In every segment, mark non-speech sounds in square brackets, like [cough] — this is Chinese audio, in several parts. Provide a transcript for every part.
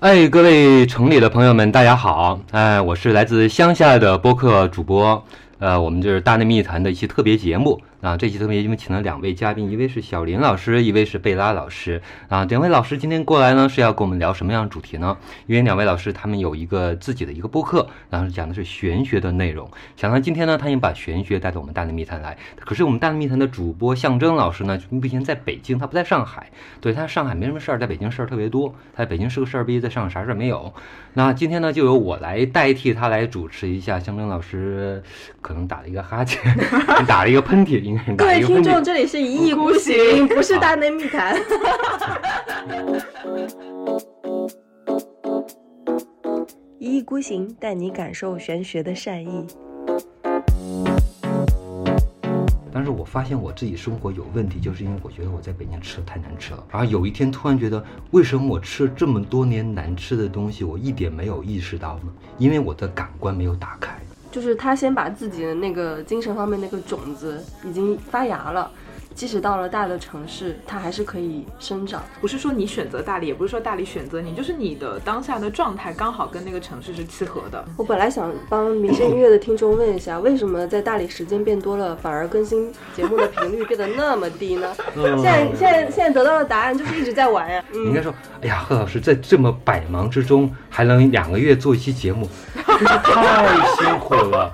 哎，各位城里的朋友们，大家好！哎，我是来自乡下的播客主播，呃，我们这是《大内密谈》的一期特别节目啊。这期特别节目请了两位嘉宾，一位是小林老师，一位是贝拉老师啊。两位老师今天过来呢，是要跟我们聊什么样的主题呢？因为两位老师他们有一个自己的一个播客，然后讲的是玄学的内容。想到今天呢，他已经把玄学带到我们《大内密谈》来，可是我们《大内密谈》的主播象征老师呢，目前在北京，他不在上海，对他上海没什么事儿，在北京事儿特别多，他在北京是个事儿逼，在上海啥事儿没有。那今天呢，就由我来代替他来主持一下。象征老师可能打了一个哈欠， [laughs] 打了一个喷嚏，应该是各打了位一个听喷嚏众，。这里是一意孤行，不是大内密 [laughs] 谈。一意孤行，带你感受玄学的善意。但是我发现我自己生活有问题，就是因为我觉得我在北京吃的太难吃了。而有一天突然觉得，为什么我吃了这么多年难吃的东西，我一点没有意识到呢？因为我的感官没有打开。就是他先把自己的那个精神方面那个种子已经发芽了，即使到了大的城市，它还是可以生长。不是说你选择大理，也不是说大理选择你，就是你的当下的状态刚好跟那个城市是契合的。我本来想帮民生音乐的听众问一下，为什么在大理时间变多了，反而更新节目的频率变得那么低呢？现在现在现在得到的答案就是一直在玩呀。你应该说，哎呀，贺老师在这么百忙之中还能两个月做一期节目，真是太辛苦了。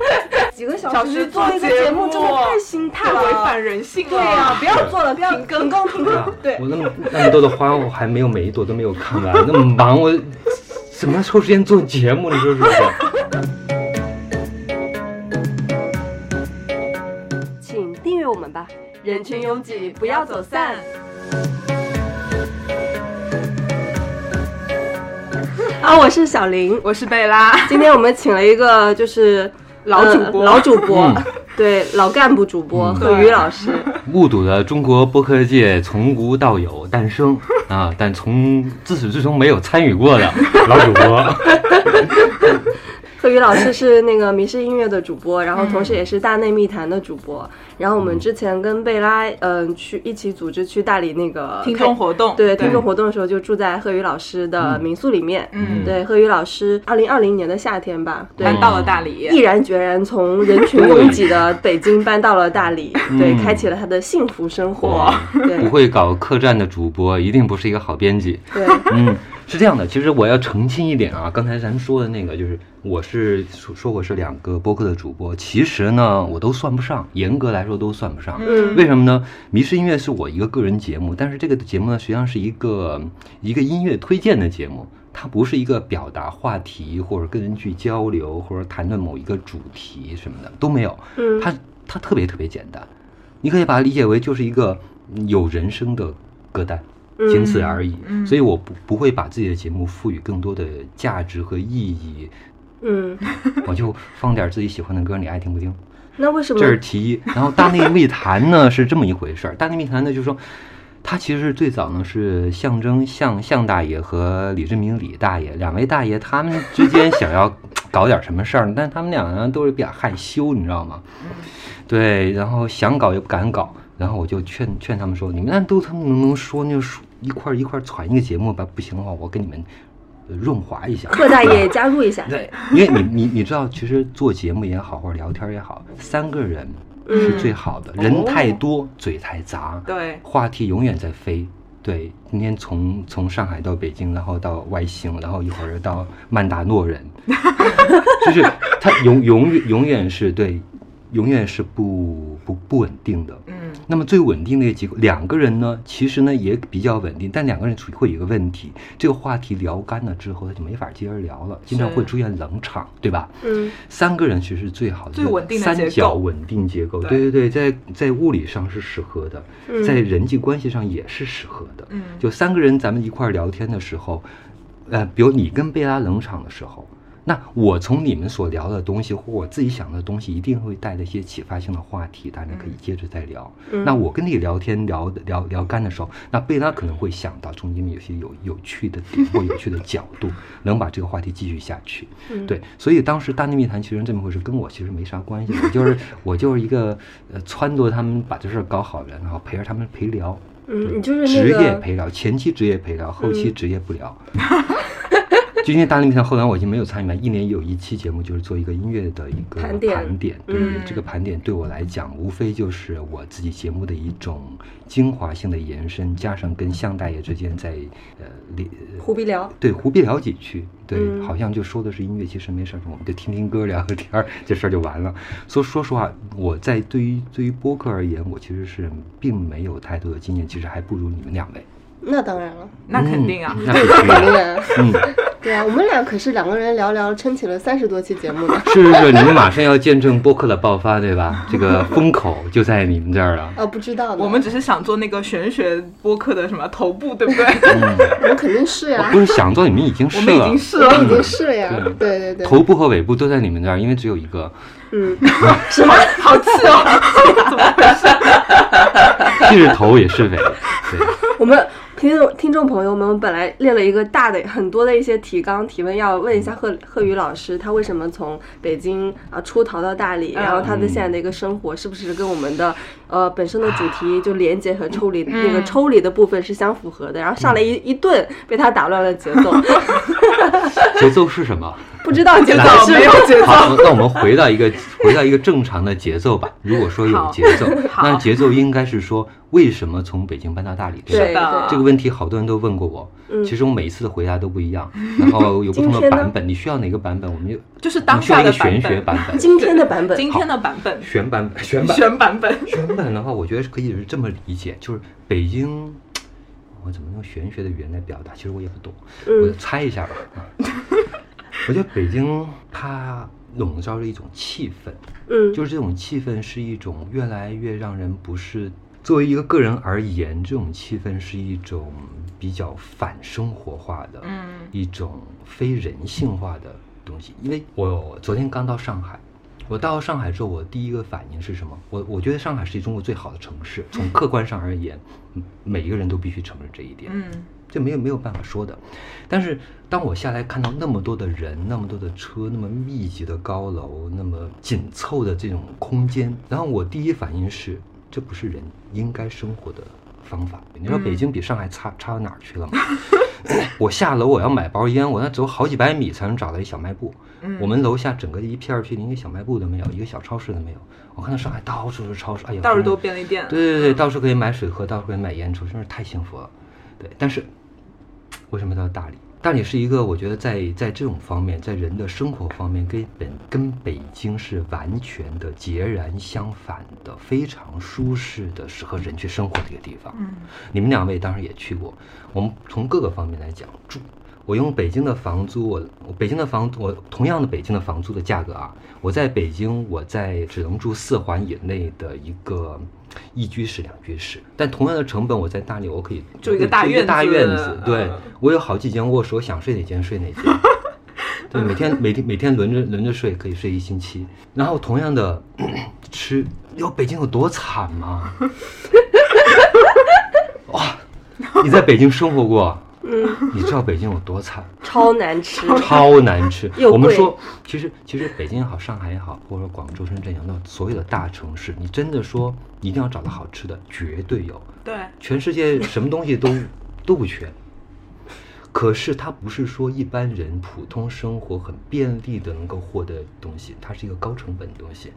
几个小小时时做一个做节节目，目真的太心态太了。违反啊人性了。对啊呀、不要做了，不要停更停对啊更。 [laughs] 对，我那么那么多的花，我还没有每一朵都没有看完，那么忙，我怎么抽时间做节目？你说是不是？请订阅我们吧。人群拥挤，不不要走散。。 [laughs] 啊，我是小林。我是 [laughs] 贝拉，今天我们请了一个就是老呃主播老主播嗯，对老干部主播嗯贺宇老师。目睹了中国播客界从无到有诞生啊，但从自始至终没有参与过的 [laughs] 老主播，贺宇老师是那个迷失音乐的主播，嗯然后同时也是大内密谈的主播。然后我们之前跟贝拉嗯、去一起组织去大理那个听众开活动对听众活动的时候，就住在贺宇老师的民宿里面。嗯对，贺宇老师二零二零年的夏天吧，对，搬到了大理。毅然决然从人群拥挤的北京搬到了 [laughs] 大理，嗯对，开启了他的幸福生活。不对会搞客栈的主播一定不是一个好编辑。对，嗯，是这样的，其实我要澄清一点啊，刚才咱们说的那个，就是我是说说我是两个播客的主播，其实呢，我都算不上，严格来说都算不上。嗯为什么呢？迷失音乐是我一个个人节目，但是这个节目呢，实际上是一个一个音乐推荐的节目。它不是一个表达话题，或者跟人去交流，或者谈论某一个主题什么的都没有。嗯它它特别特别简单，你可以把它理解为就是一个嗯有人声的歌单，仅此而已。嗯所以我不不会把自己的节目赋予更多的价值和意义，嗯，我就放点自己喜欢的歌，你爱听不听。那为什么这是其一。然后大内密谈呢是这么一回事儿，大内密谈呢就是说，它其实最早呢是象征向向大爷和李志明李大爷两位大爷他们之间想要搞点什么事儿，但他们俩呢都是比较害羞，你知道吗？对，然后想搞又不敢搞，然后我就劝劝他们说，你们按都他们能不能说，那就说一块儿一块儿传一个节目吧，不行的话我给你们呃润滑一下。贺大爷加入一下？对，因为你你你知道，其实做节目也好，或者聊天也好，三个人嗯是最好的。人太多，嘴太杂，对，话题永远在飞。对，今天从从上海到北京，然后到外星，然后一会儿又到曼达诺人， [laughs] 就是他永永远永远是对，永远是不不不稳定的。嗯，那么最稳定的一个结果，两个人呢，其实呢也比较稳定，但两个人处于会有一个问题，这个话题聊干了之后，他就没法接着聊了，经常是会出现冷场，对吧？嗯三个人其实是最好的最稳定的结构三角稳定结构，对对对对，在在物理上是适合的，嗯在人际关系上也是适合的。嗯就三个人咱们一块儿聊天的时候，呃，比如你跟贝拉冷场的时候。那我从你们所聊的东西或我自己想的东西，一定会带来一些启发性的话题，大家可以接着再聊。嗯那我跟你聊天聊聊聊干的时候，那贝拉可能会想到中间有些有有趣的点或有趣的角 [laughs] 度，能把这个话题继续下去。嗯对，所以当时大内密谈其实这么回事，跟我其实没啥关系，我就是我就是一个呃撺掇他们把这事儿搞好了，然后陪着他们陪聊。嗯，对你就是那职业个嗯陪聊，前期职业陪聊，后期职业不聊。 [laughs] 就因为大内密探后来我已经没有参与了，一年有一期节目就是做一个音乐的一个盘点盘点对、嗯这个盘点对我来讲，无非就是我自己节目的一种精华性的延伸，加上跟向大爷之间在呃里胡必聊，对胡必聊几句，对，嗯好像就说的是音乐，其实没事儿，我们就听听歌聊个天儿，这事儿就完了。所以说实话，我在对于对于播客而言，我其实是并没有太多的经验，其实还不如你们两位。那当然了，那肯定啊嗯，，那肯定啊，当 [laughs] 然，嗯。对啊，我们俩可是两个人聊聊，撑起了三十多期节 [laughs] 目呢。是是是，你们马上要见证播客的爆发，对吧？这个风口就在你们这儿了。啊，不知道呢，我们只是想做那个玄学播客的什么头部，对不对？ [laughs] 我们肯定是我呀、不是想做，你们已经啊我嗯是嗯们已啊了经，试我们了，已经是呀、对对对，头部和尾部都在你们这儿，因为只有一个。嗯，什么？好气哦！ [laughs] 怎么回事？既是头也是尾，对，我们听众听众朋友们，我们本来列了一个大的很多的一些提纲提问，要问一嗯下贺贺宇老师，他为什么从北京啊出逃到大理，嗯然后他的现在的一个生活是不是跟我们的呃本身的主题就连接和抽离、嗯那个抽离的部分是相符合的？然后上来一一顿被他打乱了节 [laughs] 奏， [laughs] 节奏是什么？不知道 [laughs] 节奏来是 [laughs] 没有节奏好，那我们回到一个回到一个正常的节奏吧。如果说有好节奏，好那节奏应该是说为什么从北京搬到大理？对吧对是的对这个问题好多人都问过我，嗯其实我每一次的回答都不一样，然后有不同的今天呢版本，你需要哪个版本，我们就就是当你需要下一个的玄版学本，版本，今天的版本，今天的版本，玄版本，玄版玄 [laughs] 版本。玄版的话，我觉得是可以是这么理解，就是北京，我怎么用玄学的语言来表达？其实我也不懂，我就嗯猜一下吧。啊 [laughs] 我觉得北京它笼罩着一种气氛，嗯就是这种气氛是一种越来越让人不是作为一个个人而言，这种气氛是一种比较反生活化的，嗯一种非人性化的东西。因为我昨天刚到上海，我到上海之后，我第一个反应是什么？我我觉得上海是中国最好的城市，从客观上而言，嗯每一个人都必须承认这一点。嗯这没有没有办法说的。但是当我下来看到那么多的人、那么多的车、那么密集的高楼、那么紧凑的这种空间，然后我第一反应是，这不是人应该生活的方法。你知道嗯北京比上海差差到哪儿去了吗？ [laughs] 我下楼我要买包烟，我要走好几百米才能找到一小卖部。嗯，我们楼下整个一片儿区连一个小卖部都没有，一个小超市都没有。我看到上海到处是超市，哎呀，到处真的都便利店。对对对，到处可以买水喝，到处可以买烟抽，真是太幸福了。对，但是为什么到大理？大理是一个我觉得在在这种方面，在人的生活方面，跟本跟北京是完全的截然相反的，非常舒适的适合人去生活的一个地方。嗯你们两位当然也去过，我们从各个方面来讲住。我用北京的房租，我我北京的房，我同样的北京的房租的价格啊，我在北京我在只能住四环以内的一个一居室、两居室，但同样的成本我在大理我可以 [laughs] 住一个大住大院院子子，对嗯我有好几间卧室，我想睡哪间睡哪间。 [laughs] 对，每天每天每天轮着轮着睡，可以睡一星期。然后同样的 [clears throat] 吃，你知道北京有多惨 [laughs] 吗？哇，你在北京生活过，嗯， [laughs] 你知道北京有多惨，超难吃，超难吃。 [laughs] 又贵我们说，其实其实北京也好，上海也好，或者说广州、深圳也好，那所有的大城市，你真的说一定要找到好吃的，绝对有。对，全世界什么东西都 [laughs] 都不缺。可是它不是说一般人普通生活很便利的能够获得东西，它是一个高成本的东西。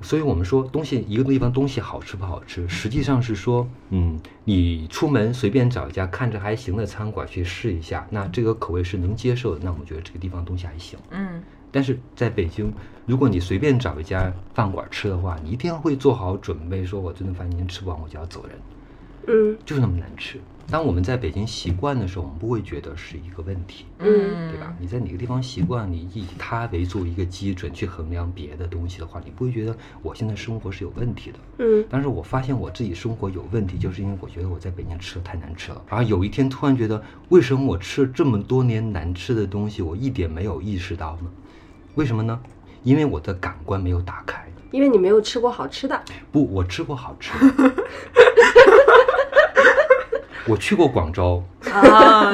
所以我们说，东西一个地方东西好吃不好吃，实际上是说，嗯，你出门随便找一家看着还行的餐馆去试一下，那这个口味是能接受的，那我们觉得这个地方东西还行。嗯但是在北京，如果你随便找一家饭馆吃的话，你一定会做好准备，说我这顿饭今天吃不完，我就要走人。嗯就是那么难吃。当我们在北京习惯的时候，我们不会觉得是一个问题，嗯对吧？？你在哪个地方习惯，你以它为作为一个基准去衡量别的东西的话，你不会觉得我现在生活是有问题的。嗯但是我发现我自己生活有问题，就是因为我觉得我在北京吃的太难吃了。然后有一天突然觉得，为什么我吃了这么多年难吃的东西，我一点没有意识到呢？为什么呢？因为我的感官没有打开。因为你没有吃过好吃的，不，我吃过好 [laughs] 吃的。我去过广州，啊，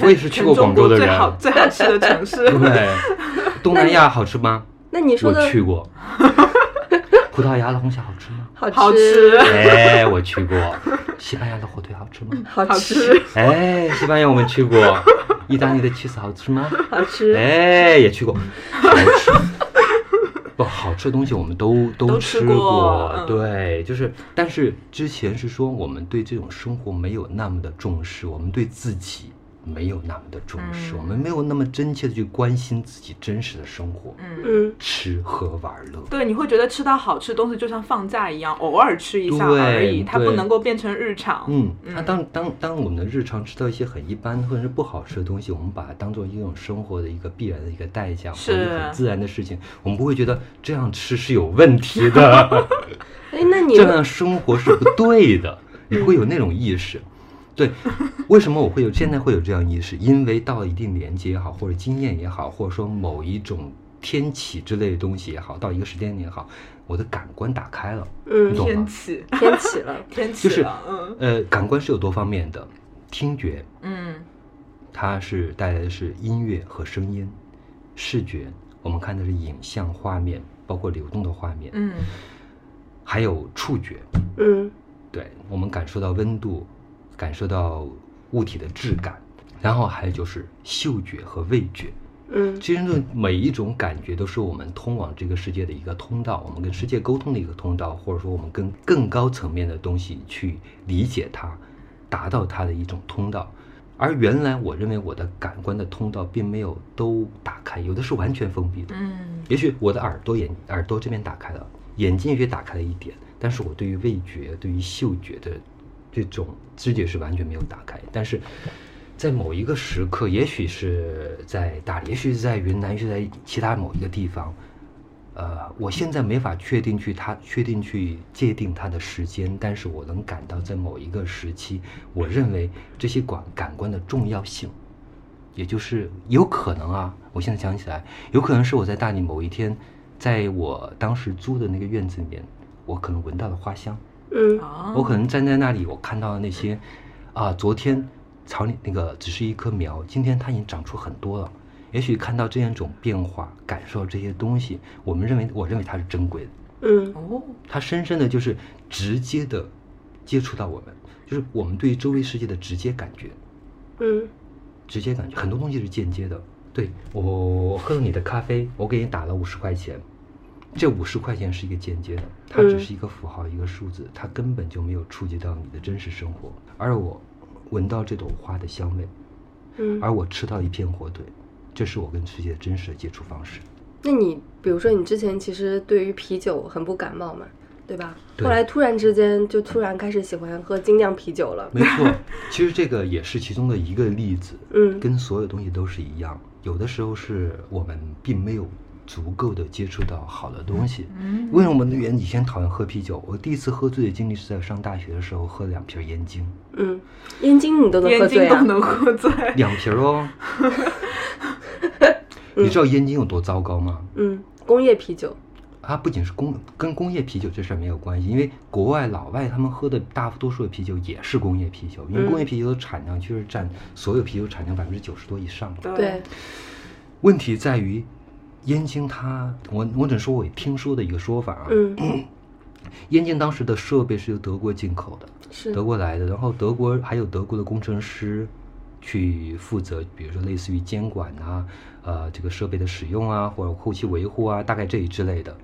我也是去过广州的人全中国最好最好吃的城市。 [laughs] 对， [laughs] 东南亚好吃吗？那你说我的去过。葡萄牙的红虾好吃吗？好吃好吃哎，我去过。西班牙的火腿好吃 [laughs] 吗？好好吃，吃。哎，西班牙我们去过，意大利的 cheese 好吃吗？好吃。哎，也去 [laughs] 过，好吃。不好吃的东西我们都都都吃吃过嗯对，就是，但是之前是说我们对这种生活没有那么的重视，我们对自己没有那么的重视，嗯我们没有那么真切的去关心自己真实的生活，嗯，嗯，吃喝玩乐。对，你会觉得吃到好吃的东西就像放假一样，偶尔吃一下对而已，它不对能够变成日常。嗯，那当当当我们的日常吃到一些很一般或者是不好吃的东西，我们把它当做一种生活的一个必然的一个代价，或者是是很自然的事情，我们不会觉得这样吃是有问题 [laughs] 的，哎，那你这们样生活是不对的，你会有那种意识。对，为什么我会有现在会有这样意识？因为到一定年纪也好，或者经验也好，或者说某一种天启之类的东西也好，到一个时间也好，我的感官打开了，嗯你懂天吗？气，天启了，天气就是了，嗯呃，感官是有多方面的，听觉。嗯它是带来的是音乐和声音，视觉我们看的是影像画面，包括流动的画面，嗯还有触觉，嗯对我们感受到温度，感受到物体的质感，然后还有就是嗅觉和味觉。嗯其实呢，每一种感觉都是我们通往这个世界的一个通道，我们跟世界沟通的一个通道，或者说我们跟更高层面的东西去理解它，达到它的一种通道。而原来我认为我的感官的通道并没有都打开，有的是完全封闭的。嗯也许我的耳朵眼耳朵这边打开了，眼睛也许打开了一点，但是我对于味觉、对于嗅觉的这种知觉是完全没有打开。但是在某一个时刻，也许是在大理，也许是在云南，也许在其他某一个地方，呃，我现在没法确定去它确定去界定它的时间，但是我能感到在某一个时期，我认为这些感感官的重要性。也就是有可能啊，我现在想起来，有可能是我在大理某一天，在我当时租的那个院子里面，我可能闻到了花香，嗯啊，我可能站在那里，我看到了那些，啊，昨天草里那个只是一棵苗，今天它已经长出很多了。也许看到这样一种变化，感受这些东西，我们认为我认为它是珍贵的，嗯哦，它深深的就是直接的接触到我们，就是我们对周围世界的直接感觉。嗯直接感觉，很多东西是间接的。对我，我喝了你的咖啡，我给你打了五十块钱，这五十块钱是一个间接的，它只是一个符号，一个数字，它根本就没有触及到你的真实生活。而我闻到这朵花的香味，嗯。而我吃到一片火腿，这是我跟世界真实的接触方式。那你比如说，你之前其实对于啤酒很不感冒嘛，对吧？对后来突然之间就突然开始喜欢喝精酿啤酒了。没错，其实这个也是其中的一个例子。嗯跟所有东西都是一样，有的时候是我们并没有足够的接触到好的东西。嗯为什么原以前讨厌喝啤酒？我第一次喝醉的经历是在上大学的时候，喝两瓶儿燕京，嗯，燕京你都能喝眼醉睛都啊？能喝 [laughs] 醉，两瓶儿哦。你知道燕京有多糟糕吗？嗯，工业啤酒。它不仅是工跟工业啤酒这事儿没有关系，因为国外老外他们喝的大多数的啤酒也是工业啤酒，因为嗯工业啤酒的产量就是占所有啤酒产量百分之九十多以上。嗯对，问题在于，燕京它，我我只能说我也听说的一个说法啊，嗯，燕京当时的设备是由德国进口的，是德国来的，然后德国还有德国的工程师去负责，比如说类似于监管啊，呃，这个设备的使用啊，或者后期维护啊，大概这一之类的。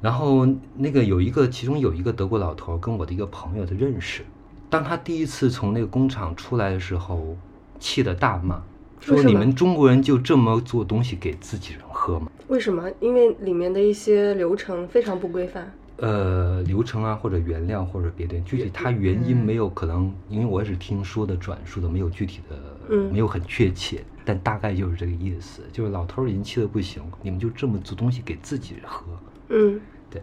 然后那个有一个，其中有一个德国老头儿跟我的一个朋友的认识，当他第一次从那个工厂出来的时候，气得大骂，说为什么你们中国人就这么做东西给自己人喝吗？为什么？因为里面的一些流程非常不规范。呃，流程啊，或者原料，或者别的，具体它原因没有可能，因为我也是听说的转述的，没有具体的，嗯没有很确切，但大概就是这个意思。就是老头儿已经气得不行，你们就这么做东西给自己人喝，嗯对，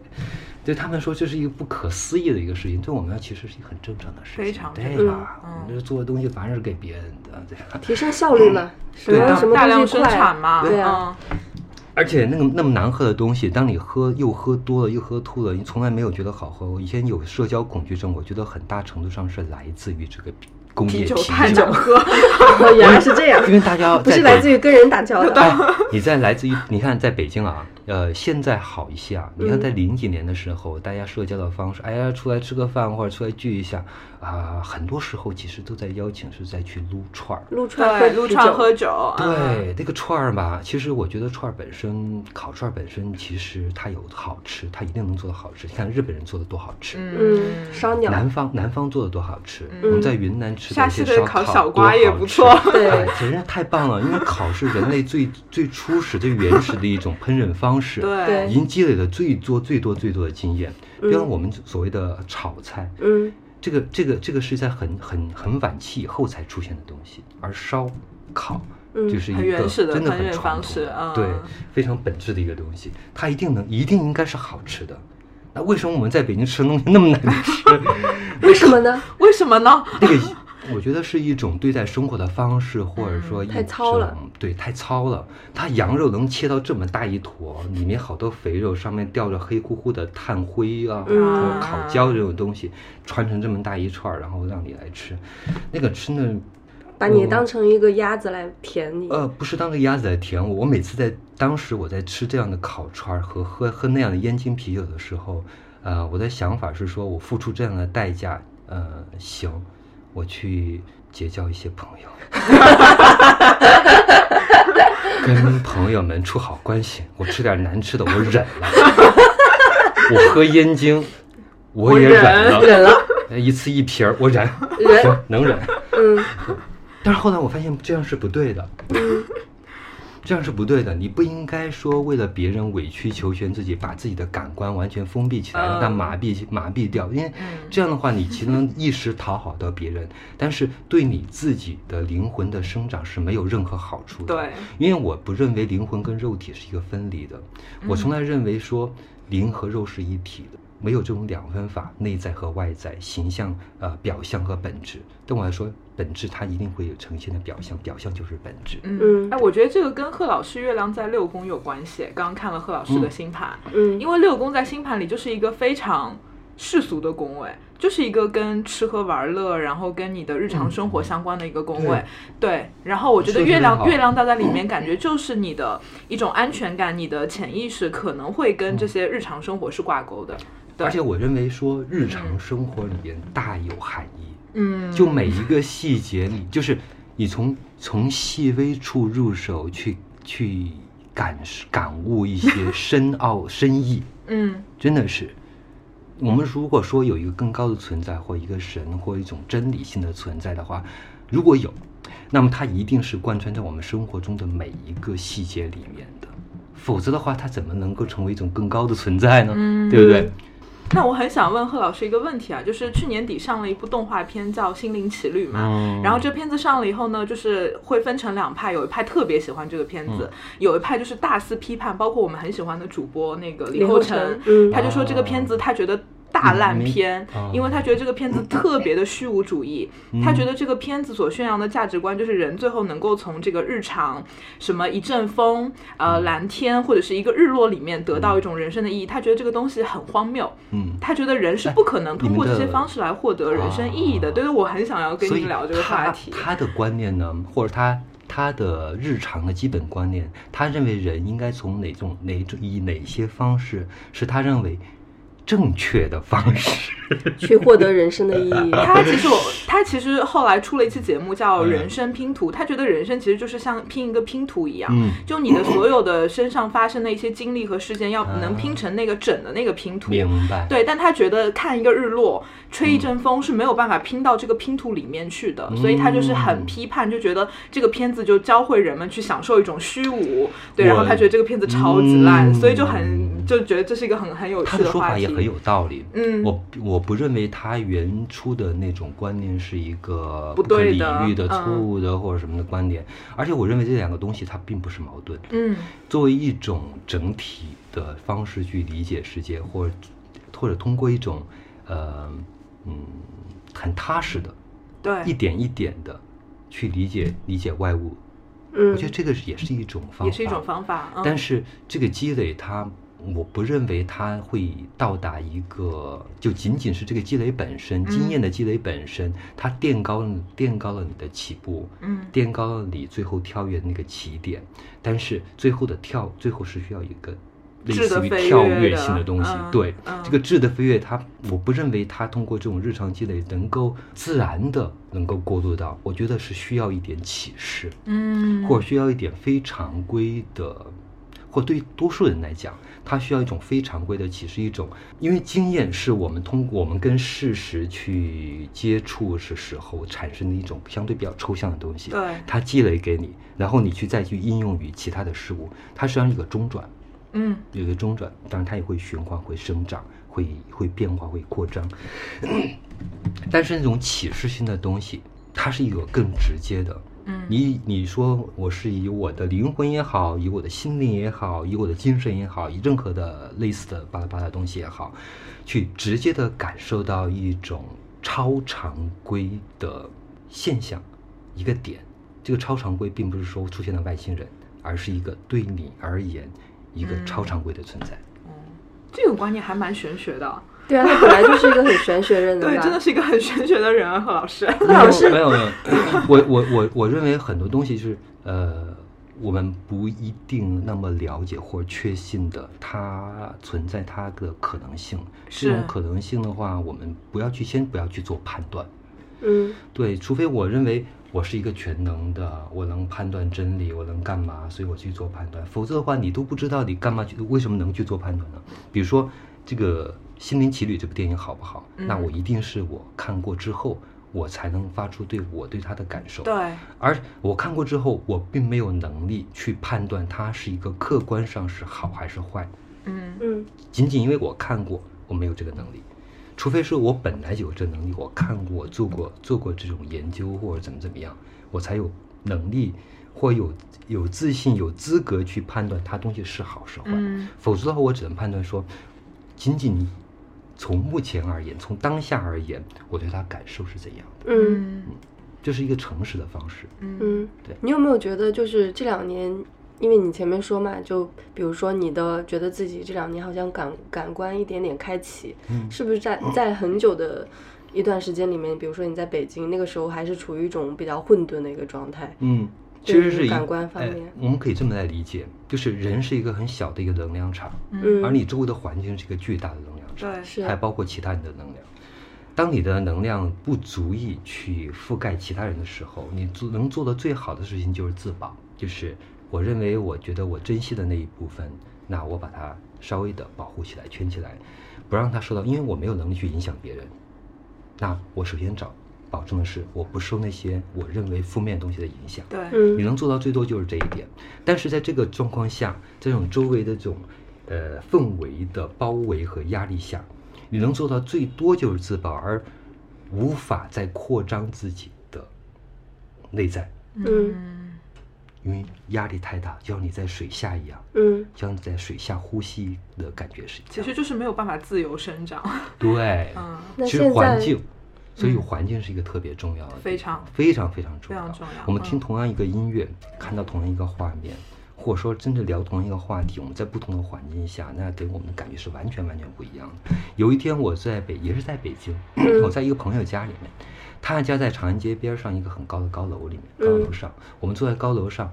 对他们说这是一个不可思议的一个事情，对我们其实是一个很正常的事情，非常对正吧？常嗯我们这做的东西反而是给别人的，对吧？，提升效率嘛，什对么大什么大东量西生快产嘛，对啊，而且那个那么难喝的东西，当你喝又喝多了又喝吐了，你从来没有觉得好喝。我以前有社交恐惧症，我觉得很大程度上是来自于这个啤 [laughs] 工业嗯啤酒酒。太难喝，哦 [laughs] [laughs] 嗯原来是这样，因为大家不在 [laughs] 是北来自于跟人打交道。哎，你在来自于你看在北京啊，呃，现在好一些啊。你看，在零几年的时候，大家社交的方式，哎呀，出来吃个饭或者出来聚一下啊、很多时候其实都在邀请，是在去撸串儿。撸串对，喝撸啤串酒喝酒，嗯，对，那个串儿吧，其实我觉得串儿本身，烤串儿本身其实它有好吃，它一定能做得好吃。你看日本人做的多好吃，嗯，烧鸟，南方南方做的多好吃。嗯我们在云南吃的下一次些的烧烤烤小多瓜也好不吃错 [laughs] 对哎，简直太棒了！因为烤是人类最最初始、最原始的一种烹饪方式。对嗯已经积累了最多、最多、最多的经验。比方我们所谓的炒菜，嗯这个、这个、这个是在很、很、很晚期以后才出现的东西，而烧、烤。嗯就是一很个原始的真的烹很饪传方统式的嗯对，非常本质的一个东西，它一定能，一定应该是好吃的。那为什么我们在北京吃的东西那么难吃？为什么呢？为什么呢？ [laughs] 那个，我觉得是一种对待生活的方式，或者说一嗯太糙了种，对，太糙了。它羊肉能切到这么大一坨，里面好多肥肉，上面吊着黑乎乎的炭灰啊，嗯还有烤焦这种东西，穿成这么大一串儿，然后让你来吃，那个真的。把你嗯当成一个鸭子来舔你，呃，不是当个鸭子来舔我。我每次在当时我在吃这样的烤串儿和喝喝那样的燕京啤酒的时候，呃，我的想法是说我付出这样的代价，呃，行，我去结交一些朋友， [laughs] 跟朋友们处好关系。我吃点难吃的，我忍了。 [laughs] 我喝燕京，我我也忍忍了，[laughs] 忍了，呃一次一瓶儿，我忍，忍行，能忍。嗯 [laughs] 但是后来我发现这样是不对的， [laughs] 这样是不对的。你不应该说为了别人委曲求全自己，把自己的感官完全封闭起来，让它嗯麻痹麻痹掉。因为这样的话，你其实能一时讨好到别人，但是对你自己的灵魂的生长是没有任何好处的。对，因为我不认为灵魂跟肉体是一个分离的，我嗯从来认为说灵和肉是一体的，没有这种两分法，内在和外在，形象、呃表象和本质。对我来说，本质它一定会有呈现的表象，表象就是本质。嗯嗯，哎，我觉得这个跟贺老师月亮在六宫有关系。刚刚看了贺老师的星盘，嗯，因为六宫在星盘里就是一个非常世俗的宫位，就是一个跟吃喝玩乐，然后跟你的日常生活相关的一个宫位。对，然后我觉得说得月很亮好月亮大在里面，感觉就是你的一种安全感，你的潜意识可能会跟这些日常生活是挂钩的。对而且我认为说，日常生活里边大有含义。嗯，就每一个细节里，就是你从从细微处入手去去感受感悟一些 [laughs] 深奥深意，嗯真的是。我们如果说有一个更高的存在，或一个神，或一种真理性的存在的话，如果有，那么它一定是贯穿在我们生活中的每一个细节里面的，否则的话，它怎么能够成为一种更高的存在呢？嗯对不对？那我很想问贺老师一个问题啊，就是去年底上了一部动画片叫《心灵奇旅》嘛，嗯然后这片子上了以后呢，就是会分成两派，有一派特别喜欢这个片嗯子，有一派就是大肆批判，包括我们很喜欢的主播那个李李厚厚辰辰，嗯他就说这个片子他觉得。大烂片嗯明，因为他觉得这个片子特别的虚无主义，他觉得这个片子所宣扬的价值观就是人最后能够从这个日常什么一阵风、呃蓝天或者是一个日落里面得到一种人生的意义，他觉得这个东西很荒谬，嗯，他觉得人是不可能通过你们这些的方式来获得人生意义的。啊对对，我很想要跟所你以聊这个话题。他他的观念呢，或者他他的日常的基本观念，他认为人应该从哪种哪种以哪些方式是他认为正确的方式。去获得人生的意义，他其实我， [laughs] 他其实后来出了一期节目叫《人生拼图》，他觉得人生其实就是像拼一个拼图一样，嗯就你的所有的身上发生的一些经历和事件，要能拼成那个整的那个拼图。明白。对，但他觉得看一个日落、吹嗯一阵风是没有办法拼到这个拼图里面去的，所以他就是嗯很批判，就觉得这个片子就教会人们去享受一种虚无。对，我然后他觉得这个片子超级烂，嗯所以就很就觉得这是一个很很有他趣的说话法题。也很有道理。嗯我我不认为他原初的那种观念是一个不可对理的喻的、嗯错误的或者什么的观点，而且我认为这两个东西它并不是矛盾。嗯作为一种整体的方式去理解世界，或者或者通过一种呃嗯很踏实的，对一点一点的去理解理解外物，我嗯觉得这个是也是一种方法，也是一种方法。嗯但是这个积累它，我不认为它会到达一个，就仅仅是这个积累本嗯身，经验的积累本身，它垫高了垫高了你的起步，嗯垫高了你最后跳跃的那个起点，但是最后的跳，最后是需要一个类质的似于飞跳跃跃的性的东西嗯。对嗯，这个质的飞跃，它我不认为它通过这种日常积累能够自然的能够过渡到，我觉得是需要一点启示，嗯，或者需要一点非常规的，或对多数人来讲，它需要一种非常规的启示，一种因为经验是我们通过我们跟事实去接触的时候产生的一种相对比较抽象的东西。对，它积累给你，然后你去再去应用于其他的事物，它实际上是一个中转，嗯有一个中转，当然它也会循环、会生长、会会变化、会扩张。但是那种启示性的东西，它是一个更直接的。嗯，你你说我是以我的灵魂也好，以我的心灵也好，以我的精神也好，以任何的类似的巴拉巴拉东西也好，去直接的感受到一种超常规的现象，一个点。这个超常规并不是说出现了外星人，而是一个对你而言一个嗯超常规的存在。这个观念还蛮玄学的，对啊，他本来就是一个很玄学认对，吧？嗯真的是一个很玄学的人啊，贺老师。 [laughs] 没有没有没有，我我我我认为很多东西是呃，我们不一定那么了解或确信的，它存在它的可能性。这种是可能性的话，我们不要去先不要去做判断，嗯，对，除非我认为我是一个全能的，我能判断真理，我能干嘛，所以我去做判断。否则的话，你都不知道你干嘛去，为什么能去做判断呢？比如说这个《心灵奇旅》这部电影好不好？那嗯我一定是我看过之后，我才能发出对我对它的感受。对，而我看过之后，我并没有能力去判断它是一个客观上是好还是坏。嗯嗯，仅仅因为我看过，我没有这个能力。除非是我本来就有这能力，我看过、做过、做过这种研究或者怎么怎么样，我才有能力或有有自信、有资格去判断它东西是好是坏。嗯否则的话，我只能判断说，仅仅从目前而言，从当下而言，我对它感受是怎样的，嗯这是一个诚实的方式。嗯嗯对，你有没有觉得就是这两年，因为你前面说嘛，就比如说你的觉得自己这两年好像感感官一点点开启，嗯是不是在在很久的一段时间里面，比如说你在北京那个时候还是处于一种比较混沌的一个状态，嗯，其对实于是一感官方哎面我们可以这么来理解，就是人是一个很小的一个能量场。嗯，嗯，而你周围的环境是一个巨大的能量场，对，是还包括其他人的能量。当你的能量不足以去覆盖其他人的时候，你做能做的最好的事情就是自保，就是我认为我觉得我珍惜的那一部分，那我把它稍微的保护起来、圈起来，不让它受到，因为我没有能力去影响别人。那我首先找保证的是，我不受那些我认为负面东西的影响。对，你嗯能做到最多就是这一点。但是在这个状况下，这种周围的这种呃氛围的包围和压力下，你能做到最多就是自保，而无法再扩张自己的内在，嗯因为压力太大，就像你在水下一样，嗯就像你在水下呼吸的感觉是一其样实的。就是没有办法自由生长。对，嗯，那其实现环在境，所以嗯环境是一个特别重要的地方，非常非常非常重非要常。重要。我们听嗯同样一个音乐，看到同样一个画面，或者说真正聊同样一个话题，我们在不同的环境下，那给我们的感觉是完全完全不一样的。有一天我在北，也是在北 [clears throat] 京，我在一个朋友家里面，他家在长安街边上一个很高的高楼里面，高嗯楼上，我们坐在高楼上，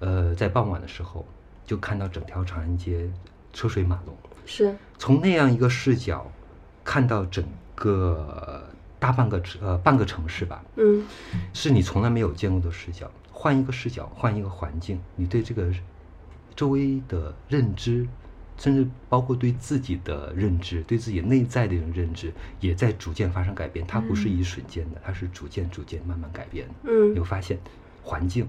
呃，在傍晚的时候就看到整条长安街车水马龙，是从那样一个视角看到整个大半个城呃半个城市吧，嗯是你从来没有见过的视角。换一个视角，换一个环境，你对这个周围的认知，甚至包括对自己的认知，对自己内在的一种认知，也在逐渐发生改变。它不是嗯一瞬间的，它是逐渐、逐渐、慢慢改变的。你嗯会发现，环境，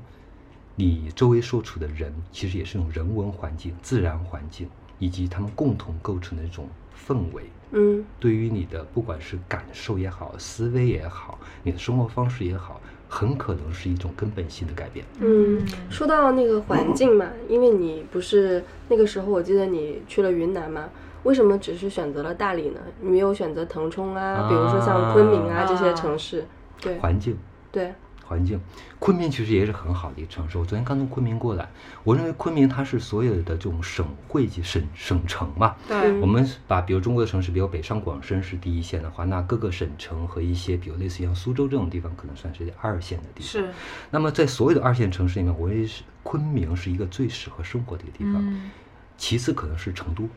你周围所处的人，其实也是一种人文环境、自然环境，以及他们共同构成的一种氛围。嗯对于你的不管是感受也好、思维也好、你的生活方式也好，很可能是一种根本性的改变。嗯，说到那个环境嘛，因为你不是那个时候，我记得你去了云南嘛。为什么只是选择了大理呢？你没有选择腾冲啊，比如说像昆明啊啊这些城市？对环境，对，环境，昆明其实也是很好的一个城市。我昨天刚从昆明过来，我认为昆明它是所有的这种省会级省省城嘛，对，我们把比如中国的城市，比如北上广深是第一线的话，那各个省城和一些比如类似于像苏州这种地方，可能算是二线的地方。 [laughs] 是，那么在所有的二线城市里面，我认为是昆明是一个最适合生活的一个地方。嗯其次可能是成都，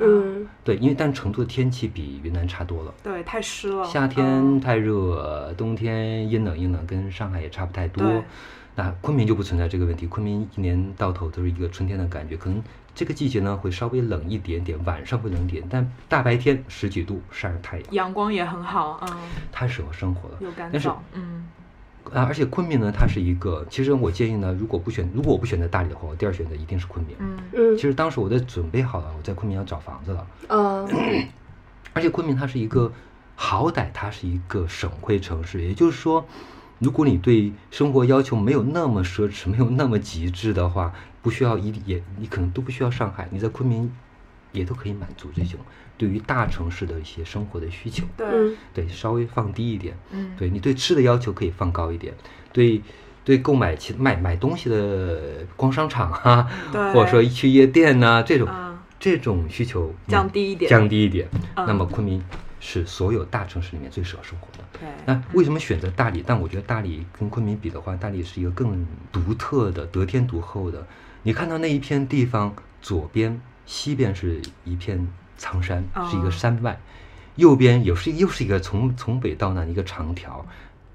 嗯对，因为但成都的天气比云南差多了。对，太湿了。夏嗯天太热，冬天阴冷阴冷，跟上海也差不太对多。那昆明就不存在这个问题，昆明一年到头都是一个春天的感觉，可能这个季节呢会稍微冷一点点，晚上会冷一点，但大白天十几度晒着太阳，阳光也很好，嗯，太适合生活了。又干但是燥，嗯，啊，而且昆明呢，它是一个，其实我建议呢，如果不选，如果我不选择大理的话，我第二选择一定是昆明。嗯嗯其实当时我在准备好了，我在昆明要找房子了，啊而且昆明它是一个，好歹它是一个省会城市，也就是说，如果你对生活要求没有那么奢侈，没有那么极致的话，不需要一也你可能都不需要上海，你在昆明也都可以满足这种对于大城市的一些生活的需求。对，嗯对，稍微放低一点，嗯，对你对吃的要求可以放高一点，对对购买其买买东西的逛商场啊，对或者说去夜店呐、这种、嗯这种需求嗯降低一点降低一点。嗯那么昆明是所有大城市里面最适合生活的。对，那为什么选择大理？但我觉得大理跟昆明比的话，大理是一个更独特的、得天独厚的。你看到那一片地方，左边、西边是一片苍山，是一哦个山脉；右边有是又是一个从从北到南一个长条，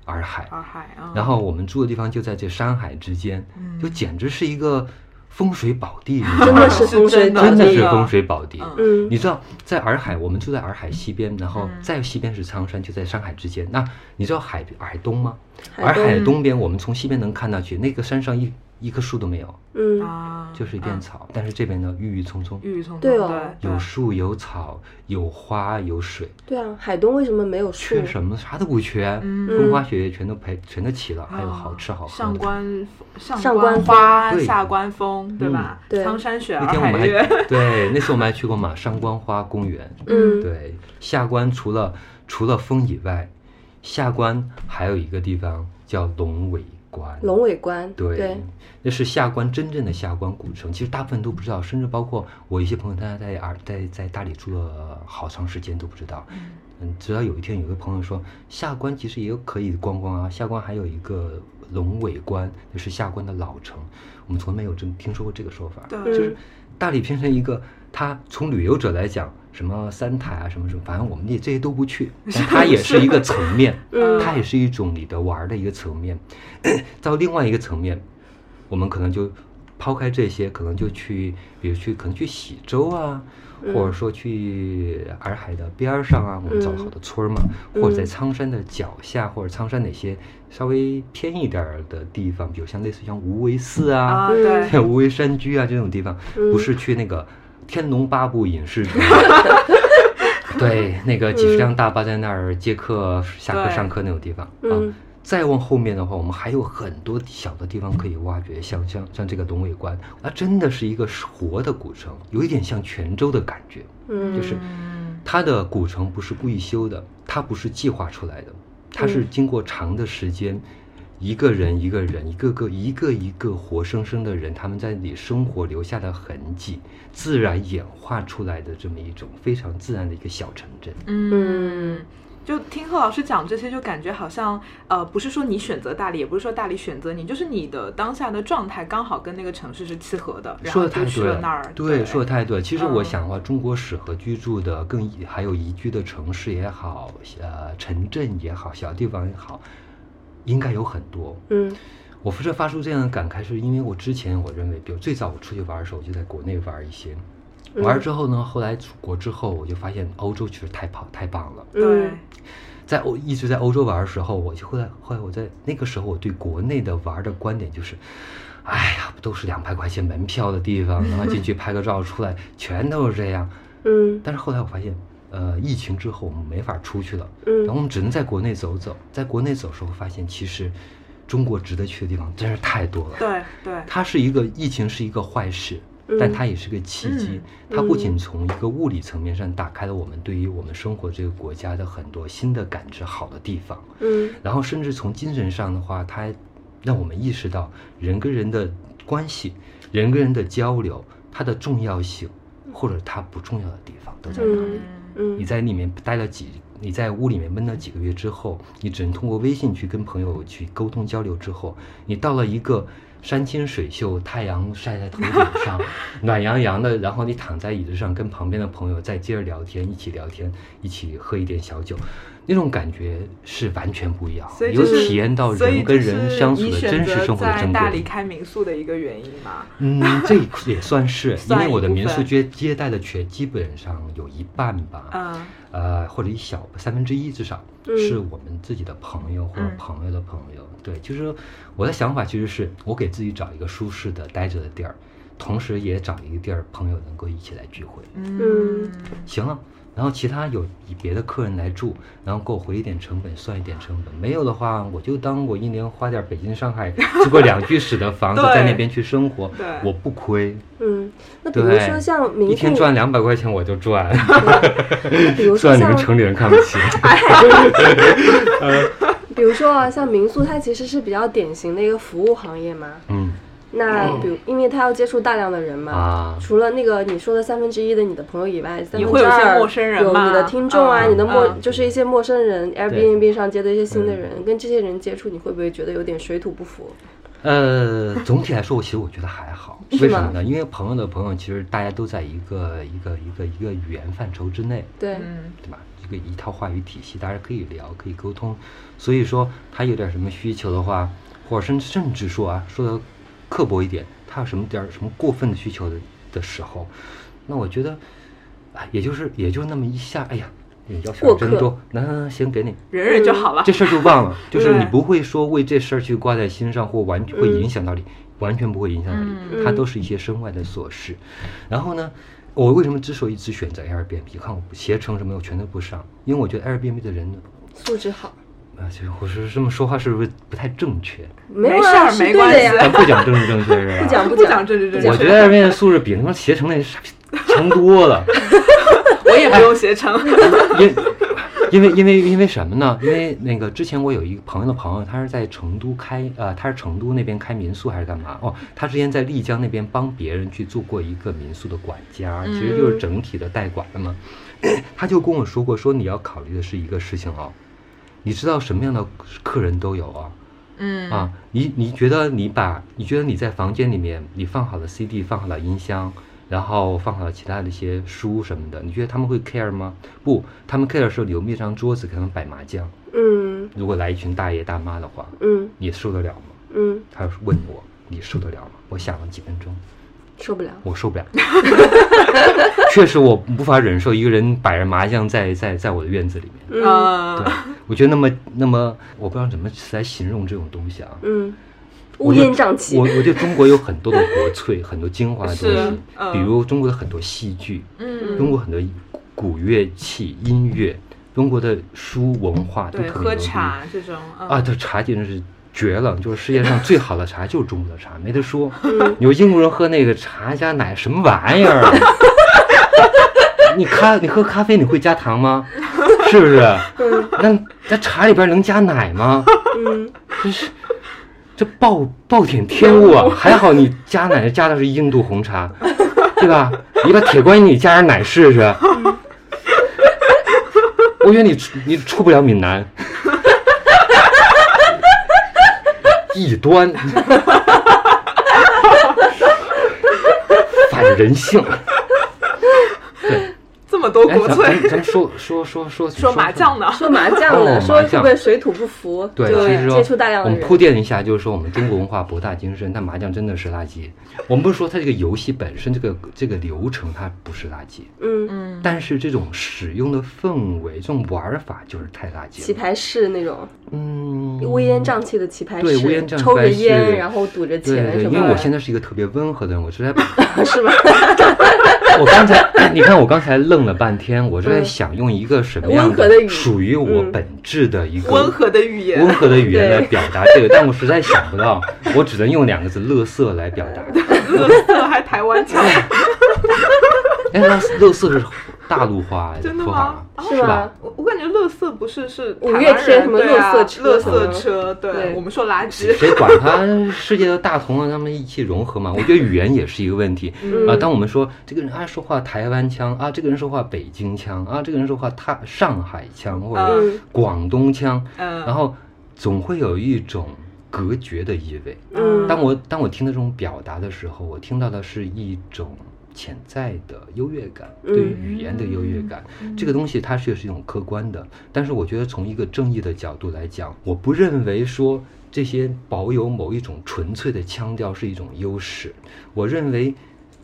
洱海。洱海啊，嗯然后我们住的地方就在这山海之间，就嗯简直是一个风水宝地，你知道真 [laughs] 吗的是风水宝真的地是风水宝地。嗯嗯你知道，在洱海，我们住在洱海西边，然后嗯再西边是苍山，就在山海之间。那你知道海海东吗？海洱海东东边，我们从西边能看到去，那个山上一一棵树都没有，嗯啊，就是一片草。但是这边呢，郁郁葱葱，郁郁葱葱，对哦对有树有草有花有水，对啊，海东为什么没有树？缺什么啥都不缺，嗯风花雪月全都陪全都齐了，还有啊好吃好喝上的。官上上官官花，对嗯下官风，对吧？对苍山雪，洱那天我海们还月，对，那次我们还去过马上观花公 [laughs] 园。嗯对，下关除了除了风以外，下关还有一个地方叫龙尾关。龙尾关对，那是下关真正的下关古城。其实大部分都不知道，甚至包括我一些朋友，他在尔在在大理住了好长时间都不知道。嗯，直到有一天，有个朋友说，下关其实也可以观光啊。下关还有一个龙尾关，就是下关的老城。我们从来没有真听说过这个说法。嗯对，就是大理变成一个，他从旅游者来讲，什么三台啊，什么什么，反正我们也这些都不去，但它也是一个层面，嗯它也是一种你的玩儿的一个层面。 [clears throat] 到另外一个层面，我们可能就抛开这些，可能就去，比如去可能去喜洲啊，或者说去洱海的边儿上啊，我们找好的村儿嘛，或者在嗯苍山的脚下，或者苍山哪些稍微偏一点儿的地方，比如像类似于像无为寺啊，嗯对，无为山居啊这种地方，嗯不是去那个《天龙八部》影视剧。对，那个几十辆大巴在那儿接客、下课、对上课那种地方嗯啊。再往后面的话，我们还有很多小的地方可以挖掘，像像像这个龙尾关，它真的是一个活的古城，有一点像泉州的感觉。[laughs] 嗯就是嗯它的古城不是故意修的，它不是计划出来的，它是经过长的时间，一个人一个人，一个个一个一个活生生的人，他们在你生活留下的痕迹，自然演化出来的这么一种非常自然的一个小城镇。嗯，就听贺老师讲这些，就感觉好像呃，不是说你选择大理，也不是说大理选择你，就是你的当下的状态刚好跟那个城市是契合的，然说后的就太去对了那儿了，，对，说的太对了。其实我嗯想的话，中国适合居住的更宜还有宜居的城市也好，呃，城镇也好，小地方也好，应该有很多。嗯我不是发出这样的感慨，是因为我之前我认为，比如最早我出去玩的时候，我就在国内玩一些，嗯玩之后呢，后来出国之后，我就发现欧洲其实太棒太棒了。对嗯，在欧一直在欧洲玩的时候，我就后来后来我在那个时候，我对国内的玩的观点就是，哎呀，不都是两百块钱门票的地方，然后进去拍个照出来，全都是这样。嗯但是后来我发现，呃，疫情之后我们没法出去了，然后我嗯们只能在国内走走。在国内走的时候，发现其实中国值得去的地方真是太多了。对 [laughs] 对，它是一个疫情是一个坏事，嗯但它也是个契机。嗯它不仅从一个物理层面上打开了我们对于我们生活这个国家的很多新的感知，好的地方，嗯然后甚至从精神上的话，它让我们意识到人跟人的关系、人跟人的交流，它的重要性或者它不重要的地方都在哪里。嗯嗯，你在里面待了几，你在屋里面闷了几个月之后，你只能通过微信去跟朋友去沟通交流。之后，你到了一个山清水秀，太阳晒在头顶上，暖洋洋的。然后你躺在椅子上，跟旁边的朋友再接着聊天，一起聊天，一起喝一点小酒，那种感觉是完全不一样，所以你就会是体验到所以人这跟是人相处你的选真实择生活的在珍大理贵。开民宿的一个原因嘛。嗯，这也算是， [laughs] 因算为一我的部民宿分接接待的群基本上有一半吧，嗯，呃，或者一小三分之一至少、嗯是我们自己的朋友或者嗯朋友的朋友。对，就是我的想法其实是我给自己找一个舒适的待着的地儿，同时也找一个地儿朋友能够一起来聚会。嗯，行了，然后其他有以别的客人来住，然后给我回一点成本算一点成本，没有的话我就当我一年花点北京、上 [laughs] 海租个两居室的房子对在那边去生活对，我不亏。嗯，那比对，如说像民一宿天，赚两百块钱我就赚。那比如说算你像们城里人看不起。 [laughs] 比如说啊，像民宿，它其实是比较典型的一个服务行业嘛。 [laughs] 嗯那比如，因为它要接触大量的人嘛，啊，除了那个你说的三分之一的你的朋友以外，三也分会之有一些二陌生人有嘛你的听众啊，嗯你的陌、嗯就是一些陌生人，Airbnb 上接的一些新的人，跟这些人接触，你会不会觉得有点水土不服？呃，总体来说，我其实我觉得还好。是为什么吗呢？因为朋友的朋友，其实大家都在一个一个一个一个语言范畴之内，对，嗯，对吧？一个一套话语体系，大家可以聊，可以沟通。所以说，他有点什么需求的话，或者甚甚至说啊，说的刻薄一点，他有什么点儿什么过分的需求的的时候，那我觉得，啊，也就是也就那么一下，哎呀，你要求过真客多，那那行给你，忍忍就好了。 [laughs] 这事儿就忘了，就是你对不会说为这事儿去挂在心上，或完会影响到你，完全不会影响到你，嗯它都是一些身外的琐事。然后呢，我为什么之所以只选择 Airbnb，看我携程什么我全都不上，因为我觉得 Airbnb 的人，素质好，啊，就我是这么说话是不是不太正确？没有没事啊，儿是没对的呀关系。咱不讲政治正确是吧？不讲嗯不不讲政治正确，我觉得 Airbnb 的素质比他妈携程那傻逼强多了。我也没有携程。 [laughs] 因因为因为因为什么呢？因为那个之前我有一个朋友的朋友，他是在成都开呃，他是成都那边开民宿还是干嘛？哦，他之前在丽江那边帮别人去做过一个民宿的管家，其实就是整体的代管了嘛。 [clears throat] 他就跟我说过，说你要考虑的是一个事情哦，你知道什么样的客人都有啊、 [laughs] 嗯啊，你你觉得你把你觉得你在房间里面你放好了 CD，放好了音箱，然后放好了其他的一些书什么的，你觉得他们会 care 吗？不，他们 care 的时候留一张桌子给他们摆麻将。嗯如果来一群大爷大妈的话，嗯你受得了吗？嗯，他问我你受得了吗？我想了几分钟，受不了。我受不了， [laughs] 确实我无法忍受一个人摆着麻将在在在我的院子里面。 [laughs] 嗯啊对，我觉得那么那么，我不知道怎么来形容这种东西啊。嗯，乌我觉得烟瘴气我。我觉得中国有很多的国粹， [laughs] 很多精华的东是西，嗯比如中国的很多戏剧，嗯，中国很多古乐器、音乐，中国的书文化都对，特别喝牛逼茶这种啊，嗯啊，这茶简直是绝了，就是世界上最好的茶就是中国的 [laughs] 茶，没得说。嗯有英国人喝那个茶加奶什么玩意儿 [laughs] 啊？你咖你喝咖啡你会加糖吗？ [laughs] 是不是？嗯那那茶里边能加奶吗？嗯，真是这暴暴殄天物嗯啊！还好你加奶加的是印度红茶，对吧？你把铁观音你加点奶试试，嗯我觉得你出你出不了闽南，异端，反人性。这么多哎，国咱粹咱。咱说说说说说麻将呢，说麻将哦呢，说麻会将不会水土不服？对，就其实说接触大量我的们人。铺垫一下，就是说我们中国文化博大精深，但麻将真的是垃圾。我们不是说它这个游戏本身这个这个流程它不是垃圾，嗯，嗯，但是这种使用的氛围、这种玩法就是太垃圾棋了。牌室那种嗯，乌烟瘴气的棋牌室，对乌烟瘴气抽着棋牌室烟，然后赌着对钱对，什因么的，为我现在是一个特别温和的人，我是在， [laughs] 是 [laughs] 吧？我刚才哎你看我刚才愣了半天，我是在想用一个什么样嗯温和的语属于我嗯本质的一个温和的语言温，和的语言来对表达这个，但我实在想不到，我只能用两个字“乐色”来表达。乐色还台湾腔，哎，那乐色是大陆话的真的说法吗哦吗？是啊吧？？我我感觉乐色不是是五台月湾天人什么对啊垃圾车垃什么的圾车，对对我们说垃圾，谁管他世界的大同啊，他们一起融合嘛。我觉得语言也是一个问题嗯啊。当我们说这个人啊说话台湾腔啊，这个人说话北京腔啊，这个人说话他上海腔或者嗯广东腔，嗯，然后总会有一种隔绝的意味。嗯当我当我听到这种表达的时候，我听到的是一种潜在的优越感，嗯对于语言的优越感。这个东西它是是一种客观的，但是我觉得从一个正义的角度来讲，我不认为说这些保有某一种纯粹的腔调是一种优势。我认为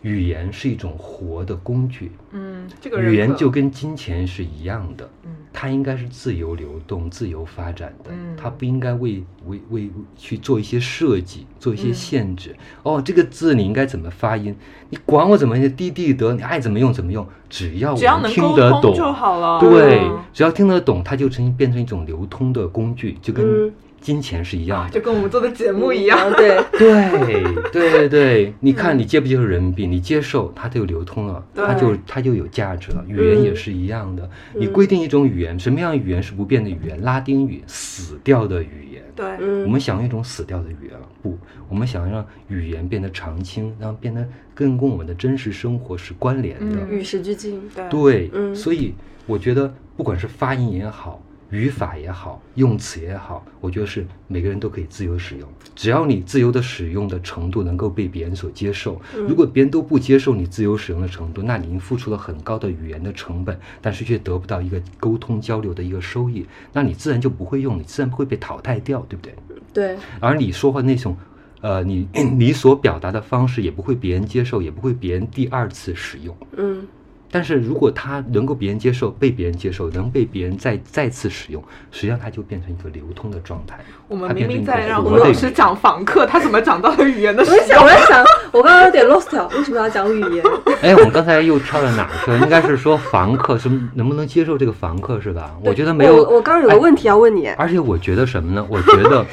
语言是一种活的工具，嗯，这个人语言格就跟金钱是一样的。嗯它应该是自由流动、自由发展的，嗯它不应该为为为去做一些设计、做一些嗯限制。哦，这个字你应该怎么发音？你管我怎么低地得，你爱怎么用怎么用，只要我只要们能听沟得通懂，就好了。对，嗯只要听得懂，它就成变成一种流通的工具，就跟嗯金钱是一样的。就跟我们做的节目一样。样，嗯 [laughs] 对， [laughs] 对对对对，你看你接不接受人民币，你接受它就流通了，对嗯它就它就有价值了。语言也是一样的，你规定一种语言，什么样的语言是不变的语言？拉丁语死掉的语言。对，我嗯们想要一种死掉的语言了，不，我们想要让语言变得常青，让它变得更跟我们的真实生活是关联的。嗯与时俱进，对，对，嗯所以我觉得不管是发音也好，语法也好，用词也好，我觉得是每个人都可以自由使用，只要你自由的使用的程度能够被别人所接受。如果别人都不接受你自由使用的程度，那你已经付出了很高的语言的成本，但是却得不到一个沟通交流的一个收益，那你自然就不会用，你自然会被淘汰掉，对不对？对，而你说话那种，呃，你 [clears throat] 你所表达的方式也不会别人接受，也不会别人第二次使用。嗯但是如果它能够别人接受，被别人接受，能被别人再再次使用，实际上它就变成一个流通的状态。我们它明变成明一个在让活胡的老语师言讲访客，他怎么讲到了语言的使我也想，用？我也想，我刚刚有点 lost 了，为什么要讲语言？哎，我们刚才又跳到哪儿去 [laughs] 了？应该是说房客是能不能接受这个房客是吧？我觉得没有。哎我我刚刚有个问题要问你，而且我觉得什么呢？我觉 [laughs] 得，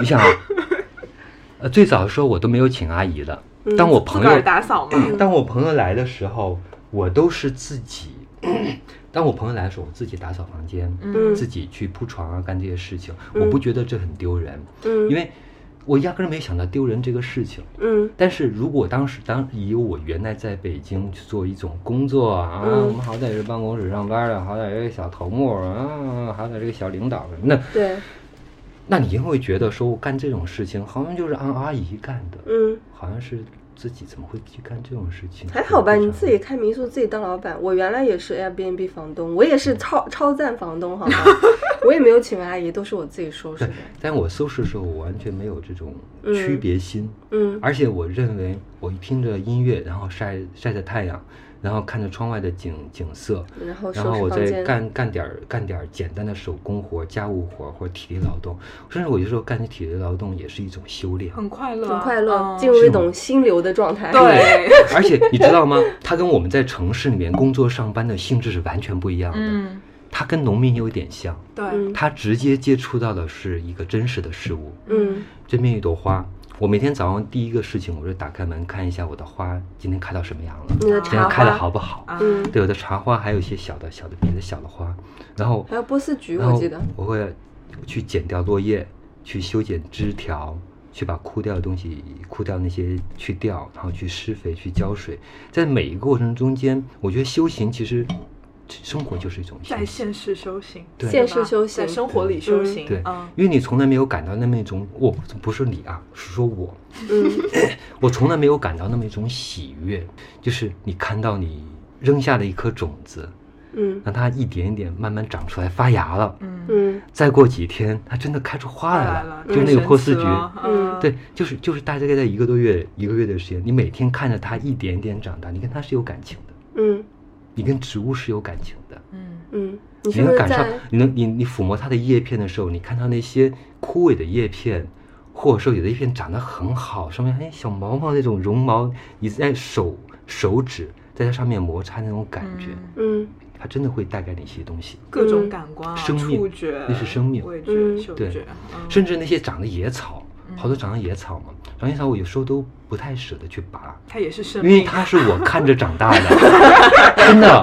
你想啊，呃，最早的时候我都没有请阿姨的。当我自朋个友儿嗯打扫嘛。嗯当我朋友来的时候，我都是自己。 [clears throat] 当我朋友来的时候，我自己打扫房间，嗯自己去铺床啊，干这些事情，嗯我不觉得这很丢人，嗯因为我压根儿没想到丢人这个事情。嗯但是如果当时当以我原来在北京去做一种工作啊，嗯我们好歹是办公室上班的，好歹是个小头目啊，好歹是个小领导什么的，对，那你也会觉得说我干这种事情好像就是按阿姨干的，嗯，好像是自己怎么会去干这种事情？还好吧，非常你自己开民宿，自己当老板。我原来也是 Airbnb 房东，我也是超超赞房 [laughs] 东，好吗？我也没有请阿姨，都是我自己收拾对的。，但我搜拾的时候，我完全没有这种区别心，嗯而且我认为我听着音乐，然后晒晒着太阳，然后看着窗外的景景色，嗯然后然收后拾我房再间，干干点儿干点儿简单的手工活、家务活或者体力劳动，甚至我就说干些体力劳动也是一种修炼。很快乐啊，很快乐，嗯进入一种心流的状态。对，而且你知道吗？它跟我们在城市里面工作上班的性质是完全不一样的。嗯，它跟农民有点像，对，嗯它直接接触到的是一个真实的事物。嗯这边有一朵花，我每天早上第一个事情，我就打开门看一下我的花今天开到什么样了，你的今天嗯茶开的花，好不好？啊，嗯，对，我的茶花还有一些小的、小的别的小的花，然后还有波斯菊，然我后记得。我会去剪掉落叶，去修剪枝条，去把枯掉的东西、枯掉那些去掉，然后去施肥、去浇水。在每一个过程中间，我觉得修行其实生活就是一种修在行。现实修行，对现实修在行，生活里修行，对嗯，因为你从来没有感到那么一种，我不是你啊，是说我， [coughs] 嗯我从来没有感到那么一种喜悦，就是你看到你扔下的一颗种子，嗯让它一点一点慢慢长出来发芽了。嗯，嗯再过几天，它真的开出花来来了，太就是那个神波奇斯菊。了嗯，对，就是就是大概在一个多月一个月的时间，你每天看着它一点一点长大，你跟它是有感情的，嗯你跟植物是有感情的。嗯，嗯，你你是不能是感受在，你能你你抚摸它的叶片的时候，你看到那些枯萎的叶片，或者说有的叶片长得很好，上面哎小毛毛那种绒毛，你在手手指在它上面摩擦那种感觉，嗯嗯它真的会带给你一些东西。各种感官啊，生命触觉，那是生命味觉、嗯嗅对觉，嗯甚至那些长的野草，好多长的野草嘛，长野草我有时候都不太舍得去拔，它也是生因为命，它是我看着长大的，真的。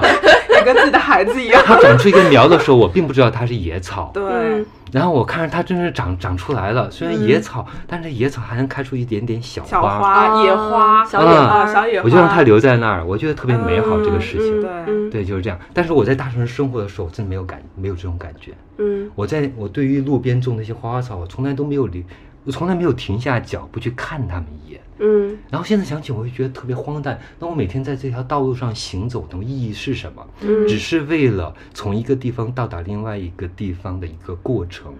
你跟自己的孩子 [laughs] 一样，它长出一个苗的时候，我并不知道它是野草。对嗯，然后我看着它真是长长出来了，虽然嗯野草，但是野草还能开出一点点小小花，嗯花、野花、啊小野花啊小野花，我就让它留在那儿，我觉得特别美好、这个事情。嗯对，就是这样。但是我在大城市生活的时候，我真的没有感，没有这种感觉。嗯我在我对于路边种那些花花草，我从来都没有理我从来没有停下脚步去看他们一眼。嗯然后现在想起，我会觉得特别荒诞。那我每天在这条道路上行走的意义是什么？嗯只是为了从一个地方到达另外一个地方的一个过程，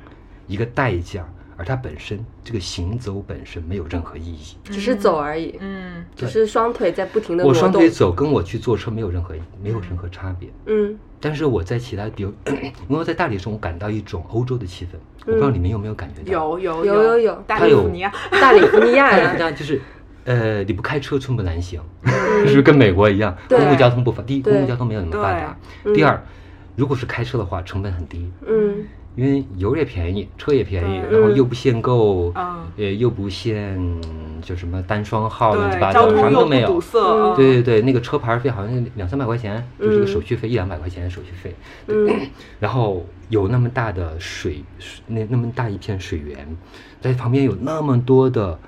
一个代价，而它本身这个行走本身没有任何意义。只是走而已，嗯，只是双腿在不停的我挪双动腿。走跟我去坐车没有任何没有任何差别。嗯但是我在其他，比如 [clears throat] 因为在大理的时候，我感到一种欧洲的气氛，我不知道你们有没有感觉到？有有嗯有有有大它利有福尼亚，大理福尼亚大呀，家就是，呃，你不开车寸步难行， [laughs] 是不是跟美国一样？嗯对公共交通不发，第一，对公共交通没有那么发达；对第嗯二，如果是开车的话，成本很低，嗯因为油也便宜，车也便宜，对然后又不限购，嗯呃，又不限就什么单双号，乱七对，八交糟，什么通又都不没有堵。塞，嗯对对对，那个车牌费好像两三百块钱，就是这个嗯手续费一两百块钱的手续费。嗯然后有那么大的水，水那那么大一片水源，在旁边有那么多的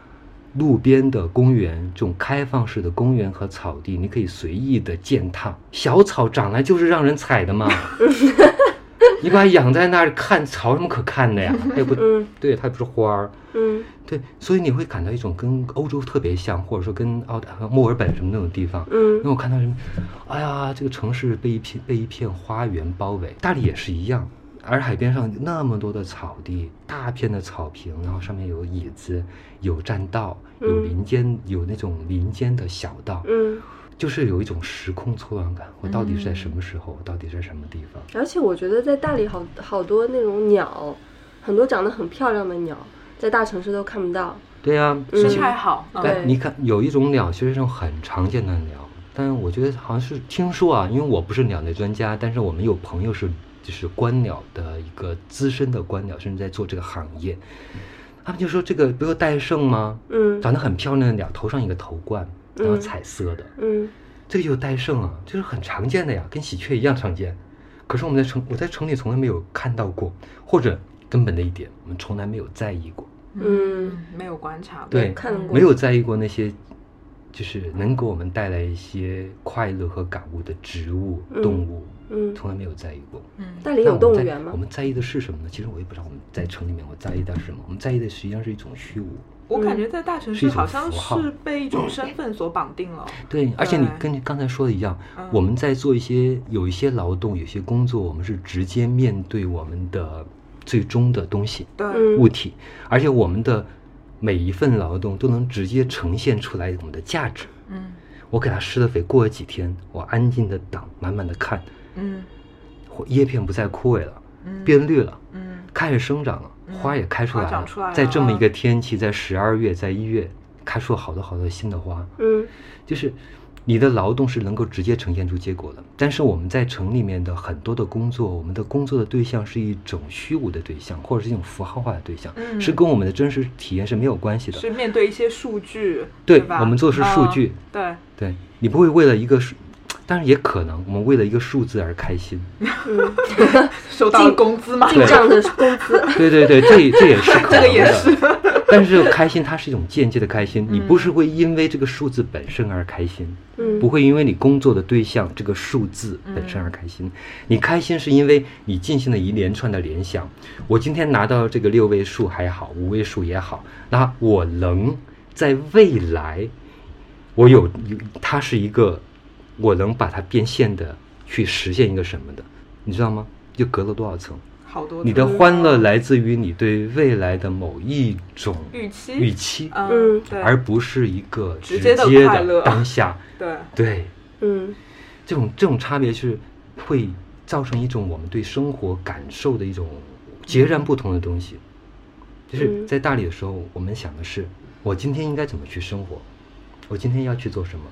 路边的公园，这种开放式的公园和草地，你可以随意的践踏。小草长来就是让人踩的嘛，你把它养在那儿看草有什么可看的呀？它又不，嗯对，它又不是花儿。嗯对，所以你会感到一种跟欧洲特别像，或者说跟澳大墨尔本什么那种地方，嗯那我看到什么？哎呀，这个城市被一片被一片花园包围，大理也是一样。洱海边上那么多的草地，大片的草坪，然后上面有椅子，有栈道，有嗯林间，有那种林间的小道， [laughs] 嗯，就是有一种时空错乱感。我到底是在什么时候？我到底是在什么地方？而且我觉得在大理好好多那种鸟，很多长得很漂亮的鸟，在大城市都看不到。对呀、嗯生态好，嗯哎，对你看，有一种鸟其实是一种很常见的鸟，但我觉得好像是听说啊，因为我不是鸟类专家，但是我们有朋友是就是观鸟的一个资深的观鸟，甚至在做这个行业，他们就说这个不是戴胜吗？嗯长得很漂亮的鸟，头上一个头冠，然后嗯彩色的，嗯这个就是戴胜啊，就是很常见的呀，跟喜鹊一样常见。可是我们在城，我在城里从来没有看到过，或者根本的一点，我们从来没有在意过。嗯，没有观察过，对，看过没有在意过那些，就是能给我们带来一些快乐和感悟的植物、嗯动物，嗯，从来没有在意过。嗯，大理那有我们动物在园吗我？们在意的是什么呢？其实我也不知道我们在城里面我在意的是什么。我们在意的实际上是一种虚无。我感觉在大城市好像是一种符号是被一种身份所绑定了，嗯对，而且你对跟你刚才说的一样，嗯我们在做一些有一些劳动、有些工作，我们是直接面对我们的最终的东西。对，嗯物体，而且我们的每一份劳动都能直接呈现出来我们的价值。嗯我给它施了肥，过了几天，我安静的等，慢慢的看，嗯或叶片不再枯萎了，嗯，变绿了，嗯开始生长了，嗯花也开出来花长了。出来了在这么一个天气，在十二月，在一月，开出了好多好多新的花，嗯就是。你的劳动是能够直接呈现出结果的，但是我们在城里面的很多的工作，我们的工作的对象是一种虚无的对象，或者是一种符号化的对象，嗯是跟我们的真实体验是没有关系的。是面对一些数据，对吧？我们做的是数据嗯对，对你不会为了一个数，当然也可能我们为了一个数字而开 [laughs] 心， [laughs] 嗯，收到了工资嘛，进账的工资。对对对，这也这也是可能这个的。也是但是开心它是一种间接的开心，你嗯不是会因为这个数字本身而开心，嗯，不会因为你工作的对象这个数字嗯本身而开心。你开心是因为你进行了一连串的联想。我今天拿到这个六位数还好，五位数也好，那我能在未来，我有有它是一个，我能把它变现的去实现一个什么的，你知道吗？就隔了多少层？好多你的欢乐来自于你对未来的某一种预期，预，期，嗯嗯，对，而不是一个直接接的快乐的当下。对，对，嗯这种这种差别是会造成一种我们对生活感受的一种截然不同的东西。就是嗯在大理的时候，我们想的是我今天应该怎么去生活，我今天要去做什么，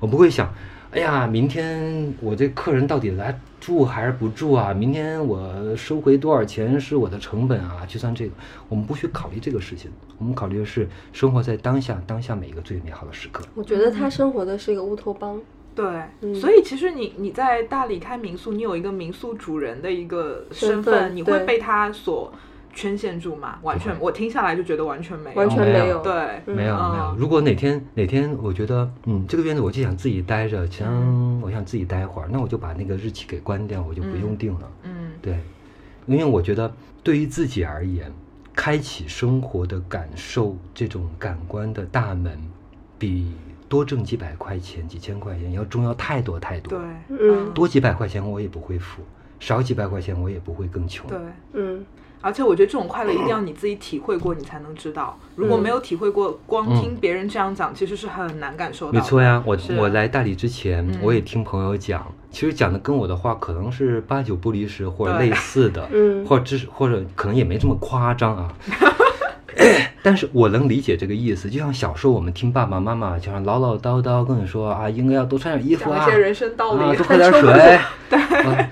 我不会想。哎呀，明天我这客人到底来住还是不住啊？明天我收回多少钱是我的成本啊？去算这个，我们不去考虑这个事情，我们考虑的是生活在当下，当下每一个最美好的时刻。我觉得他生活的是一个乌托邦。对，嗯所以其实你你在大理开民宿，你有一个民宿主人的一个身身份你会对被他所圈限住吗？完全，我听下来就觉得完全没有，完全没有没有对，嗯没有嗯没有。如果哪天哪天我觉得，嗯，这个院子我就想自己待着，嗯想我想自己待会儿，那我就把那个日期给关掉，我就不用定了。嗯对，因为我觉得对于自己而言，开启生活的感受这种感官的大门，比多挣几百块钱、几千块钱要重要太多太多。对，，嗯多几百块钱我也不会富，少几百块钱我也不会更穷。对。嗯而且我觉得这种快乐一定要你自己体会过，你才能知道。如果没有体会过，光听别人这样讲，其实是很难感受到嗯的。没错呀，我是我来大理之前，嗯我也听朋友讲，其实讲的跟我的话可能是八九不离十或者对类似的，嗯或者至或者可能也没这么夸张 [laughs] 啊。但是我能理解这个意思，就像小时候我们听爸爸妈妈就像唠唠叨叨跟你说啊，应该要多穿点衣服讲啊，一些人生道啊，理，多喝 [laughs] 点水，啊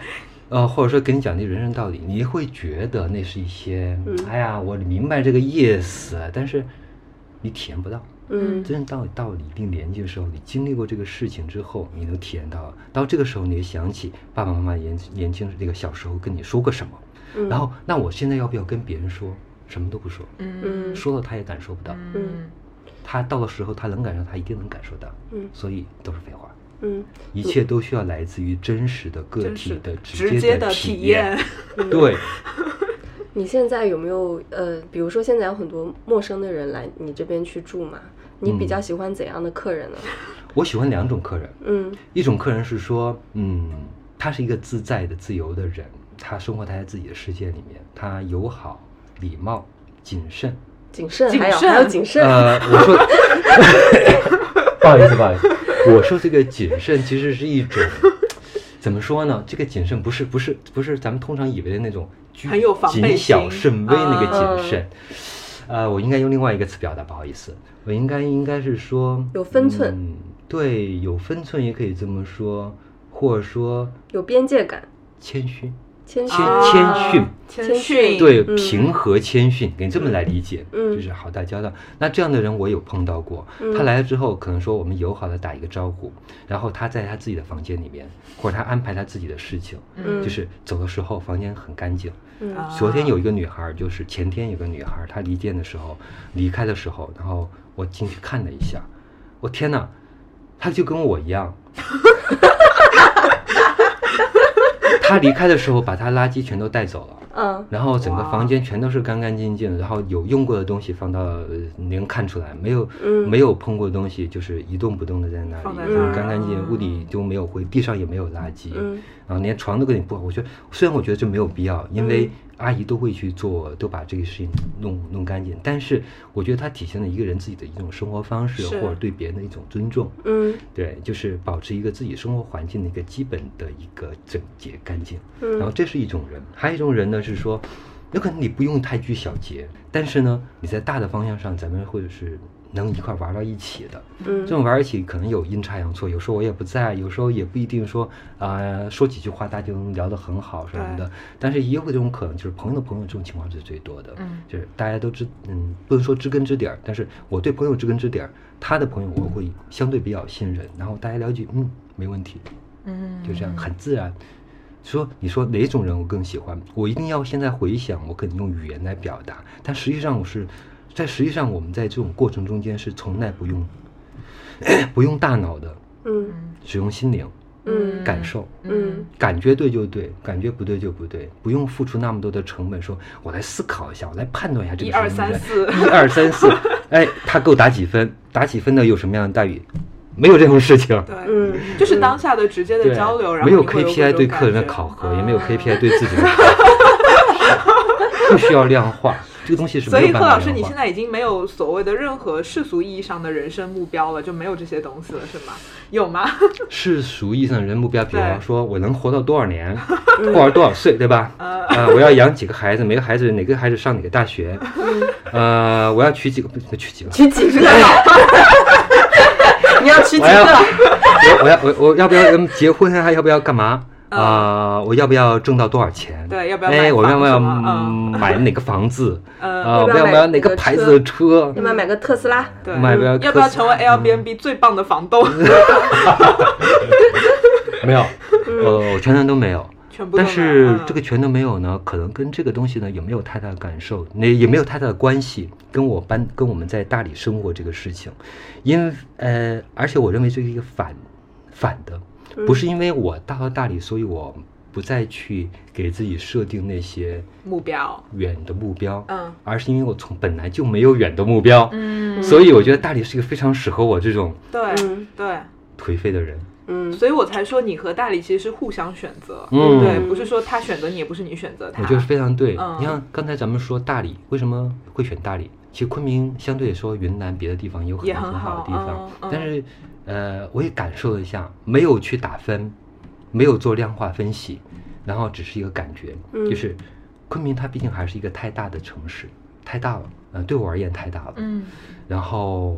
呃，或者说给你讲的人生道理，你会觉得那是一些，嗯哎呀，我明白这个意思，但是你体验不到。嗯真正到到了一定年纪的时候，你经历过这个事情之后，你能体验到，到这个时候你就想起爸爸妈妈年年轻那个小时候跟你说过什么，嗯，然后那我现在要不要跟别人说？什么都不说，嗯说了他也感受不到，嗯他到了时候他能感受，他一定能感受到，嗯所以都是废话，嗯一切都需要来自于真实的个体的直接接的的体体验，，[laughs] 嗯对，你现在有没有呃，比如说现在有很多陌生的人来你这边去住嘛？你嗯比较喜欢怎样的客人呢？我喜欢两种客人，嗯一种客人是说，嗯，他是一个自在的、自由的人，他生活在他自己的世界里面，他友好、礼貌、谨慎。谨慎，谨还有慎还有谨慎，呃，我说， [laughs] 不好意思，不好意思，我说这个谨慎其实是一种，怎么说呢？这个谨慎不是不是不是咱们通常以为的那种拘很有防备谨小心慎微那个啊谨慎。呃，我应该用另外一个词表达，不好意思，我应该应该是说有分寸嗯，对，有分寸也可以这么说，或者说有边界感，谦虚，谦虚。谦嗯谦逊谦谦逊逊，对，嗯平和谦逊，你这么来理解，嗯就是好打交道。那这样的人我有碰到过，嗯他来了之后，可能说我们友好的打一个招呼，然后他在他自己的房间里面，或者他安排他自己的事情，嗯就是走的时候房间很干净。嗯昨天有一个女孩儿，就是前天有个女孩儿，她离店的时候离开的时候，然后我进去看了一下，我天哪，她就跟我一 [laughs] 样。她离开的时候，把她垃圾全都带走了。嗯然后整个房间全都是干干净净的，然后有用过的东西放到呃能看出来，没有、嗯没有碰过的东西就是一动不动的在那放在里，那就是儿干干净净，嗯屋里就没有灰，地上也没有垃圾，嗯然后连床都给你铺好。我觉得虽然我觉得这没有必要，因嗯为阿姨都会去做，都把这个事情弄弄干净，但是我觉得它体现了一个人自己的一种生活方式，是或者对别人的一种尊重。嗯对，就是保持一个自己生活环境的一个基本的一个整洁干净。然后嗯这是一种人，还有一种人呢是说，有可能你不用太拘小节，但是呢，你在大的方向上，咱们或者是能一块玩到一起的。这嗯种玩到一起可能有阴差阳错，有时候我也不在，有时候也不一定说，呃，说几句话大家就能聊得很好什么的。但是也有这种可能，就是朋友的朋友这种情况是最多的。嗯就是大家都知，嗯，不能说知根知底儿，但是我对朋友知根知底儿，他的朋友我会相对比较信任，然后大家聊一句，嗯，没问题，嗯，就这样很自然。说你说哪种人我更喜欢？我一定要现在回想，我可能用语言来表达，但实际上我是在实际上我们在这种过程中间是从来不用 [clears throat] 不用大脑的，嗯只用心灵嗯感受，嗯感觉对就对，感觉不对就不对，不用付出那么多的成本。说我来思考一下，我来判断一下这个一二事情三对四不对一二三 [laughs] 四，哎，他给我打几分？打几分的有什么样的待遇？没有这种事情。对，嗯就是当下的直接对，的交流，然后没有你会有 KPI 对这种客人的感觉啊考核，也没有 KPI 对自己的考核， [laughs] 不需要量化，这个东西是所没以有贺办法老师，你量现化。在已经没有所谓的任何世俗意义上的人生目标了，就没有这些东西了，是吗？有 [laughs] 吗？世俗意义上的人目标，比方对嗯说我能活到多少 [laughs] 年，过到多少岁，对吧？ [laughs] 啊，我要养几个孩子，每个孩子哪个孩子上哪个大学，嗯呃，我要娶几个，不娶几个，娶几个了？你要娶几我要个了？我我要我我要不要嗯结婚啊？要不要干嘛？啊、我要不要挣到多少钱？嗯对要不要买哎，我要不要房子吗嗯买哪个房子？嗯啊，要不我要要买不要哪哪个个牌子车的车？要不要买个特斯拉？对，买不要要不要克斯成为 Airbnb 最棒的房东？嗯没有，呃，我全然都没有。全部都但没有是嗯这个全都没有呢，可能跟这个东西呢也没有太大的感受，那也没有太大的关系，跟我搬跟我们在大理生活这个事情，因为呃，嗯而且我认为这是一个反反的，不是因为我到了大理，所以我不再去给自己设定那些 [laughs] 目标，远的目标，嗯而是因为我从本来就没有远的目标，嗯，所以我觉得大理是一个非常适合我这种对嗯对，颓废的人。嗯，所以我才说你和大理其实是互相选择，嗯对，不是说他选择你，也不是你选择他，我觉得非常对。嗯你看刚才咱们说大理，为什么会选大理？其实昆明相对来说，云南别的地方也有很也多很很好的地好方，嗯嗯但是呃，我也感受了一下，没有去打分，没有做量化分析，然后只是一个感觉，嗯就是昆明它毕竟还是一个太大的城市，太大了，呃，对我而言太大了。嗯然后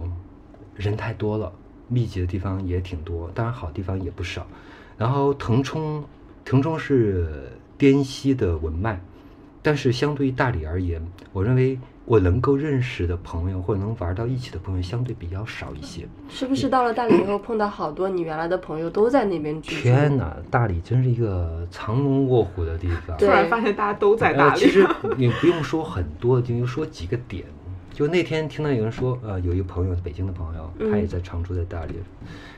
人太多了，密集的地方也挺多，当然好地方也不少。然后腾冲，腾冲是滇西的文脉，但是相对于大理而言，我认为我能够认识的朋友或者能玩到一起的朋友相对比较少一些。是不是到了大理以后碰到好多你原来的朋友都在那边居住？天哪，大理真是一个藏龙卧虎的地方。突对然发现大家都在大呃。理，其实 [laughs] 你不用说很多，就说几个点。就那天听到有人说，呃，有一个朋友，北京的朋友，嗯他也在常住在大理，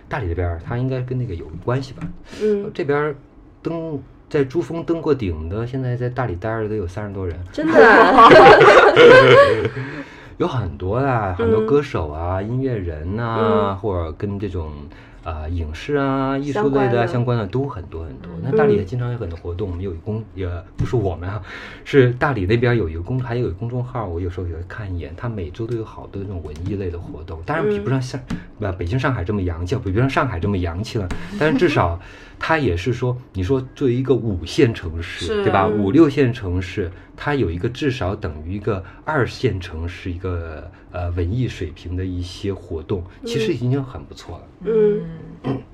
大理这边儿他应该跟那个有关系吧？嗯，这边儿登在珠峰登过顶的，现在在大理待着的有三十多人，真的啊，有很多啊，嗯很多歌手啊、音乐人呐、或者跟这种啊、呃影视啊、艺术类的啊相关的嗯相关的都很多很多。那大理也经常有很多活动，我们有一公也不是我们啊，是大理那边有一个公，还有一个公众号，我有时候也会看一眼。它每周都有好多这种文艺类的活动，当然比不上像呃北京、上海这么洋气，比不上上海这么洋气了，但是至少它也是说，你说作为一个五线城市，是对吧？嗯五六线城市，它有一个至少等于一个二线城市一个呃文艺水平的一些活动，嗯其实已经很不错了。嗯，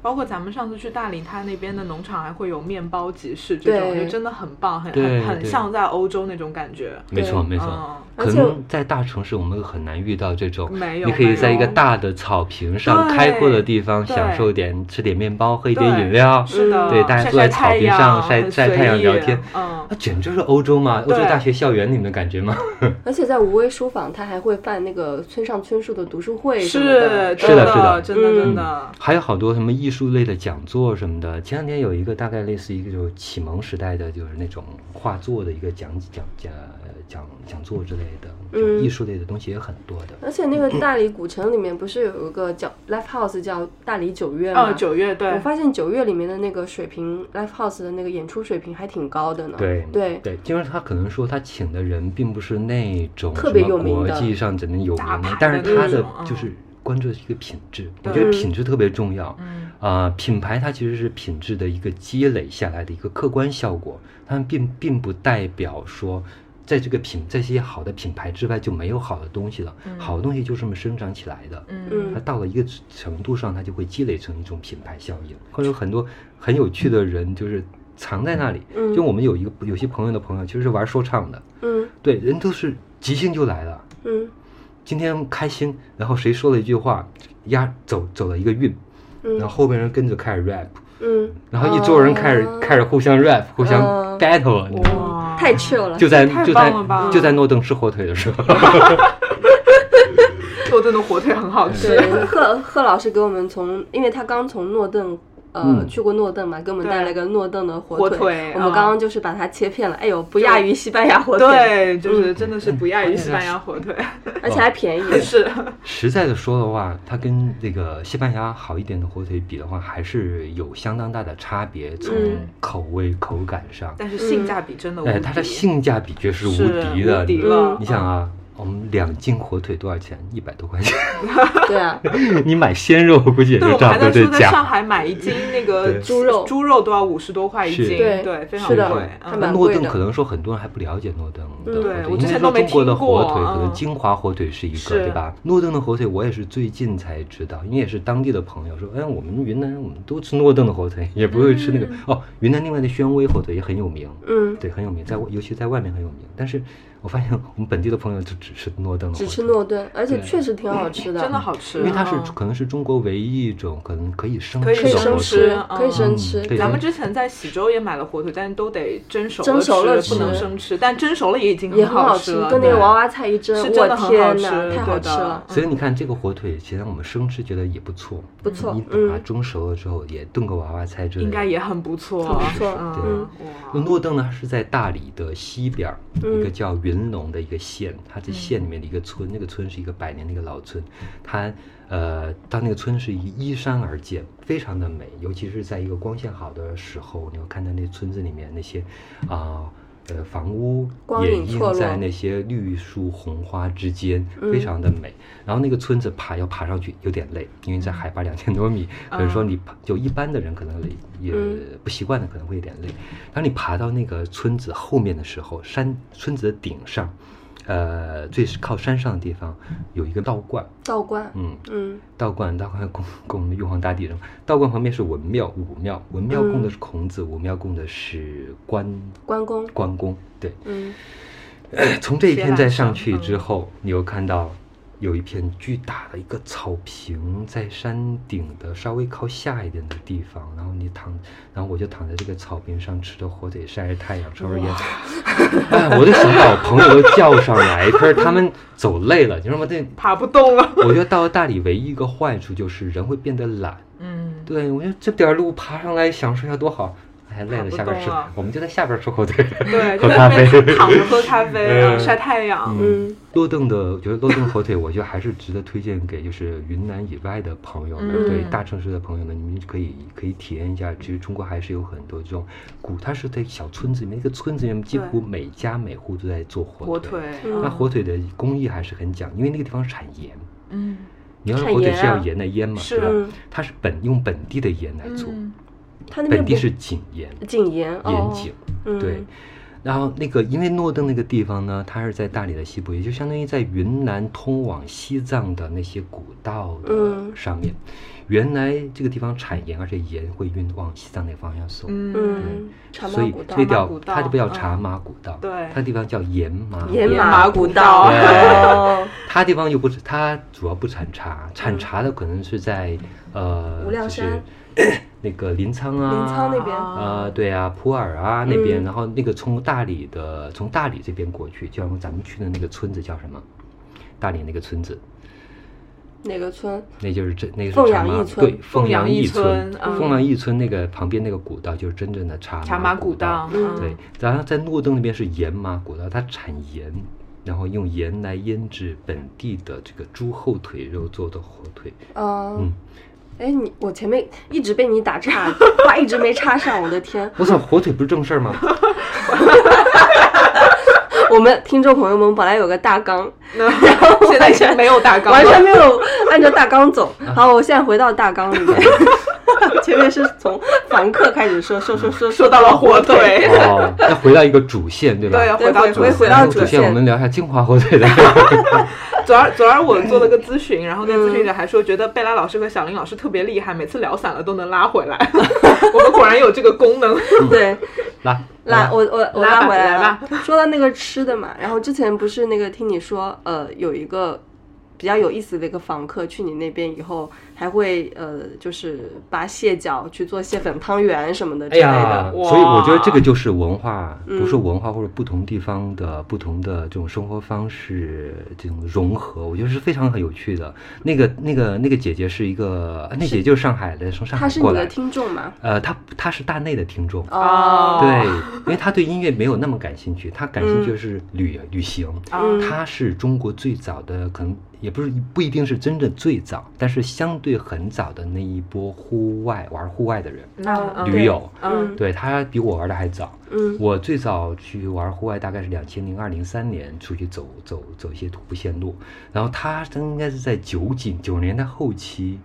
包括咱们上次去大理，它那边的农场还会有面包集市，这种对就真的很棒，很对很很对像在欧洲那种感觉。没错，没错。嗯可而且能在大城市，我们很难遇到这种，没有你可以在一个没有大的草坪上对开阔的地方，对享受点吃点面包，喝一点对饮料，是的，对大家晒坐在晒草太坪阳上晒很晒随太阳意聊天嗯，那简直就是欧洲嘛，欧洲对大学校园里面的感觉嘛。而且在无为书坊，他还会办那个村上春树的读书会什是么的，是的真是的的，真的，嗯真的，还有好多什么艺术类的讲座什么的。前两天有一个大概类似于就是启蒙时代的，就是那种画作的一个讲讲讲讲讲座之类的，这种嗯艺术类的东西也很多的。而且那个大理古城里面不是有一个叫 Live House 叫大理九月吗？哦，九月对嗯我，发现九月里面的那个水平 Live House 的那个演出水平还挺高的呢。对对，对，因为他可能说他请的人并不是那种特别什么有名国的际上真的有名大的牌的，但是他那的种嗯就是关注的是一个品质，我觉对嗯得品质特别重要。嗯，啊，品牌它其实是品质的一个积累下来的一个客观效果，它并并不代表说，在这个品这些好的品牌之外就没有好的东西了，嗯好的东西就这么生长起来的。嗯它到了一个程度上，它就会积累成一种品牌效应，会有很多很有趣的人就是藏在那里。嗯就我们有一个有些朋友的朋友，其实是玩说唱的，嗯对，人都是即兴就来了。嗯今天开心，然后谁说了一句话，压走走了一个韵，嗯然后后边人跟着开始 rap，嗯，然后一桌人开始、哦开始互相 rap，互相嗯 battle，、你知道吗？哇，太 chill 了。就在太就在棒了吧就在诺顿吃火腿的时候， [laughs] 诺顿的火腿很嗯好吃对，，贺贺老师给我们从，因为他刚从诺顿。呃，嗯去过诺顿嘛，给我们对带了个诺顿的火火腿，腿我们嗯刚刚就是把它切片了，哎呦，不亚于西班牙火腿，，对，嗯就是真的是不亚于西班牙火腿， [laughs] 而且还便宜，哦是，实在的说的话，它跟这个西班牙好一点的火腿比的话，还是有相当大的差别，从嗯口味、口感上，但是性价比真的无敌，哎，它的性价比绝是无敌的。无敌你了，你想啊，我们两斤火腿多少钱？一百多块钱， [laughs] 对啊，你买鲜肉估计也对，就我们差还不多在这说，在上价。海买一斤那个对猪肉猪肉都要五十多块一是斤，对非常是贵的。嗯还那蛮诺贵顿的可能说很多人还不了解诺顿的嗯火对腿，我应之该前说都没中国的听火过腿可能嗯金华火腿是一个，是对吧？诺顿的火腿我也是最近才知道，因为也是当地的朋友说，哎，我们云南我们都吃诺顿的火腿，也不会吃那个、嗯哦。云南另外的宣威火腿也很有名，嗯对，很有名，在外尤其在外面很有名。但是我发现我们本地的朋友就只吃诺顿了，只吃诺顿，而且对确实挺好吃的，真的好吃。因为它是嗯可能是中国唯一一种可能可以生可以吃可以的生火吃腿，吃，可以生嗯吃。对咱们之前在喜洲也买了火腿，但都得蒸熟蒸熟了吃，不能吃生吃。但蒸熟了也已经也很很好吃吃，了，跟那个嗯对娃娃菜一蒸，是我真的很好天吃，呐，太好对吃的了，所以你看这个火腿，其实让我们生吃觉得也不错，嗯不错你等它嗯，蒸熟了之后，也炖个娃娃菜之类的，应该也很不错，很不错嗯，那哇诺邓呢是在大理的西边儿，嗯一个叫云龙的一个县，它这县里面的一个村，那个村是一个百年的一个老村，它呃到那个村是依依山而建，非常的美，尤其是在一个光线好的时候，你会看到那村子里面那些啊。呃，房屋光也影映错落在那些绿树红花之间，嗯非常的美。然后那个村子爬要爬上去有点累，因为嗯在海拔两千多米，可啊能说你爬就一般的人可能累也嗯不习惯的可能会有点累。当你爬到那个村子后面的时候，山村子的顶上，呃，最靠山上的地方有一个道观，道观，嗯，嗯道观道观供供我们玉皇大帝什么？道观旁边是文庙，武庙，文庙供的是孔子，武庙供的是关关公关公。对，嗯，从这一片再上铁去栏上之后，你又看到有一片巨大的一个草坪，在山顶的稍微靠下一点的地方，然后你躺，然后我就躺在这个草坪上吃着火腿，晒着太阳，抽着烟。哎，我就想把我朋友都叫上来，可是他们走累了，你知道吗？这爬不动了，我觉得到了大理唯一一个坏处就是人会变得懒。嗯，对，我觉得这点路爬上来享受一下多好。哎，累了，爬不下边动吃了，我们就在下边吃火腿。对，喝就咖在那啡边躺着喝咖啡，嗯嗯晒太阳，嗯嗯，洛邓的，我觉得洛邓火腿，我觉得还是值得推荐给就是云南以外的朋友们，嗯对大城市的朋友们，你们可以可以体验一下。其实中国还是有很多这种古，它是在小村子里面，一个村子里面几乎每家每户都在做火火腿。腿，嗯那火腿的工艺还是很讲，因为那个地方产盐，嗯，你要是产火腿盐是要啊盐来腌嘛，是对吧嗯？它是本用本地的盐来做，嗯他那边本地不是井盐，井盐，盐哦井。嗯对，然后那个因为诺邓那个地方呢，它是在大理的西部，也就相当于在云南通往西藏的那些古道的嗯上面。原来这个地方产盐，而且盐会运往西藏那个方向送，嗯，嗯，长所毛以古道这，茶马叫古道它就不叫嗯茶马古道，对它地方叫盐马。盐马马古古道，道哦它地方又不是，它主要不产茶，产茶的可能是在呃，嗯无量就是 [coughs] 山那个临沧啊， [laughs] 临沧那边呃，对啊，普洱啊那边，嗯然后那个从大理的，从大理这边过去，就像咱们去的那个村子叫什么？大理那个村子，哪个村？那就是真那个是凤茶阳马驿村对，凤凤阳阳驿驿村，村嗯凤阳驿村那个旁边那个古道就是真正的茶茶马马古道，嗯对，，然后在诺邓那边是盐马古道，它产盐，然后用盐来腌制本地的这个猪后腿肉做的火腿。嗯嗯，哎，你我前面一直被你打岔，话一直没插上，我的天！我操，火腿不是正事儿吗？我们听众朋友们本来有个大纲，那 [laughs] 现在已经没有大纲完全了，没 [laughs] 有按照大纲走。好，我现在回到大纲里 [laughs] 面。前面是从凡客开始说，说说说说到了火腿，哦，那回到一个主线对吧？对，嗯对回到回主回线回到主主线我们聊一下金华火腿的。 [laughs] [laughs] 昨儿昨儿我做了个咨询，然后那咨询者还说觉得贝拉老师和小林老师特别厉害，每次聊散了都能拉 [laughs] 回来。我们果然有这个功能。对， [laughs] 来拉我我我拉吧回来来吧了。 [laughs] 说到那个吃的嘛，然后之前不是那个听你说，呃，有一个比较有意思的一个访客去你那边以后，还会呃，就是扒蟹脚去做蟹粉汤圆什么的之哎类的。呀，哇所以我觉得这个就是文化，嗯不是文化或者不同地方的不同的这种生活方式这种融合，我觉得是非常很有趣的。那个那个那个姐姐是一个，啊那姐姐就是上海的，从上他海是你过的来。听众嘛？呃，她她是大内的听众，哦对，因为她对音乐没有那么感兴趣，她感兴趣嗯的是旅旅行。嗯它是中国最早的，可能也不是不一定是真正最早，但是相对很早的那一波户外玩户外的人， [laughs] 那驴友。嗯嗯对他比我玩的还早。嗯我最早去玩户外大概是两千零二零三年，出去走走走一些徒步线路。然后他应该是在九几九年代后期，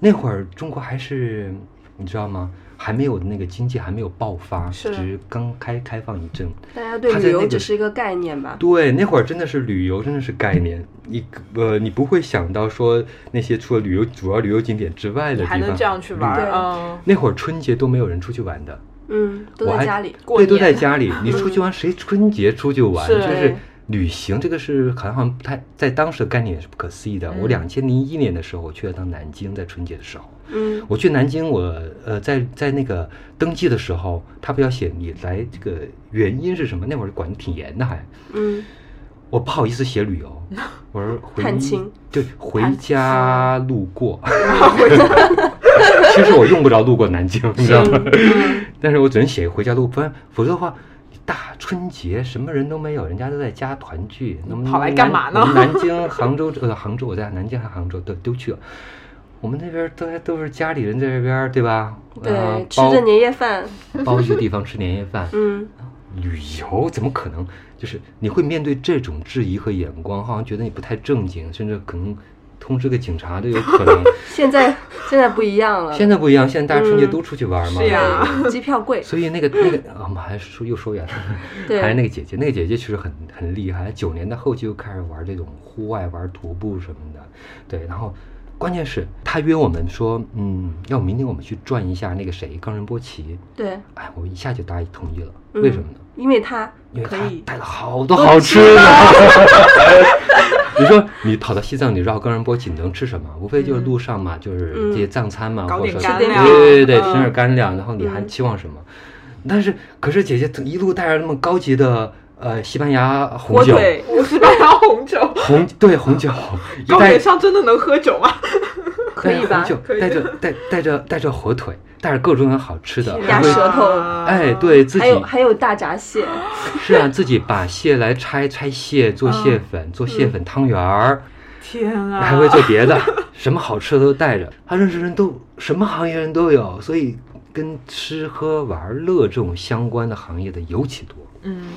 那会儿中国还是你知道吗？还没有那个经济还没有爆发，是只是刚开开放一阵。大家对他在旅那游个只是一个概念吧？对，那会儿真的是旅游，真的是概念。你呃，你不会想到说那些除了旅游主要旅游景点之外的你地还方，能这样去玩对儿，嗯，那会儿春节都没有人出去玩的，嗯，都我在还家里。过对，都年 [laughs] 在家里。你出去玩，谁春节出去玩？是就是旅行这个是好像好像不太在当时的概念也是不可思议的。我两千零一年的时候，我去了趟南京，在春节的时候，嗯，我去南京，我呃在在那个登记的时候，他不要写你来这个原因是什么？那会儿管得挺严的还，嗯，我不好意思写旅 [laughs] 游，我说回探亲对回家路 [laughs] 过，其实我用不着路过南京，你知道吗？嗯但是我只能写个回家路，不然否则的话，大春节什么人都没有，人家都在家团聚，那么跑来干嘛呢南南京、杭州，呃，杭州我在南京还杭州都都去了。我们那边都都是家里人在这边，对吧？呃对，吃着年夜饭，包包一个地方吃年夜饭，嗯，旅游怎么可能？就是你会面对这种质疑和眼光，好像觉得你不太正经，甚至可能通知个警察都有可 [laughs] 能。现在现在不一样了，现在不一样，现在大家春节嗯都出去玩嘛。是呀机票贵，所以那个那个，啊我们还是说又说远了，对还是那个姐姐，那个姐姐其实很很厉害，九年的后期就开始玩这种户外玩徒步什么的，对，然后关键是她约我们说，嗯，要不明天我们去转一下那个谁冈仁波齐，对，哎，我一下就答应同意了，嗯为什么呢？因为它因为可她以，带了好多好吃的。你说你跑到西藏，你绕冈仁波齐，你能吃什么？无非就是路上嘛，就是这些藏餐嘛，搞或者点说干吃嗯点粮，对对对，吃嗯点干粮，然后你还期望什么？但是，可是姐姐一路带着那么高级的呃西班牙红火酒，腿，我西班牙红酒，红对红酒，一高带原上真的能喝酒吗？ [laughs] 可以吧带着红酒可以带着带带着带着火腿，带着各种各样好吃的，鸭还会舌头啊哎，，对自己还有还有大闸蟹，是啊，自己把蟹来拆拆蟹做蟹嗯粉，做蟹粉汤圆儿，天啊，还会做别的， [laughs] 什么好吃的都带着。他认识人都什么行业人都有，所以跟吃喝玩乐这种相关的行业的尤其多。嗯，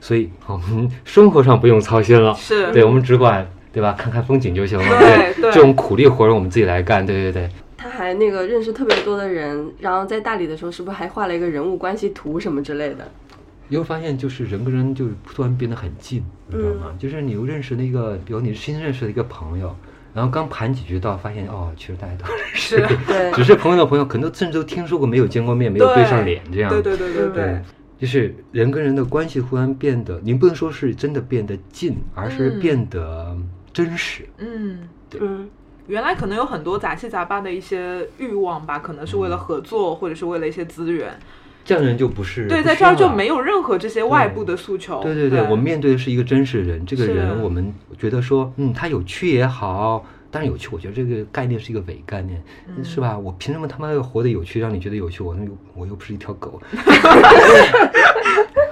所以我们生活上不用操心了，是对我们只管对吧，看看风景就行了。对对这种苦力活儿我们自己来干，对对对，他还那个认识特别多的人，然后在大理的时候，是不是还画了一个人物关系图什么之类的？你会发现就是人跟人就突然变得很近，你知道嗯吗？就是你又认识那个，比如你新认识的一个朋友。然后刚盘几句道，发现哦，其实大家都认识，对只是朋友的朋友，可能甚至都听说过，没有见过面，没有对上脸，这样对对对对对对，就是人跟人的关系忽然变得，您不能说是真的变得近，而是嗯变得真实。嗯。嗯，原来可能有很多杂七杂八的一些欲望吧，可能是为嗯了合作，或者是为了一些资源。这样的人就不是对，不在需这儿要就了没有任何这些外部的诉求。对对对，我们面对的是一个真实人，这个是人我们觉得说，嗯，他有趣也好，当然有趣，我觉得这个概念是一个伪概念，嗯是吧？我凭什么他妈要活得有趣，让你觉得有趣？我他妈又我又不是一条 [laughs] 狗，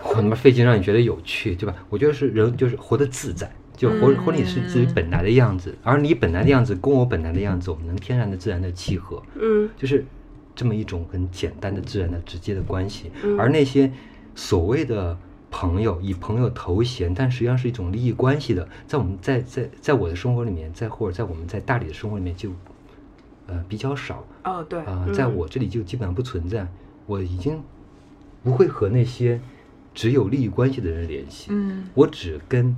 我他妈费劲让你觉得有趣，对吧？我觉得是人就是活得自在。就活嗯活你是自己本来的样子，而你本来的样子跟我本来的样子，我们能天然的、自然的契合。嗯，就是这么一种很简单的、自然的、直接的关系。嗯而那些所谓的朋友，以朋友头衔，但实际上是一种利益关系的，在我们在在在我的生活里面，在或者在我们在大理的生活里面就呃比较少哦，对，啊、在嗯我这里就基本上不存在。我已经不会和那些只有利益关系的人联系，嗯我只跟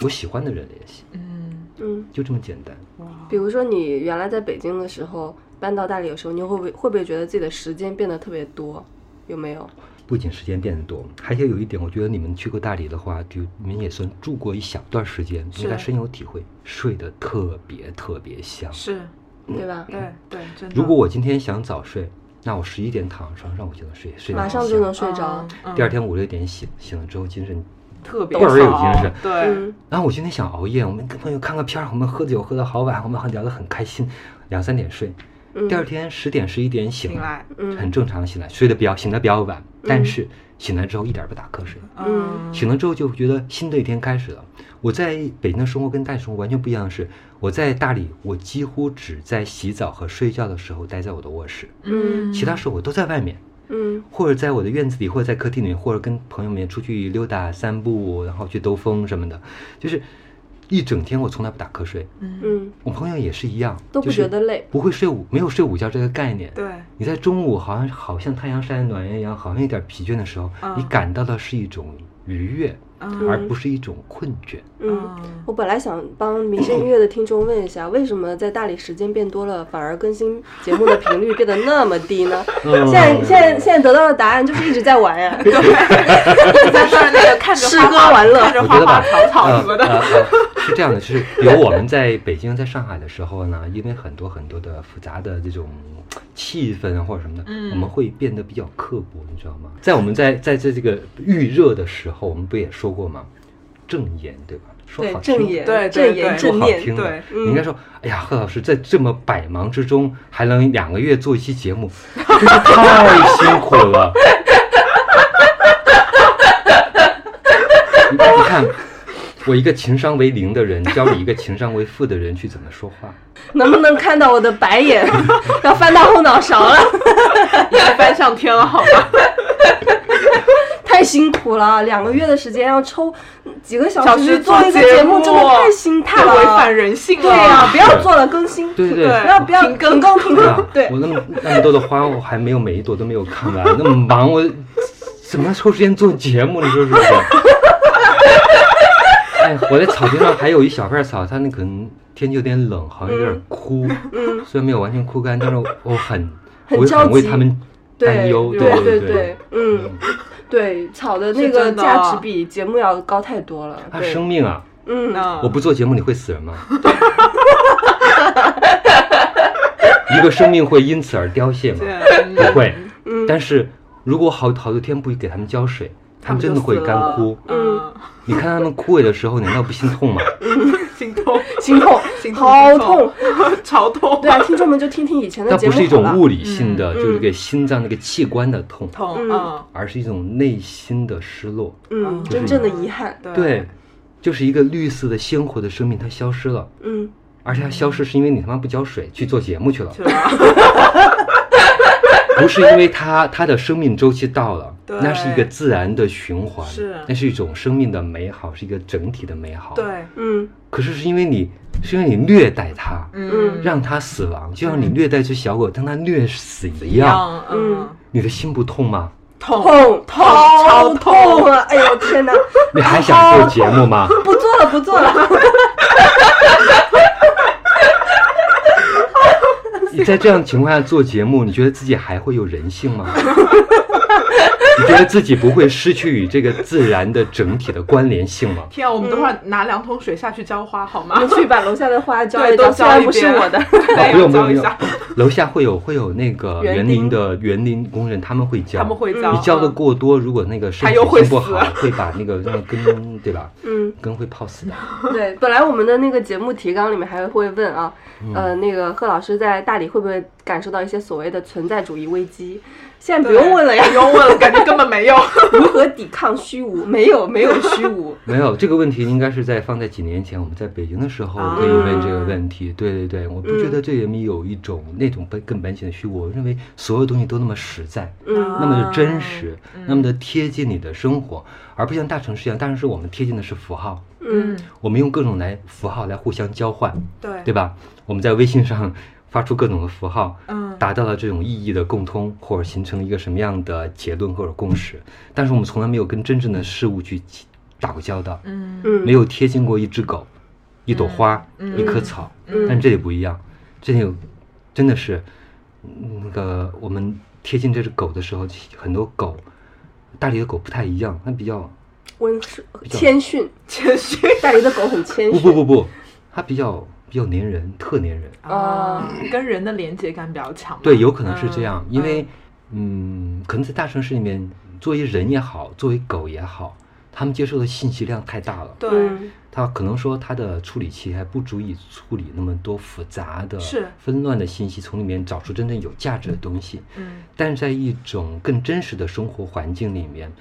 我喜欢的人联系，嗯，嗯，就这么简单。哇，比如说你原来在北京的时候，搬到大理的时候，你会不会会不会觉得自己的时间变得特别多？有没有？不仅时间变得多，还有有一点，我觉得你们去过大理的话，就你们也算住过一小段时间，是应该深有体会，睡得特别特别香。是嗯对吧？对对，真的。如果我今天想早睡，那我十一点躺床上我就能睡，睡得马很上香就能睡着嗯。，嗯第二天五六点醒，醒了之后精神。特别倍儿有好精神对，嗯，然后我今天想熬夜，我们跟朋友看个片儿，我们喝酒喝到好晚，我们聊得很开心，两三点睡，嗯第二天十点十一点醒醒来，很嗯，正常醒来，睡得比较醒得比较晚，但是醒来之后一点儿不打瞌睡。嗯，醒了之后就觉得新的一天开始了。我在北京的生活跟大理生活完全不一样的是，我在大理我几乎只在洗澡和睡觉的时候待在我的卧室，嗯，其他时候我都在外面，嗯，或者在我的院子里，或者在客厅里，或者跟朋友们出去溜达散步，然后去兜风什么的，就是一整天我从来不打瞌睡。嗯，嗯，我朋友也是一样，都不就是觉得累不会睡午没有睡午觉这个概念。对，你在中午好像好像太阳晒得暖洋洋，好像一点疲倦的时候，嗯你感到的是一种愉悦，而嗯不是一种困倦。哦嗯，我本来想帮民生音乐的听众问一下，为什么在大理时间变多了，反而更新节目的频率变得那么低呢？ [laughs] 嗯现在现在现在得到的答案就是一直在玩呀， [laughs] 在那儿那个 [laughs] 看着吃花喝花玩乐 [laughs] 看着我花觉得花吧，草草什么的。呃呃呃是这样的，就是比如我们在北京、在上海的时候呢，因为很多很多的复杂的这种气氛啊或者什么的，嗯我们会变得比较刻薄，你知道吗？在我们在在这这个预热的时候，我们不也说过吗？正言对吧？说对好听正言对对正对言说正好念，听的对，嗯你应该说，哎呀，贺老师在这么百忙之中还能两个月做一期节目，真是太辛苦了。 [laughs] 你你看，我一个情商为零的人，教你一个情商为负的人去怎么说话。能不能看到我的白眼？ [laughs] 要翻到后脑勺了，已经翻上天了，好吧？太辛苦了，啊两个月的时间要抽几个小小时时做一个做节节目，目真的太心 [laughs] 太太违了。啊反人性了。啊对呀、不要做了，更新。对对对不要不要停更停对啊更，， [laughs] 对我那么那么多的花，我还没有每一朵都没有看 [laughs] 完，那么忙，我怎么抽时间做节目？你说是不是？ [laughs] 哎，我在草坪上还有一小片草，它那可能天气有点冷，好像有点枯，嗯虽然没有完全枯干，但是我很，很我焦很为急他们担对忧，对对对，嗯， [laughs] 对，草的那是个真的啊价值比节目要高太多了。啊，对生命啊！嗯，嗯我不做节目你会死人吗？一个生命会因此而凋谢吗？对不会，嗯但是如果好好多天不给他们浇水，他们真的会干枯。嗯，你看他们枯萎的时候，难道不心痛吗？心痛， [laughs] 心痛 [laughs] 心，痛好心痛痛。 [laughs] 超痛，对啊，听众们就听听以前的那节不目好是了。一种物理性的，嗯就是给心脏那个器官的痛，痛，嗯嗯，而是一种内心的失落。嗯，嗯真正的遗憾。对，，就是一个绿色的鲜活的生命，它消失了，嗯，而且它消失是因为你他妈不浇水去做节目去了，[laughs] 是吧？不是因为它它的生命周期到了，对那是一个自然的循环，是那是一种生命的美好，是一个整体的美好。，对，嗯，可是是因为你是因为你虐待它，嗯，让它死亡，就像你虐待一只小狗，当它虐死一一样，样，嗯，你的心不痛吗？哦痛，痛，好超痛啊！哎呦天哪， [laughs] 你还想做节目 [laughs] 吗？不做了，不做了。 [laughs] 你在这样的情况下做节目，你觉得自己还会有人性 [laughs] 吗？你觉得自己不会失去与这个自然的整体的关联性 [laughs] 吗？天啊，我们等会嗯儿拿两桶水下去浇花好吗？去把楼下的花嗯浇对，一都浇，虽浇然一不是遍我的。啊， [laughs] 对，不用不浇用不一用下，，楼下会有会有那个园园丁林的园林工人，他们会教，他们会浇，嗯你浇的过多，如果那个身它体又会性不死好，会把那个那个根对吧？嗯，根会泡死的。对，本来我们的那个节目提纲里面还会问啊，嗯呃，那个贺老师在大理会不会感受到一些所谓的存在主义危机？现在嗯，不用问了呀 [laughs] 对，不用问了，感觉根本没有。如何抵抗虚无？没有，没有虚 [laughs] 无。没有这个问题，应该是在放在几年前，我们在北京的时候啊嗯可以问这个问题。对对对，我不觉得这里面有一种那种本更本显的虚无。我认为所有东西都那么实在，嗯那么的真实啊嗯，那么的贴近你的生活，而不像大城市一样。大城市我们贴近的是符号，嗯，我们用各种来符号来互相交换，对对吧？我们在微信上发出各种的符号，嗯，达到了这种意义的共通，或者形成一个什么样的结论或者共识。但是我们从来没有跟真正的事物去打过交道，嗯，嗯，没有贴近过一只狗、一朵花、嗯一棵草。嗯但这里不一样，这里有真的是嗯那个我们贴近这只狗的时候，很多狗，大理的狗不太一样，它比较温顺谦逊，谦虚大理的狗很谦不不逊。不不，它比较比较粘人，特粘人。啊，跟人的连接感比较强吧。对，有可能是这样，嗯因为嗯，可能在大城市里面，作为人也好，作为狗也好，他们接受的信息量太大了。对，嗯他可能说他的处理器还不足以处理那么多复杂的、是纷乱的信息，从里面找出真正有价值的东西。嗯但是在一种更真实的生活环境里面，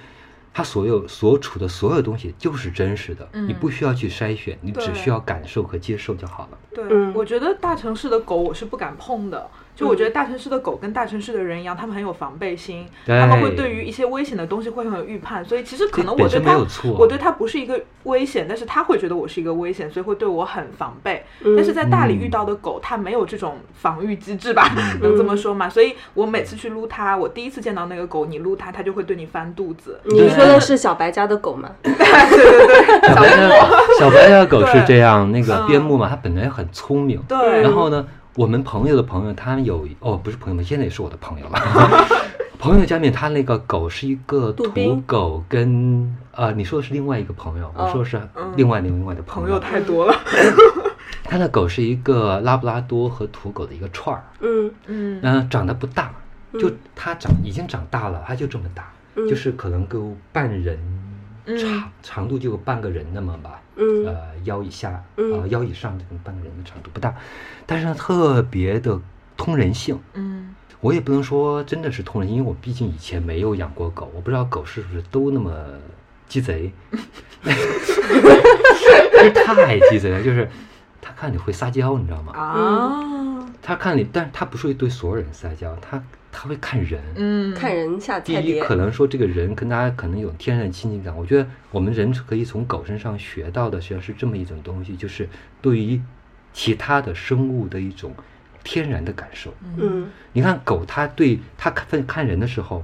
它所有所处的所有东西就是真实的，你嗯不需要去筛选，你只对 [laughs] 需要感受和接受就好了。对，嗯我觉得大城市的狗我是不敢碰的，就我觉得嗯大城市的狗跟大城市的人一样，他们很有防备心，对他们会对于一些危险的东西会很有预判，所以其实可能这本我对身没它有错，我对它不是一个危险，但是它会觉得我是一个危险，所以会对我很防备。嗯但是在大理遇到的狗，它没有这种防御机制吧？嗯能这么说吗？所以我每次去撸它，我第一次见到那个狗，你撸它，它就会对你翻肚子。你说的是小白家的狗吗？小白家小白家的狗是对这样，那个嗯边牧嘛，它本来很聪明，嗯对，然后呢，我们朋友的朋友，他们有哦，不是朋友们，现在也是我的朋友了。 [laughs] 朋友家里面，他那个狗是一个杜土宾狗跟，呃，你说的是另外一个朋友，我哦嗯说的是嗯另外另外的朋朋友友。太多了。他的狗是一个拉布拉多和土狗的一个串儿，嗯嗯嗯、长得不大，就嗯它长已经长大了，它就这么大，嗯就是可能够半人嗯长，长度就有半个人那么吧。嗯呃腰以下，嗯呃腰以上这种半个人的长度不大，但是呢特别的通人性。嗯我也不能说真的是通人性，因为我毕竟以前没有养过狗，我不知道狗是不是都那么鸡 [laughs] 贼， [laughs] 太鸡贼了，就是它看你会撒娇，你知道吗？啊，它看你，但是它不是会对所有人撒娇，它它会看人。嗯，看人下第菜一，碟可。能说这个人跟他可能有天然的亲近感。我觉得我们人是可以从狗身上学到的，实际上是这么一种东西，就是对于其他的生物的一种天然的感受。嗯，嗯你看狗，它对它看分看人的时候，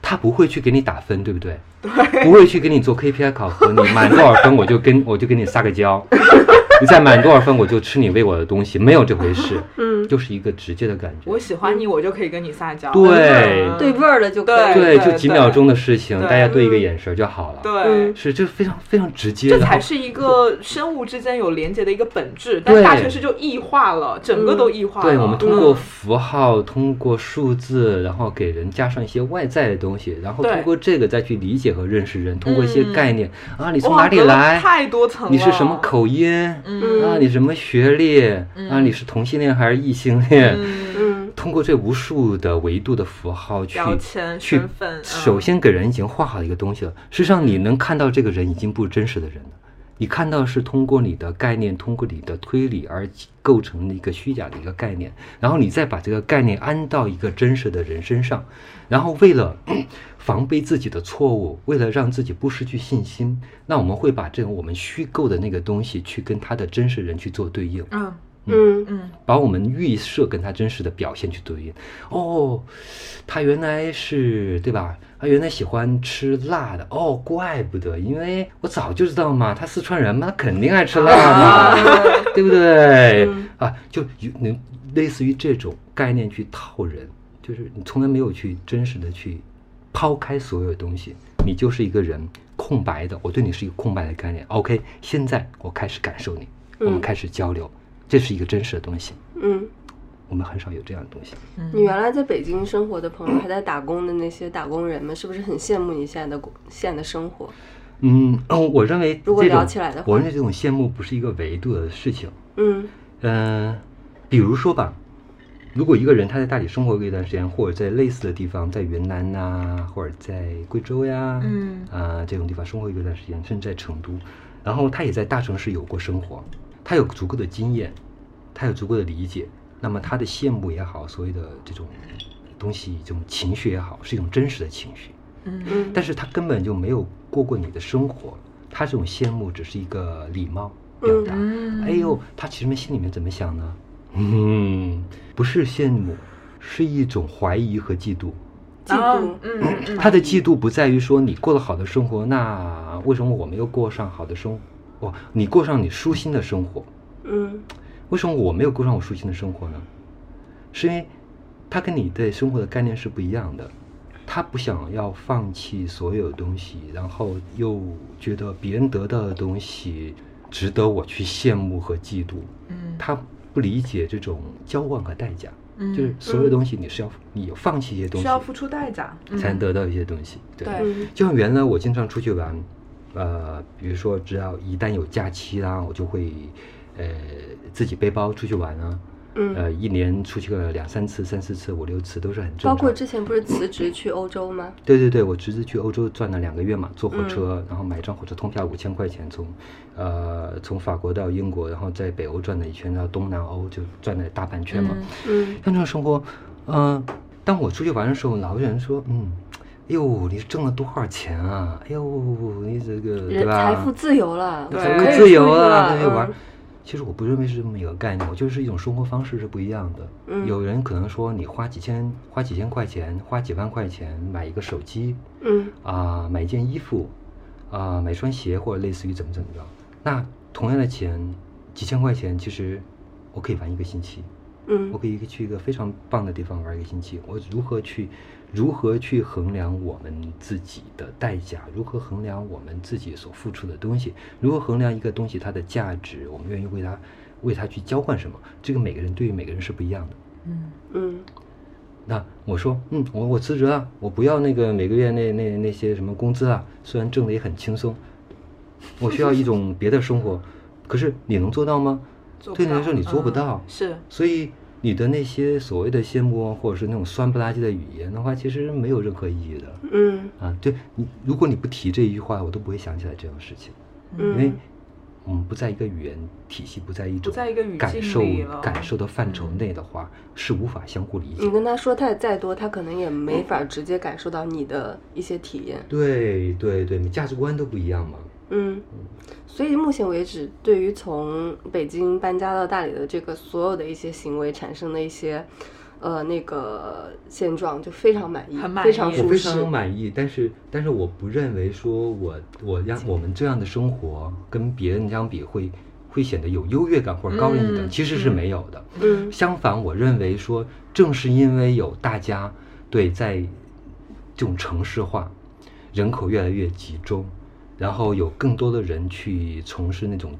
它不会去给你打分，对不对？对，不会去给你做 KPI 考核，你满多少分我就跟我 [laughs] 就给你撒个娇，你再满多少分我就吃你喂我的东西，没有这回 [laughs] 事，嗯，就是一个直接的感觉。我喜欢你，我就可以跟你撒娇。对嗯对味儿了就可以。对，对就几秒钟的事情，对大家对一个眼神就好了。对嗯，是，这非常非常直接，这然才后是一个生物之间有连接的一个本质，但对大城市就异化了，整个都异化了。对我们通过嗯符号、通过数字，然后给人加上一些外在的东西，然后对通过这个再去理解和认识人，通过一些嗯概念啊，你从哇哪里隔了来？太多层了。你是什么？口音？嗯啊，你什么学历？啊，你是同性恋还是异性恋？嗯，嗯通过这无数的维度的符号去标签、去身份，嗯首先给人已经画好一个东西了。实际上，你能看到这个人已经不是真实的人了，你看到是通过你的概念，通过你的推理而构成的一个虚假的一个概念，然后你再把这个概念安到一个真实的人身上，然后为了 [clears throat] 防备自己的错误，为了让自己不失去信心，那我们会把这种我们虚构的那个东西去跟他的真实人去做对应。嗯嗯嗯把我们预设跟他真实的表现去对应。哦，他原来是对吧？他原来喜欢吃辣的。哦，怪不得，因为我早就知道嘛，他四川人嘛，他肯定爱吃辣嘛，对不对？啊嗯啊，就有能类似于这种概念去套人，就是你从来没有去真实的去抛开所有东西，你就是一个人空白的。我对你是一个空白的概念。OK，现在我开始感受你，我们嗯开始交流，这是一个真实的东西。嗯，我们很少有这样的东西。嗯，你原来在北京生活的朋友，还在打工的那些打工人们，是不是很羡慕你现在的工现在的生活？嗯，嗯我认为如果这种聊起来的话我认为这种羡慕不是一个维度的事情。嗯嗯、比如说吧，如果一个人他在大理生活过一段时间，或者在类似的地方，在云南呐、或者在贵州呀，嗯啊、这种地方生活一段时间，甚至在成都，然后他也在大城市有过生活，他有足够的经验，他有足够的理解，那么他的羡慕也好，所谓的这种东西，这种情绪也好，是一种真实的情绪。嗯嗯但是他根本就没有过过你的生活，他这种羡慕只是一个礼貌表达。嗯哎呦，他其实心里面怎么想呢？嗯，不是羡慕，是一种怀疑和嫉妒。嫉妒啊嗯嗯他的嫉妒不在于说你过了好的生活，那为什么我没有过上好的生活？哦，你过上你舒心的生活，嗯为什么我没有过上我舒心的生活呢？是因为他跟你对生活的概念是不一样的，他不想要放弃所有东西，然后又觉得别人得到的东西值得我去羡慕和嫉妒，嗯他不理解这种交换和代价，嗯就是所有东西你是要你有放弃一些东需西，要付出代价，嗯才能得到一些东西，对。对嗯就像原来我经常出去玩，呃，比如说只要一旦有假期啦，我就会呃自己背包出去玩啊，嗯呃，一年出去个两三次、三四次、五六次都是很正常包的。括之前不是辞职去欧洲吗？对对对，我侄子去欧洲转了两个月嘛，坐嗯火车，然后买一张火车通票五千块钱，从，呃，从法国到英国，然后在北欧转了一圈，到东南欧就转了大半圈嘛。嗯嗯，像这种生活，嗯、当我出去玩的时候，老有人说，嗯，哎呦，你挣了多少钱啊？哎呦，你这个对人吧？财富自由了，对财可以富自由了，啊，嗯对玩。其实我不认为是这么一个概念，我就是一种生活方式是不一样的。嗯有人可能说你花几千、花几千块钱、花几万块钱买一个手机，嗯啊、买一件衣服，啊、买双鞋或者类似于怎么怎么着。那同样的钱，几千块钱，其实我可以玩一个星期，嗯我可以去一个非常棒的地方玩一个星期。我如何去，如何去衡量我们自己的代价？如何衡量我们自己所付出的东西？如何衡量一个东西它的价值？我们愿意为它，为它去交换什么？这个每个人对于每个人是不一样的。嗯嗯那我说，嗯，我我辞职了，我不要那个每个月那那那些什么工资啊，虽然挣的也很轻松，我需要一种别的生活，可是你能做到吗？做不对你来到说你做不嗯到，是所以你的那些所谓的羡慕啊或者是那种酸不拉几的语言的话，其实没有任何意义的嗯啊。对你，如果你不提这一句话，我都不会想起来这种事情，因为嗯我们不在一个语言体系，不在一不种在一个语感境受里了感受的范畴嗯内的话，是无法相互理解你的。跟他说他再多，他可能也没法直接感受到你的一些体验。对对对，你价值观都不一样嘛。嗯，所以目前为止，对于从北京搬家到大理的这个所有的一些行为产生的一些，呃，那个现状，就非常满意，很满非常意我舒非适。常满意，但是但是我不认为说我我嗯让我们这样的生活跟别人相比会会显得有优越感或者高人一等，嗯其实是嗯没有的。嗯相反，我认为说正是因为有大家对在这种城市化、人口越来越集中，然后有更多的人去从事那种。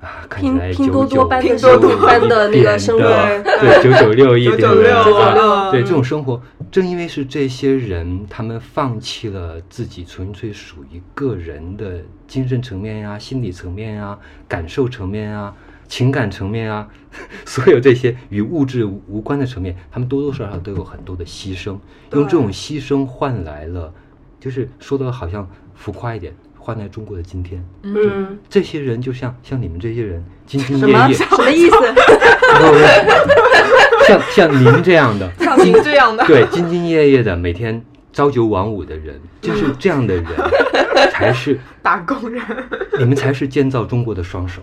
啊，看起拼来拼九多多九般的九生九般一的那个点生活的对对九九六一九点九的六啊啊，对这种生活，正因为是这些人，他们放弃了自己纯粹属于个人的精神层面呀、心理层面呀、感受层面呀、情感层面啊， [laughs] 所有这些与物质无关的层面，他们多多少少都有很多的牺牲，用这种牺牲换来了，就是说的好像浮夸一点，换来中国的今天。嗯，嗯，这些人就像像你们这些人兢兢什业么业，嗯什 [laughs] 么意思？不不不像像您这样的，像您这样的， [laughs] 对，兢兢业业的，每天朝九晚五的人，就是这样的 [laughs] 人，才是打工人，你们才是建造中国的双手。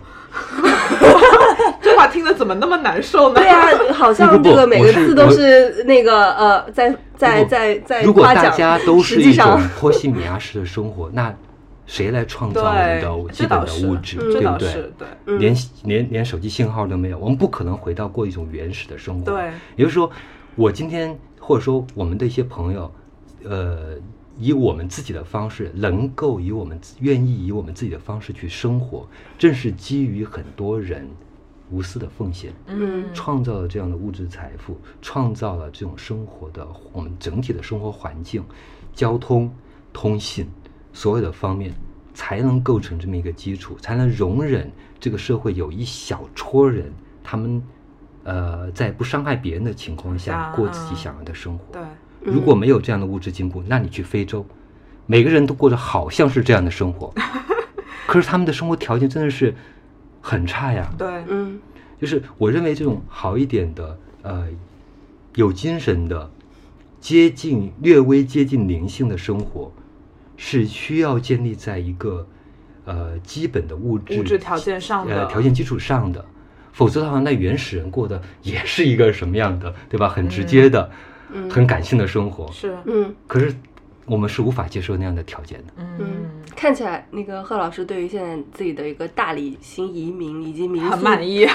这话听着怎么那么难受呢？对呀、好像不这不个每个我是字都我是那个呃，在在如果在在如果夸大奖家都是实一际种上，波西米亚式的生活，那谁来创造我们的对，基这本倒的是，物质，这对不倒对是？，对嗯连连连手机信号都没有，我们不可能回到过一种原始的生活。对，也就是说，我今天或者说我们的一些朋友，呃，以我们自己的方式，能够以我们自愿意以我们自己的方式去生活，正是基于很多人无私的奉献，嗯创造了这样的物质财富，创造了这种生活的我们整体的生活环境、交通、通信所有的方面，才能构成这么一个基础，才能容忍这个社会有一小撮人，他们呃在不伤害别人的情况下啊过自己想要的生活。对，如果没有这样的物质进步，那你去非洲，每个人都过着好像是这样的生 [laughs] 活，可是他们的生活条件真的是很差呀。对，嗯就是我认为这种好一点的，呃，有精神的，接近略微接近灵性的生活，是需要建立在一个呃基本的物质物质条件上的呃条件基础上的，否则的话，那原始人过的 [laughs] 也是一个什么样的，对吧？很直接的，嗯很感性的生活，是，嗯。可是我们是无法接受那样的条件的。嗯嗯，，看起来那个贺老师对于现在自己的一个大理新移民以及民很宿满意，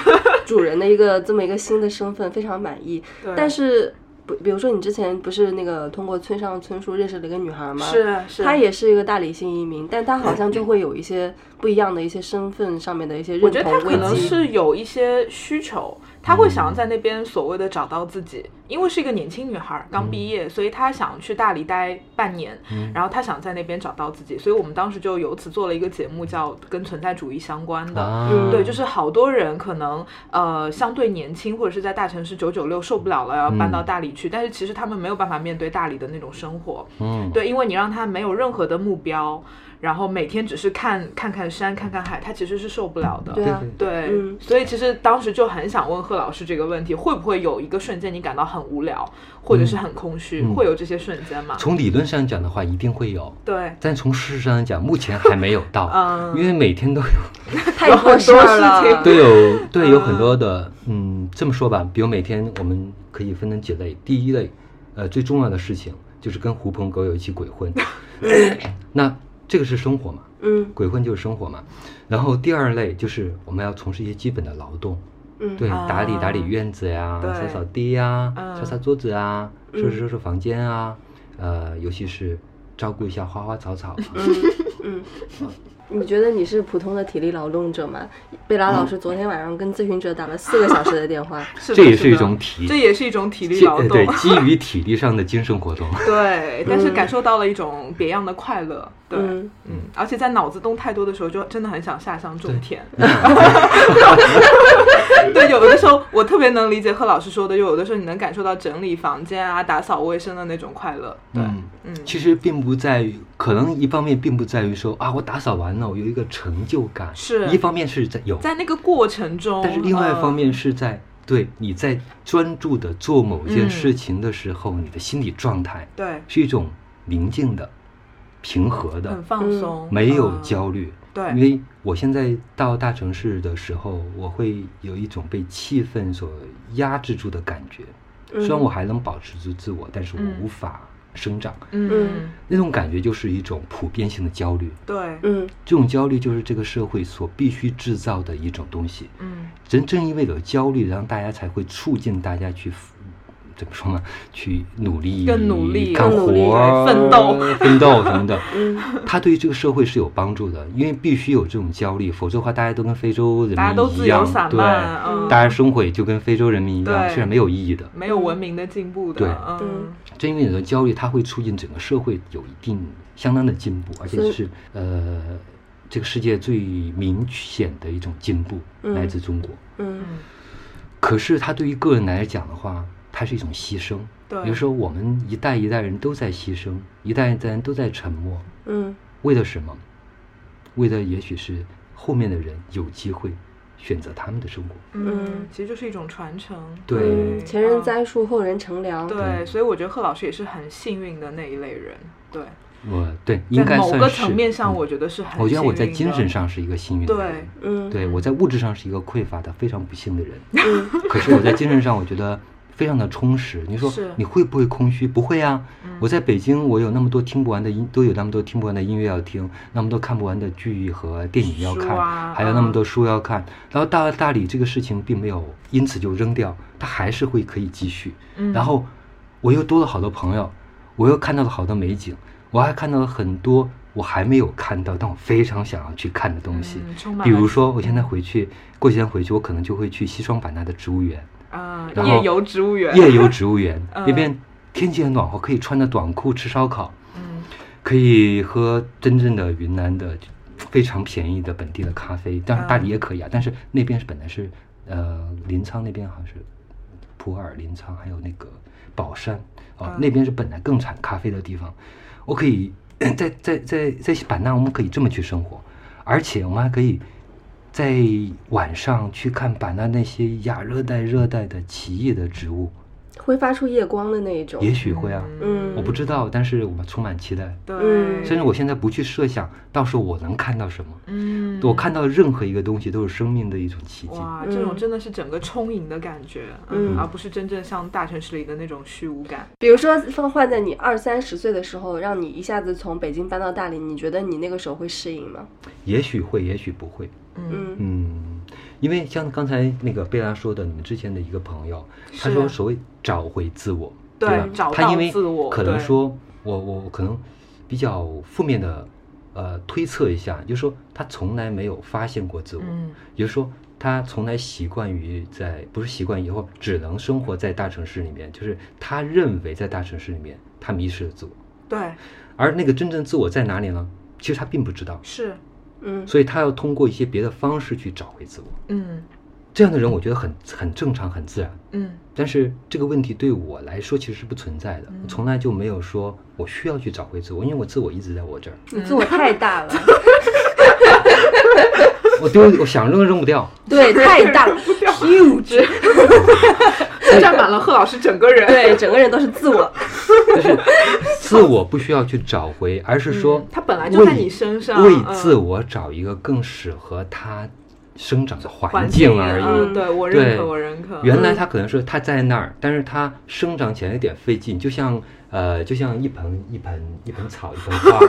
主人的一个这么一个新的身份非常满意。对 [laughs] 但是，不，比如说你之前不是那个通过村上春树认识了一个女孩吗？，是是，她也是一个大理新移民，但她好像就会有一些不一样的一些身份上面的一些认我觉得他同可危能机。是有一些需求，她嗯会想要在那边所谓的找到自己，因为是一个年轻女孩，刚嗯毕业，所以她想去大理待半年，然后她想在那边找到自己，所以我们当时就由此做了一个节目，叫跟存在主义相关的。啊，嗯对，就是好多人可能呃相对年轻，或者是在大城市九九六受不了了，要搬嗯到大理去、但是其实他们没有办法面对大理的那种生活，嗯，对，因为你让他没有任何的目标，然后每天只是看看看山、看看海，他其实是受不了的。对啊，对对嗯所以其实当时就很想问贺老师这个问题，会不会有一个瞬间你感到很无聊，或者是很空虚，嗯会有这些瞬间吗？从理论上讲的话，一定会有，对，但从事实上讲，目前还没有到，嗯，因为每天都有太多事儿了，都有对有很多的，嗯，这么说吧，比如每天我们可以分成几类，第一类，呃，最重要的事情就是跟狐朋狗友一起鬼混，那这个是生活嘛，嗯鬼混就是生活嘛，然后第二类就是我们要从事一些基本的劳动，嗯，对，打理打理啊院子呀，对扫扫地呀，嗯擦擦桌子啊，收拾嗯收拾房间啊，呃，尤其是照顾一下花花草草啊。嗯，你觉得你是普通的体力劳动者吗？贝拉老师昨天晚上跟咨询者打了四个小时的电话，是的这也是是一的种体这也是一种体力基劳呃动。对，基于体力上的精神活动。对，但是嗯感受到了一种别样的快乐。对，嗯嗯，而且在脑子动太多的时候，就真的很想下乡种田。 [laughs] 对，有的时候我特别能理解贺老师说的，就有的时候你能感受到整理房间啊、打扫卫生的那种快乐。 [laughs] 对，嗯，嗯，其实并不在于，可能一方面并不在于说啊，我打扫完了，我有一个成就感。是一方面是在有，在那个过程中，但是另外一呃方面是在、对你在专注的做某件嗯事情的时候，你的心理状态对，是一种宁静的、平和的，很放松，没有嗯，焦虑。因对，为我现在到大城市的时候，我会有一种被气氛所压制住的感觉。虽然我还能保持住自我，但是我嗯无法生长。嗯，那种感觉就是一种普遍性的焦虑。对，嗯这种焦虑就是这个社会所必须制造的一种东西。嗯，人正因为有焦虑，然后大家才会促进大家去 f- 怎么说呢？去努力、更努力干更努力活儿、奋斗、奋斗什么的。嗯它对于这个社会是有帮助的，因为必须有这种焦虑，否则的话，大家都跟非洲人民一样，大家都自由散对，漫，嗯，大家生活也就跟非洲人民一样，对是没有意义的。没有文明的进步对的，嗯，正因为有的焦虑，它会促进整个社会有一定相当的进步，而所且以是呃这个世界最明显的一种进步，嗯来自中国。嗯可是它对于个人来讲的话，它是一种牺牲。对比如说，我们一代一代人都在牺牲，一代一代人都在沉默，嗯为了什么？为了也许是后面的人有机会选择他们的生活。嗯嗯，其实就是一种传承。对嗯，前人嗯栽树，后人乘凉，对，所以我觉得贺老师也是很幸运的那一类人。对，我对，应该嗯在某算个是层面嗯上，我觉得是很幸运的。我觉得我在精神上是一个幸运的人对，嗯对我在物质上是一个匮乏的、非常不幸的人。嗯 [laughs] 可是我在精神上，我觉得非常的充实。你说是你会不会空虚？不会啊！嗯我在北京，我有那么多听不完的音，都有那么多听不完的音乐要听，那么多看不完的剧和电影要看，书啊还有那么多书要看。然后到了大理，这个事情并没有因此就扔掉，它还是会可以继续。嗯然后我又多了好多朋友，我又看到了好多美景，我还看到了很多我还没有看到，但我非常想要去看的东西。嗯充满比了如说，我现在回去，过几天回去，我可能就会去西双版纳的植物园，啊，然后夜游植物园，夜游植物园 [laughs] 嗯那边天气很暖和，可以穿着短裤吃烧烤，嗯可以喝真正的云南的非常便宜的本地的咖啡，当然大理也可以啊，但是那边是本来是呃临沧那边好像是普洱、临沧还有那个宝山啊、嗯那边是本来更产咖啡的地方，我可以在在在在版纳我们可以这么去生活，而且我们还可以。在晚上去看版纳那些亚热带、热带的奇异的植物，会发出夜光的那一种，也许会啊，嗯我不知道，但是我们充满期待。对，嗯甚至我现在不去设想，到时候我能看到什么。嗯，我看到任何一个东西都是生命的一种奇迹。哇，嗯这种真的是整个充盈的感觉，嗯而不是真正像大城市里的那种虚无感。比如说放换在你二三十岁的时候，让你一下子从北京搬到大理，你觉得你那个时候会适应吗？也许会，也许不会。嗯嗯嗯，因为像刚才那个贝拉说的，你们之前的一个朋友，他是说所谓找回自我，对吧？找他因到为自我可能对说我我可能比较负面的呃推测一下，就是说他从来没有发现过自我，嗯也就是说他从来习惯于在不是习惯以后只能生活在大城市里面，就是他认为在大城市里面他迷失了自我，对，而那个真正自我在哪里呢？其实他并不知道，是，嗯，所以他要通过一些别的方式去找回自我。嗯这样的人我觉得很很正常，很自然。嗯但是这个问题对我来说其实是不存在的，嗯我从来就没有说我需要去找回自我，因为我自我一直在我这儿， [laughs] 你自我太大了，我丢，我想扔都扔不掉。 [laughs] [laughs] 对，太大了，huge， [laughs] 占满了贺老师整个人。对，整个人都是自我，就是自我不需要去找回，而是说嗯它本来就在你身上为嗯自我找一个更适合他生长的环环境而已。嗯对我认可，我认可。原来他可能是他在那儿，但是他生长起来有点费劲，就像呃，就像一盆一盆一盆草一盆 [laughs] 花，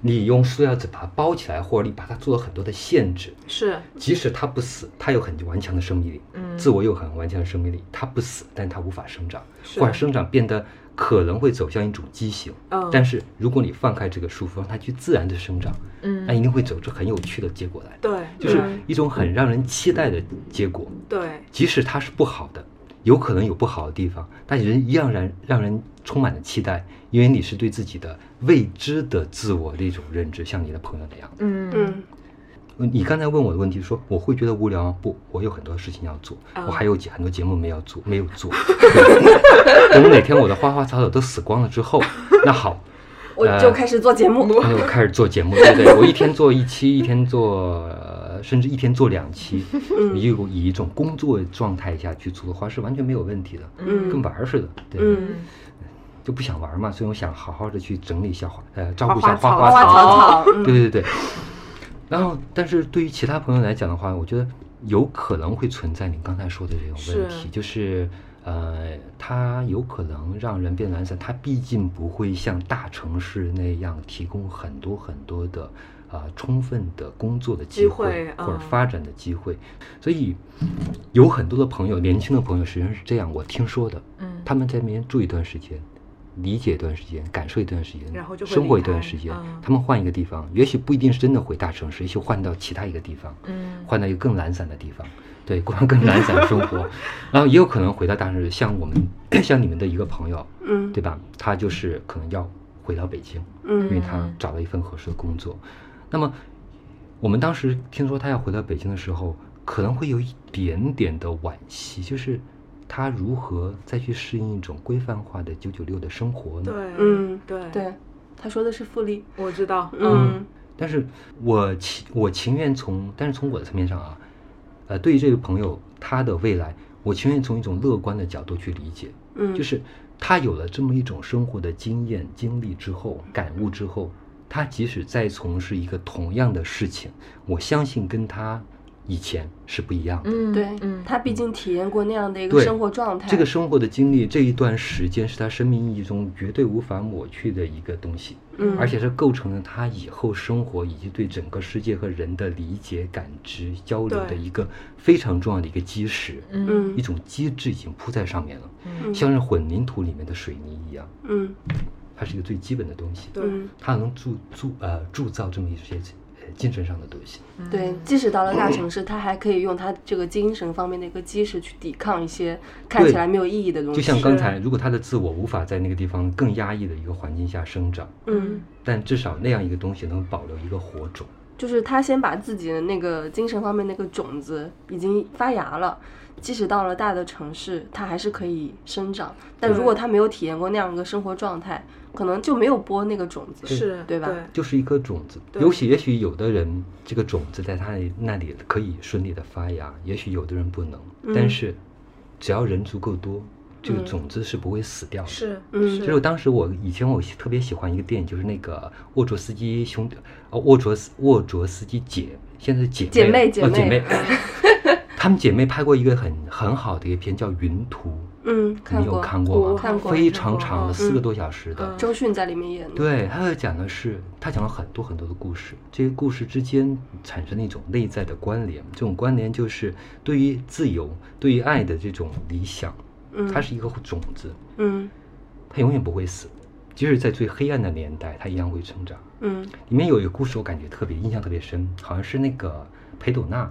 你用塑料纸把它包起来，或者你把它做了很多的限制，是，即使它不死，它有很顽强的生命力，嗯，自我有很顽强的生命力，它不死，但它无法生长，是或者生长变得可能会走向一种畸形。嗯，但是如果你放开这个束缚，让它去自然的生长，那一嗯，定会走出很有趣的结果来，对，哎就是嗯一种很让人期待的结果。对，即使它是不好的，有可能有不好的地方，但人依然让人让人充满了期待，因为你是对自己的未知的自我的一种认知，像你的朋友那样。嗯嗯，你刚才问我的问题说，我会觉得无聊吗？不，我有很多事情要做，啊我还有几很多节目没有做，没有做。 [laughs] 等哪天我的花花草草都死光了之后，那好，我就哎开始做节目，那我开始做节目，对对，我一天做一期，一天做，呃甚至一天做两期，你有以一种工作状态下去做的话是完全没有问题的，嗯跟玩儿似的，对，嗯，就不想玩儿嘛，所以我想好好的去整理一下花，呃，照花顾一下花花草草草草草，嗯对对对。然后，但是对于其他朋友来讲的话，我觉得有可能会存在你刚才说的这种问题，是就是呃，它有可能让人变懒散，它毕竟不会像大城市那样提供很多很多的呃充分的工作的机机会或者嗯发展的机会，所以有很多的朋友，年轻的朋友实际上是这样，我听说的，嗯，他们在那边住一段时间，理解一段时间，感受一段时间，然后就会生活一离开段时间，嗯他们换一个地方，也许不一定是真的回大城市，也许换到其他一个地方，嗯，换到一个更懒散的地方，对，过上更懒散的生 [laughs] 活，然后也有可能回到大城市，像我们 [coughs] 像你们的一个朋友，嗯对吧？他就是可能要回到北京，因为嗯他嗯找到一份合适的工作。那么，我们当时听说他要回到北京的时候，可能会有一点点的惋惜，就是他如何再去适应一种规范化的九九六的生活呢？对，嗯，对，对，他说的是复利，我知道，嗯但是我情我情愿从，但是从我的层面上啊，呃，对于这位朋友他的未来，我情愿从一种乐观的角度去理解，嗯，就是他有了这么一种生活的经验、经历之后、感悟之后，他即使再从事一个同样的事情，我相信跟他以前是不一样的。嗯，对，嗯，他毕竟体验过那样的一个对生活状态，这个生活的经历，这一段时间是他生命意义中绝对无法抹去的一个东西，嗯，而且这构成了他以后生活以及对整个世界和人的理解、感知、交流的对一个非常重要的一个基石，嗯嗯一种机制已经铺在上面了，嗯，像是混凝土里面的水泥一样。嗯它是一个最基本的东西，对嗯它能铸铸呃铸造这么一些呃精神上的东西。嗯对，嗯即使到了大城市，他还可以用他这个精神方面的一个基石去抵抗一些看起来没有意义的东西，就像刚才，如果他的自我无法在那个地方更压抑的一个环境下生长，嗯。但至少那样一个东西能保留一个火种。就是他先把自己的那个精神方面那个种子已经发芽了，即使到了大的城市，他还是可以生长。但对如果他没有体验过那样一个生活状态，可能就没有播那个种子。是，对吧就是一颗种子，对尤其也许有的人这个种子在他那里可以顺利的发芽，也许有的人不能，嗯但是只要人足够多，这个嗯种子是不会死掉的。是，嗯就是当时我以前我喜特别喜欢一个电影，就是那个沃卓斯基兄弟，呃，沃卓斯沃卓斯基姐，现在是姐姐妹妹了姐哦妹嗯姐妹，她们姐妹拍过一个很很好的一个片叫《云图》，嗯，看你有过，看过我吗？看过非常长的嗯四个多小时的。嗯周迅在里面演的。对，他讲的是，他讲了很多很多的故事，这些故事之间产生了一种内在的关联，这种关联就是对于自由、对于爱的这种理想，嗯，它是一个种子，嗯它永远不会死，即使在最黑暗的年代，它一样会成长。嗯里面有一个故事，我感觉特别印象特别深，好像是那个裴斗娜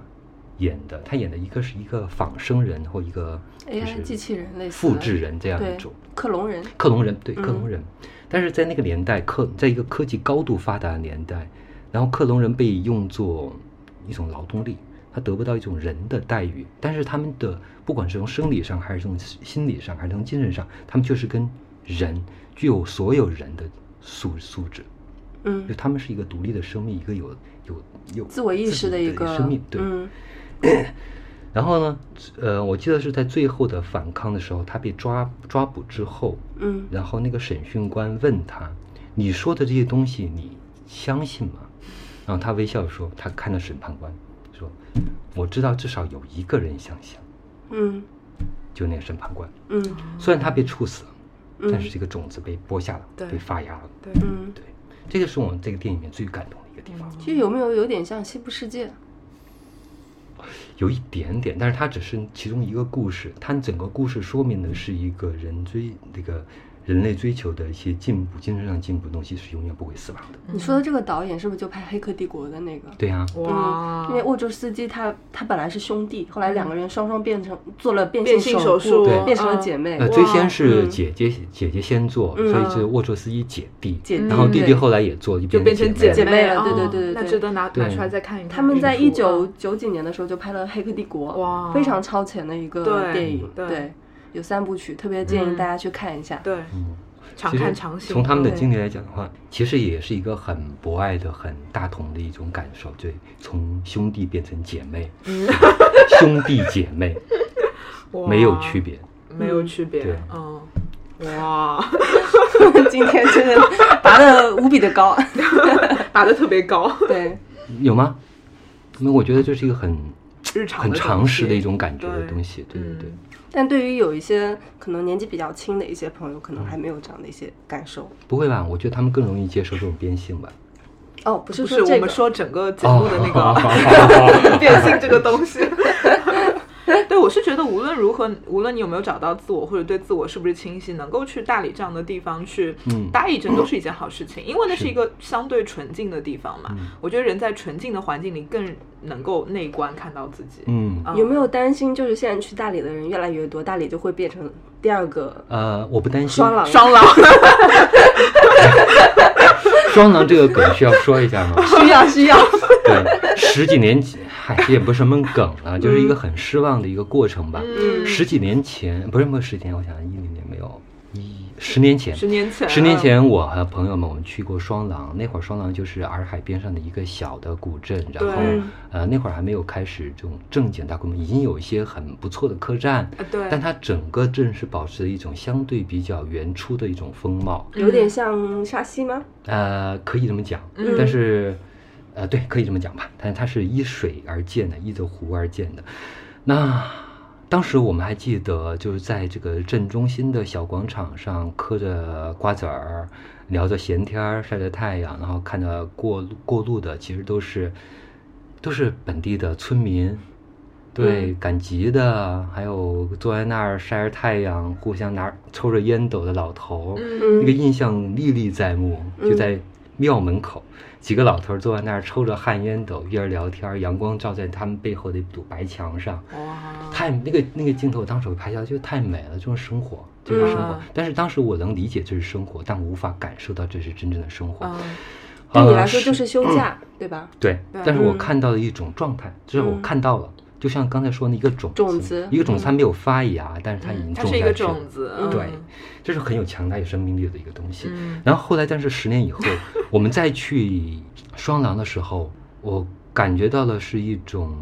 演的，他演的一个是一个仿生人或一个就 AI 是机器人类似的复制人这样一对种。克隆人，克隆人，对嗯克隆人。但是在那个年代，克在一个科技高度发达的年代，然后克隆人被用作一种劳动力，他得不到一种人的待遇。但是他们的不管是从生理上，还是从心理上，还是从精神上，他们确实跟人具有所有人的素素质，嗯就，他们是一个独立的生命，一个有有有自我意识己的一个生命，对。嗯然后呢，呃，我记得是在最后的反抗的时候，他被抓抓捕之后，嗯然后那个审讯官问他：“你说的这些东西，你相信吗？”然后他微笑说：“他看着审判官说，我知道至少有一个人相信，嗯就那个审判官。嗯虽然他被处死了，嗯，但是这个种子被播下了，对被发芽了。对，嗯，对，这个是我们这个电影里面最感动的一个地方，其实有没有有点像《西部世界》？有一点点，但是它只是其中一个故事，它整个故事说明的是一个人追那个人类追求的一些进步，精神上进步的东西是永远不会死亡的。嗯你说的这个导演是不是就拍《黑客帝国》的那个？对啊呀、哇嗯，，因为沃卓斯基他他本来是兄弟，后来两个人双双变成做了变变性性手术术对，变成了嗯姐妹呃，。最哇先是嗯姐姐姐姐先做，嗯所以是沃卓斯基姐弟，姐弟然后弟弟对后来也做，就变成姐姐妹。妹妹了对对哦对对那对值得拿拿对出来再看一看。他们在是一不是九九几年的时候就拍了《黑客帝国》，哇非常超前的一个对电影，对有三部曲，特别建议嗯大家去看一下。 [laughs] 对嗯，常其实看常新。从他们的对经历来讲的话，其实也是一个很博爱的、很大同的一种感受，对，从兄弟变成姐妹，嗯兄弟姐 [laughs] 妹哇没有区，别。没有区别对。嗯，哇， [laughs] 今天真的拔的无比的 [laughs] 高，打的特别高，对，有吗？因为我觉得这是一个很日常很的常东识的西一种感觉的对东西，对对嗯对。但对于有一些可能年纪比较轻的一些朋友，可能还没有这样的一些感受。不会吧？我觉得他们更容易接受这种变性吧。哦，不是不说是这我个，们说整哦个节目的那个。 [laughs] 变性这个东 [laughs] 西。对，我是觉得无论如何，无论你有没有找到自我，或者对自我是不是清晰，能够去大理这样的地方去嗯待一阵，都是一件好事情，因为那是是一个相对纯净的地方嘛。嗯我觉得人在纯净的环境里更能够内观看到自己。嗯，嗯有没有担心就是现在去大理的人越来越多，大理就会变成第二个呃，我不担心双廊？双廊？双廊这个梗需要说一下吗？ [laughs] 需要需要， [laughs] 对，十几年前，嗨，这也不是什么梗了、就是一个很失望的一个过程吧。嗯，十几年前，不是不是十几年，我想一零年没有，一十年前，十年前，嗯十年，前，我和朋友们我们去过双廊，那会儿双廊就是洱海边上的一个小的古镇，然后对呃那会儿还没有开始这种正经大规模，已经有一些很不错的客栈，呃对，但它整个镇是保持一种相对比较原初的一种风貌，有点像沙溪吗？呃，可以这么讲，嗯但是，呃，对，可以这么讲吧。但是它是依水而建的，依着湖而建的。那当时我们还记得，就是在这个镇中心的小广场上，嗑着瓜子儿，聊着闲天儿，晒着太阳，然后看着过路过路的，其实都是都是本地的村嗯民。对，赶集的，还有坐在那儿晒着太阳，互相拿抽着烟斗的老头儿，嗯那个嗯印象历历在目，就在庙门口，几个老头儿坐在那儿抽着旱烟斗，一人聊天儿，阳光照在他们背后的一堵白墙上，哇，太那个那个镜头，当时我拍下来就太美了，这种生活，这是生活嗯。但是当时我能理解这是生活，但我无法感受到这是真正的生活。嗯对你呃来说就是休假，嗯对吧？对对，但是我嗯看到了一种状态，就是我嗯看到了，就像刚才说的一个种种子一个种子嗯它没有发芽，但是它已经嗯，它种是一下个去了。种子，对嗯，这是很有强大有生命力的一个东西。嗯然后后来，但是十年 [laughs] 以后，我们再去双廊的时候，我感觉到的是一种，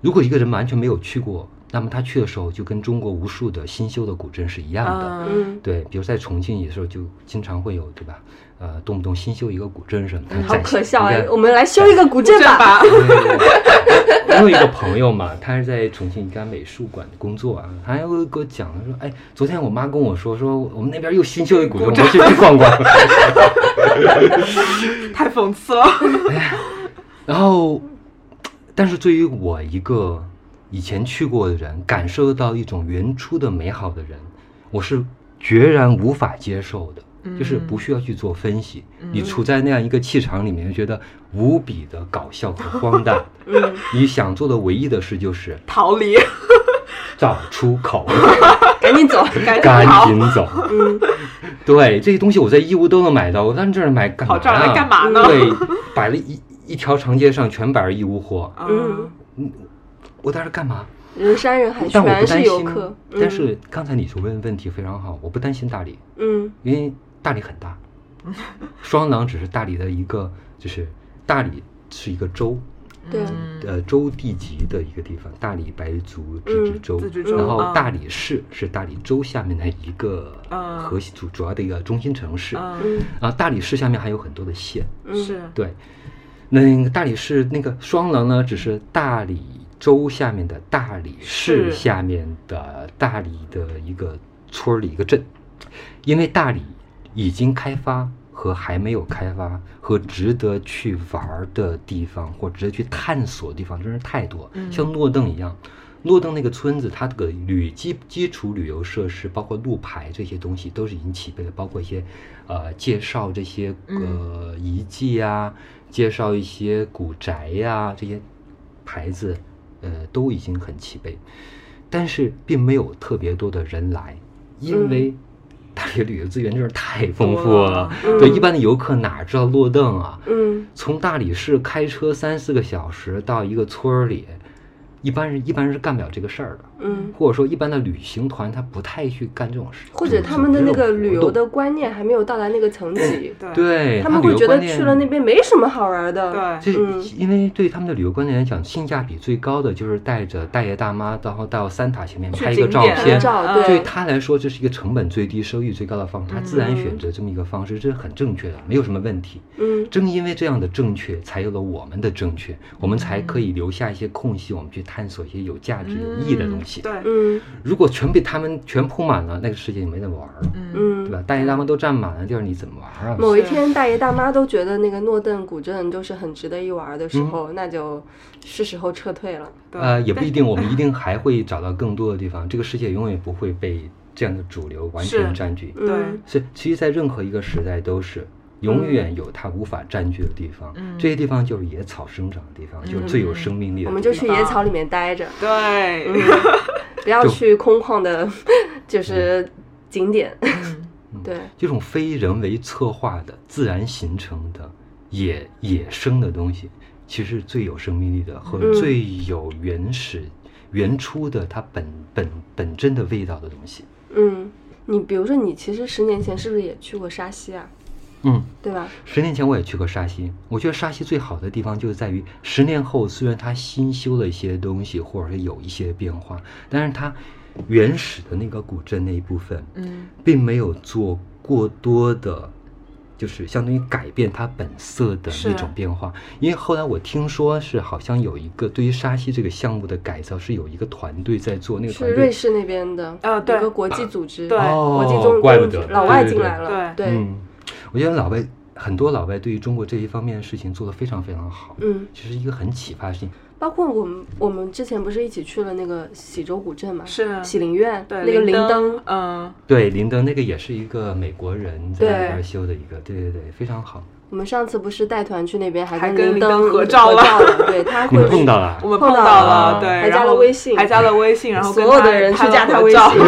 如果一个人完全没有去过，那么他去的时候就跟中国无数的新修的古镇是一样的。嗯，嗯，对，比如在重庆也是，就经常会有，对吧？呃，动不动新修一个古镇什么嗯的，好展可现笑一哎！个我们来修一个古镇正 [laughs] 吧。吧，对我有一个朋友嘛，他是在重庆一家美术馆工作啊，他还会给我讲，他说：“哎，昨天我妈跟我说，说我们那边又新修一古镇，我们去去逛逛。太讽刺了，” [laughs] 然后，但是对于我一个以前去过的人，感受到一种原初的美好的人，我是决然无法接受的。就是不需要去做分析，你处在那样一个气场里面，觉得无比的搞笑和荒诞。你想做的唯一的事就是逃离，找出 [laughs] 口，赶紧 [laughs] 走，赶紧赶跑。紧走。嗯，对，这些东西我在义乌都能买到，我上这儿买干嘛跑呀？这儿来干嘛呢？对，摆了一一条长街上全摆着义乌货，嗯，我在这儿干嘛？人山人海，但我全不是担游心客。。嗯但，是刚才你所问的问题非常好，我不担心大理，嗯因为大理很大，双廊只是大理的一个，就是大理是一个州，对嗯呃，州地级的一个地方，大理白族自治嗯州，自治州然后嗯大理市是大理州下面的一个嗯核心主主要的一个中心城市，啊，嗯嗯大理市下面还有很多的县，嗯，是对，那个大理市那个双廊呢，只是大理州下面的大理市是下面的大理的一个村儿里一个镇，因为大理已经开发和还没有开发和值得去玩儿的地方或值得去探索的地方真是太多，嗯像诺邓一样。诺邓那个村子，它的旅基基础旅游设施，包括路牌这些东西，都是已经齐备了，包括一些，呃，介绍这些嗯呃遗迹啊，介绍一些古宅呀、这些牌子，呃，都已经很齐备，但是并没有特别多的人来，因嗯为大理旅游资源真是太丰多富了了，对嗯一般的游客哪知道落凳啊？嗯从大理市开车三四个小时到一个村儿里，一般人一般人是干不了这个事儿的，嗯，或者说一般的旅行团他不太去干这种事，或者这种他们的那这个种嗯旅活游的动，观念还没有到达那个层级，对对他们旅会游觉得观念去了那边没什么好玩的。对这嗯因为对他们的旅游观点来讲，性价比最高的就是带着大爷大妈，然后到三塔前面去拍一个景照点片拍。啊照对对他来说，这是一个成本最低、收益最高的方式，嗯他自然选择这么一个方式，这是很正确的，没有什么问题。嗯正因为这样的正确，才有了我们的正确，我们才可以留下一些空隙，我们去探索一些有价值、有意义的东西。对，嗯如果全被他们全铺满了，那个世界就没得玩了，嗯对嗯。吧？大爷大妈都占满了地儿，你怎么玩啊？某一是天，大爷大妈都觉得那个诺邓古镇就是很值得一玩的时嗯候，那就是时候撤退了。对，呃，也不但一定，我们一定还会找到更多的地方。这个世界永远不会被这样的主流完全是占据。嗯是，其实，在任何一个时代都是，永远有它无法占据的地方。嗯这些地方就是野草生长的地方，就是嗯最有生命力的地方。我们就啊去野草里面待着，嗯对，不要就去空旷的， [laughs] 就是景点。 [laughs] [laughs] 嗯对，这种非人为策划的、自然形成的、野野生的东西，其实最有生命力的和嗯最有原始、原初的它本本本真的味道的东西。嗯，你比如说，你其实十年前是不是也去过沙溪啊？嗯，对吧？十年前我也去过沙溪，我觉得沙溪最好的地方就是在于，十年后虽然它新修了一些东西，或者是有一些变化，但是它原始的那个古镇那一部分，嗯并没有做过多的，就是相当于改变它本色的是一种变化。因为后来我听说是好像有一个对于沙溪这个项目的改造是有一个团队在做，那个是团瑞队士那边的啊对一个国际组织，对国际哦中，怪不得老对外对进对来了，对对，嗯，我觉得老外很多老外对于中国这一方面的事情做得非常非常好，嗯，其实一个很启发性。包括我们我们之前不是一起去了那个喜洲古镇嘛，是喜林苑对那个林灯，嗯对，林登那个也是一个美国人在对那边修的一个，对对对，非常好。我们上次不是带团去那边还还跟跟林灯登合照了了，对他你会们碰到了啊我？们碰碰到到了了，对，还然加了后微信还加了微信，然后所跟有他的人去拍了加他合微照 [laughs] 信，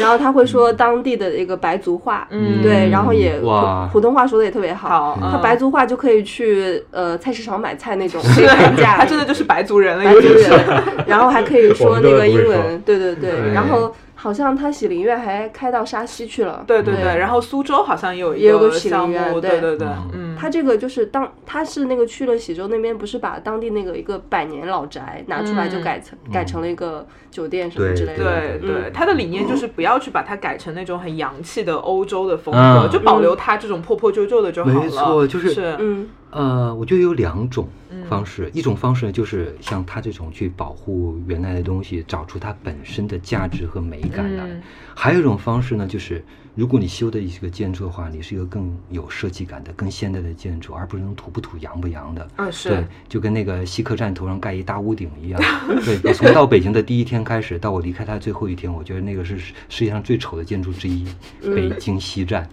然后他会说当地的一个白族话，嗯对，然后也哇普普通话说的也特别好，好，他嗯白族话就可以去呃菜市场买菜那种， [laughs] 可以对砍价，他真的就是白族人了，白已族经是。人， [laughs] 然后还可以我说们都那个不会英说文，对对对，对然后好像他喜林苑还开到沙溪去了。对对对，对然后苏州好像有也一有个喜项林园目，对对对对嗯，嗯，他这个就是当他是那个去了喜洲那边，不是把当地那个一个百年老宅拿出来就嗯改成、改成了一个酒店什么对之类的。对对对，嗯他的理念就是不要去把它改成那种很洋气的欧洲的风格，嗯就保留它这种破破旧旧的就好了。没错就是是嗯呃，我觉得有两种方式，一种方式就是像他这种去保护原来的东西，找出它本身的价值和美感来；嗯还有一种方式呢，就是如果你修的一个建筑的话，你是一个更有设计感的、更现代的建筑，而不是那种土不土、洋不洋的。嗯，对是，，就跟那个西客站头上盖一大屋顶一样。对，我从到北京的第一天开始，到我离开它的最后一天，我觉得那个是世世界上最丑的建筑之一——北京西站。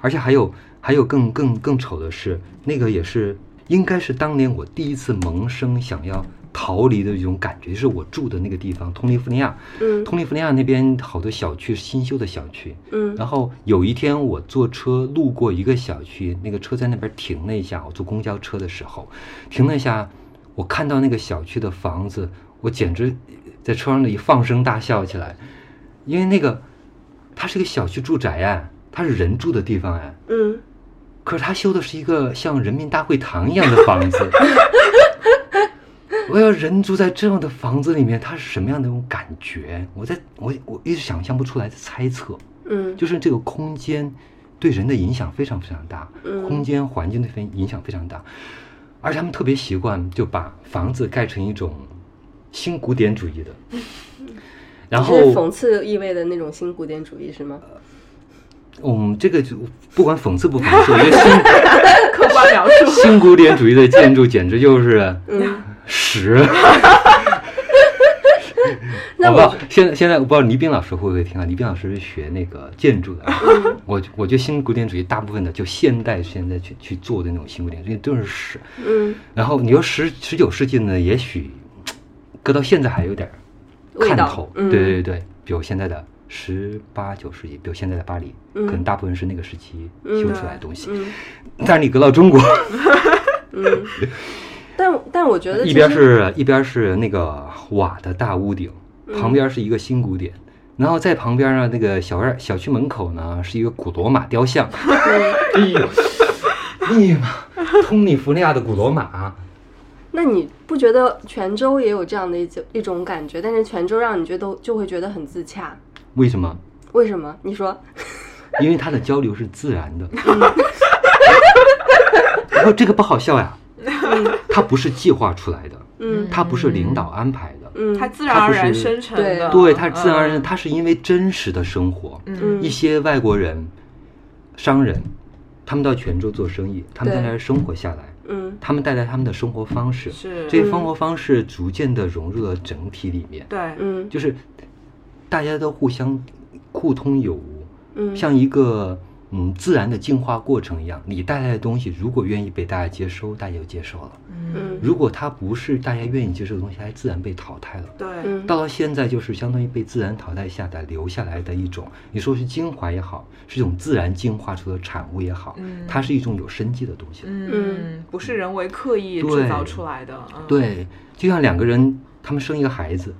而且还有还有更更更丑的是，那个也是应该是当年我第一次萌生想要逃离的一种感觉，就是我住的那个地方，通利福尼亚。嗯通利福尼亚那边好多小区是新修的小区，嗯然后有一天我坐车路过一个小区，那个车在那边停了一下，我坐公交车的时候停了一下，我看到那个小区的房子，我简直在车上里放声大笑起来，因为那个它是个小区住宅哎，它是人住的地方哎，嗯，可是他修的是一个像人民大会堂一样的房子。我要人住在这样的房子里面，他是什么样的一种感觉？我在我我一直想象不出来，在猜测，嗯就是这个空间对人的影响非常非常大，嗯空间环境对人影响非常大，而且他们特别习惯就把房子盖成一种新古典主义的， [laughs] 然后就是讽刺意味的那种新古典主义是吗？嗯，这个就不管讽刺不讽刺，我觉得新，客观描述新 [laughs] 古典主义的建筑简直就是嗯屎。 [laughs] 那我不知道我现在现在我不知道倪斌老师会不会听啊？倪斌老师是学那个建筑的，啊嗯 [laughs] 我我觉得新古典主义大部分的就现代现在去去做的那种新古典主义都是屎。嗯，然后你说十十九世纪呢，也许搁到现在还有点味看道头，嗯对对对，比如现在的十八九世纪，比如现在的巴黎，嗯可能大部分是那个时期修出来的东西。嗯但是你搁到中国， [laughs] 嗯，但但我觉得一其边实是一边是那个瓦的大屋顶，嗯旁边是一个新古典，然后在旁边呢，那个小院小区门口呢是一个古罗马雕 [laughs] 像。哎呦，哎呀妈，通利福尼亚的古罗马，那你不觉得泉州也有这样的一种一种感觉？但是泉州让你觉得就会觉得很自洽，为什么？为什么？你说，因为它的交流是自然的。嗯 [laughs] 然后这个不好笑呀，它不是计划出来的，嗯它不是领导安排的，嗯，它自然而然生成的，对，它是自然而然，嗯，它是因为真实的生活。嗯嗯一些外国人、商人，他们到泉州做生意，他们在对那儿生活下来，嗯他们带来他们的生活方式，是，这些生活方式逐渐的融入了整体里面，对，嗯就是大家都互相互通有无，嗯，像一个嗯自然的进化过程一样。你带来的东西，如果愿意被大家接收，大家就接受了；嗯如果它不是大家愿意接受的东西，它自然被淘汰了。对，嗯到了现在，就是相当于被自然淘汰下来留下来的一种，你说是精华也好，是一种自然进化出的产物也好，嗯它是一种有生机的东西。嗯，不是人为刻意对制造出来的，嗯，对，就像两个人他们生一个孩子，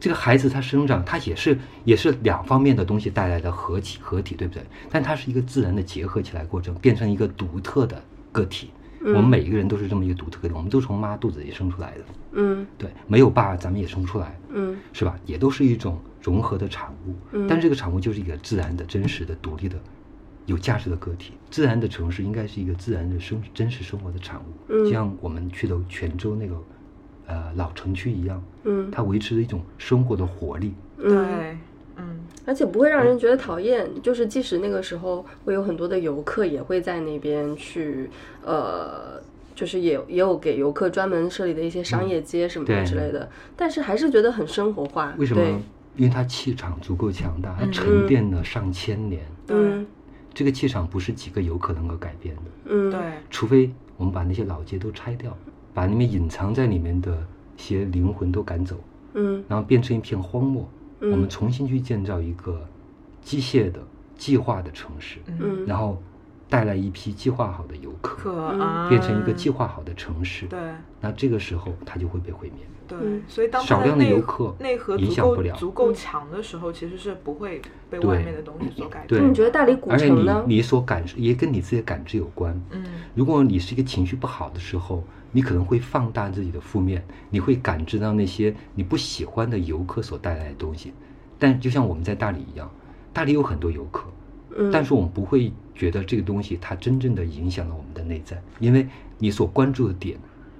这个孩子他生长，他也是也是两方面的东西带来的合体合体，对不对？但它是一个自然的结合起来过程，变成一个独特的个体。嗯我们每一个人都是这么一个独特的个体，我们都从妈肚子里生出来的，嗯对，没有爸咱们也生不出来。嗯是吧？也都是一种融合的产物，嗯但这个产物就是一个自然的、真实的、独立的、有价值的个体。自然的城市应该是一个自然的生真实生活的产物，嗯就像我们去的泉州那个呃老城区一样，嗯它维持着一种生活的活力。嗯，对，嗯，而且不会让人觉得讨厌，就是即使那个时候会有很多的游客也会在那边去，呃，就是也也有给游客专门设立的一些商业街什么的对之类的，但是还是觉得很生活化。为什么对？因为它气场足够强大，它嗯沉淀了上千年。对嗯，这个气场不是几个游客能够改变的，嗯，对，除非我们把那些老街都拆掉，把里面隐藏在里面的一些灵魂都赶走。嗯然后变成一片荒漠，嗯我们重新去建造一个机械的、计划的城市，嗯然后带来一批计划好的游客，可嗯啊，变成一个计划好的城市。对。那这个时候它就会被毁灭。对嗯，所以当它少量的内游核客内核影足响不够了足够强的时候，其实是不会被外对面的东西所改对变。那嗯你觉得大理？古而且城你呢？你所感知也跟你自己的感知有关。嗯，如果你是一个情绪不好的时候，你可能会放大自己的负面，你会感知到那些你不喜欢的游客所带来的东西。但就像我们在大理一样，大理有很多游客，嗯，但是我们不会觉得这个东西它真正的影响了我们的内在，因为你所关注的点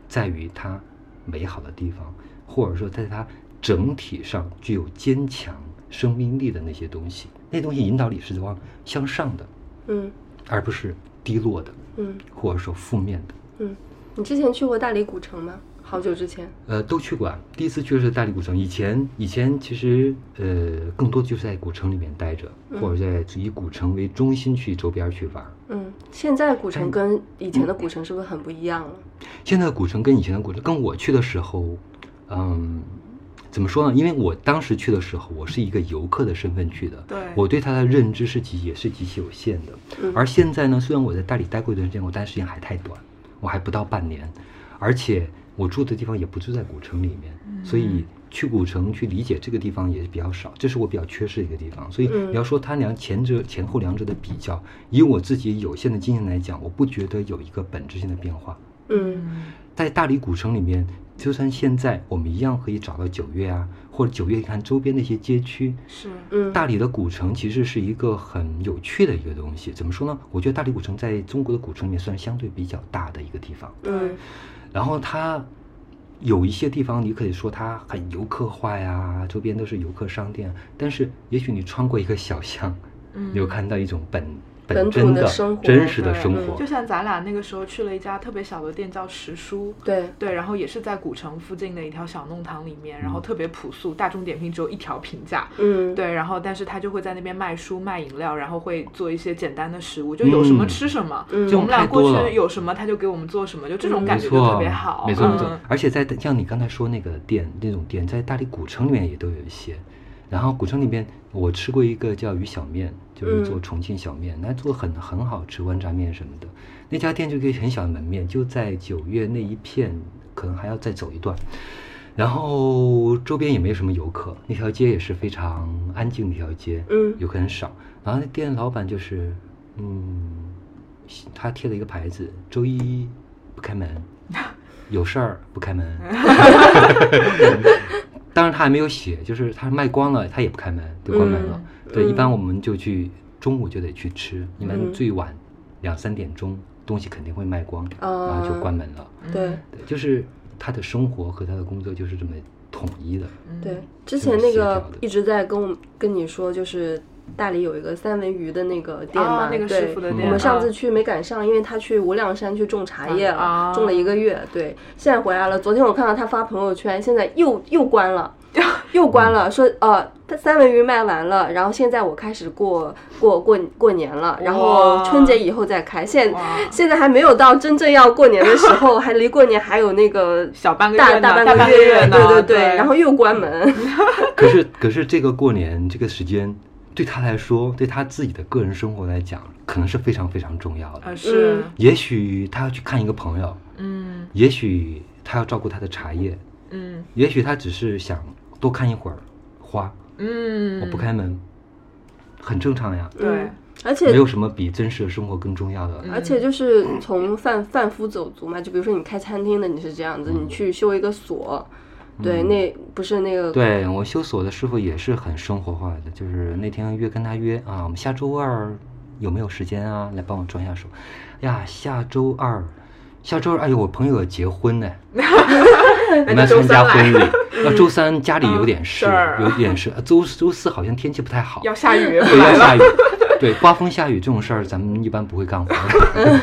在于它美好的地方，或者说在它整体上具有坚强生命力的那些东西，那东西引导你是往向上的，嗯而不是低落的，嗯或者说负面的。嗯，你之前去过大理古城吗？好久之前，呃，都去过啊。第一次去的是大理古城，以前以前其实呃，更多的就是在古城里面待着，或者在以古城为中心去周边去玩。嗯，现在古城跟以前的嗯古城是不是很不一样了？现在的古城跟以前的古城，跟我去的时候，嗯，怎么说呢？因为我当时去的时候，我是一个游客的身份去的，对我对它的认知是极也是极其有限的。嗯而现在呢，虽然我在大理待过一段时间，我待的时间还太短，我还不到半年，而且我住的地方也不住在古城里嗯面，所以去古城去理解这个地方也是比较少，这是我比较缺失的一个地方。所以嗯你要说它两前者前后两者的比较，以我自己有限的经验来讲，我不觉得有一个本质性的变化。嗯在大理古城里面，就算现在我们一样可以找到九月啊，或者九月你看周边的一些街区，是嗯，大理的古城其实是一个很有趣的一个东西。怎么说呢？我觉得大理古城在中国的古城里面算是相对比较大的一个地方。嗯然后它有一些地方，你可以说它很游客化呀，周边都是游客商店。但是也许你穿过一个小巷，嗯你就看到一种本本本土真的的生活真实的对生嗯活。就像咱俩那个时候去了一家特别小的店，叫石书。对，对，然后也是在古城附近的一条小弄堂里嗯面，然后特别朴素，大众点评只有一条评价。嗯，对，然后但是他就会在那边卖书、卖饮料，然后会做一些简单的食物，就有什么嗯吃什么。嗯这种我们俩太多过了去有什么他就给我们做什么，就这嗯种感没觉错，就特别好。没错没错嗯，，而且在像你刚才说那个店那种店，在大理古城里面也都有一些。然后古城里面，我吃过一个叫鱼小面，就是做嗯重庆小面，那做得很很好吃，豌杂面什么的。那家店就一个很小的门面，就在九月那一片，可能还要再走一段。然后周边也没什么游客，那条街也是非常安静的一条街，嗯游客很少。然后那店老板就是，嗯，他贴了一个牌子，周一不开门，有事儿不开门。当然他还没有写，就是他卖光了，他也不开门，就关门了。对，一般我们就去中午就得去吃，一般嗯最晚两三点钟东西肯定会卖光，然后就关门了。对对，就是他的生活和他的工作就是这么统一的。嗯对，之前那协个调的一直在跟我跟你说，就是大理有一个三文鱼的那个店嘛，啊那个对师傅的嗯店，我们上次啊去没赶上，因为他去无量山去种茶叶了，啊种了一个月。对，现在回来了。昨天我看到他发朋友圈，现在又又关 [laughs] 了，又关了，说呃，他三文鱼卖完了，然后现在我开始过过过过年了，然后哇春节以后再开。现哇现在还没有到真正要过年的 [laughs] 时候，还离过年还有那个小半个月大呢大大半半个个月月对对呢对然后又关门。可是 [laughs] 可是这个过年这个时间，对他来说，对他自己的个人生活来讲，可能是非常非常重要的呃。是也许他要去看一个朋友，嗯也许他要照顾他的茶叶，嗯也许他只是想多看一会儿花，嗯，我不开门，很正常嗯呀。对而且嗯没有什么比真实的生活更重要的。而且就是从贩贩夫走卒嘛，就比如说你开餐厅的，你是这样子，你去修一个锁，对，那不是那个，对我修锁的师傅也是很生活化的，就是那天约跟他约啊，我们下周二有没有时间啊，来帮我装一下锁。呀，下周二，下周二，哎呦，我朋友结婚呢，我们要参加婚礼。那周三家里有点事，事儿有点事。呃周周四好像天气不太好，要下雨对，要来了，下雨。对，刮风下雨这种事儿，咱们一般不会干活。 [laughs]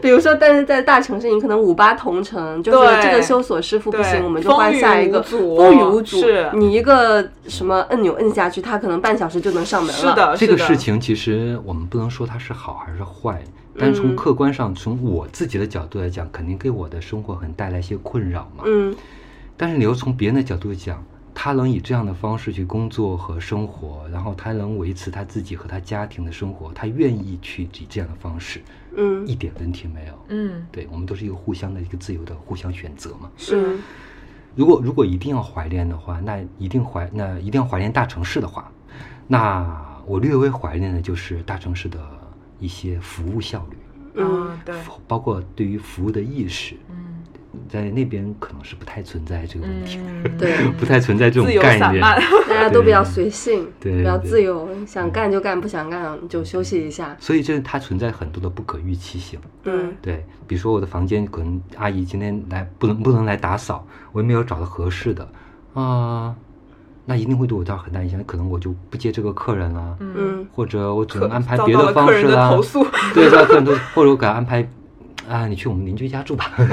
比如说，但是在大城市，你可能五八同城，就是对这个修锁师傅不对行，我们就换下一个，风雨无阻风雨无阻是，你一个什么按钮摁下去，他可能半小时就能上门了。是， [laughs] 的，这个啊是的事情其实我们不能说它是好还是坏，但从嗯客观上，从我自己的角度来讲，肯定给我的生活很带来一些困扰嘛。嗯但是你又从别人的角度讲，他能以这样的方式去工作和生活，然后他能维持他自己和他家庭的生活，他愿意去以这样的方式，嗯一点问题没有。嗯对我们都是一个互相的一个自由的互相选择嘛。是嗯如果如果一定要怀恋的话，那一定怀那一定要怀恋大城市的话，那我略微怀念的就是大城市的一些服务效率，嗯啊对包括对于服务的意识，嗯在那边可能是不太存在这个问题，嗯，对 [laughs] 不太存在这种自由概散念。漫， [laughs] 大家都比较随性，对比较对自由，想干就干，不想干就休息一下。所以这它存在很多的不可预期性。嗯，对，比如说我的房间可能阿姨今天来不能不能来打扫，我也没有找到合适的啊、那一定会对我造成很大影响，可能我就不接这个客人啦，嗯，嗯，或者我只能可安排遭别到的了方客人式的啦，投诉 [laughs] 对，遭到客人都或者我给他安排啊，你去我们邻居家住吧， [laughs] 嗯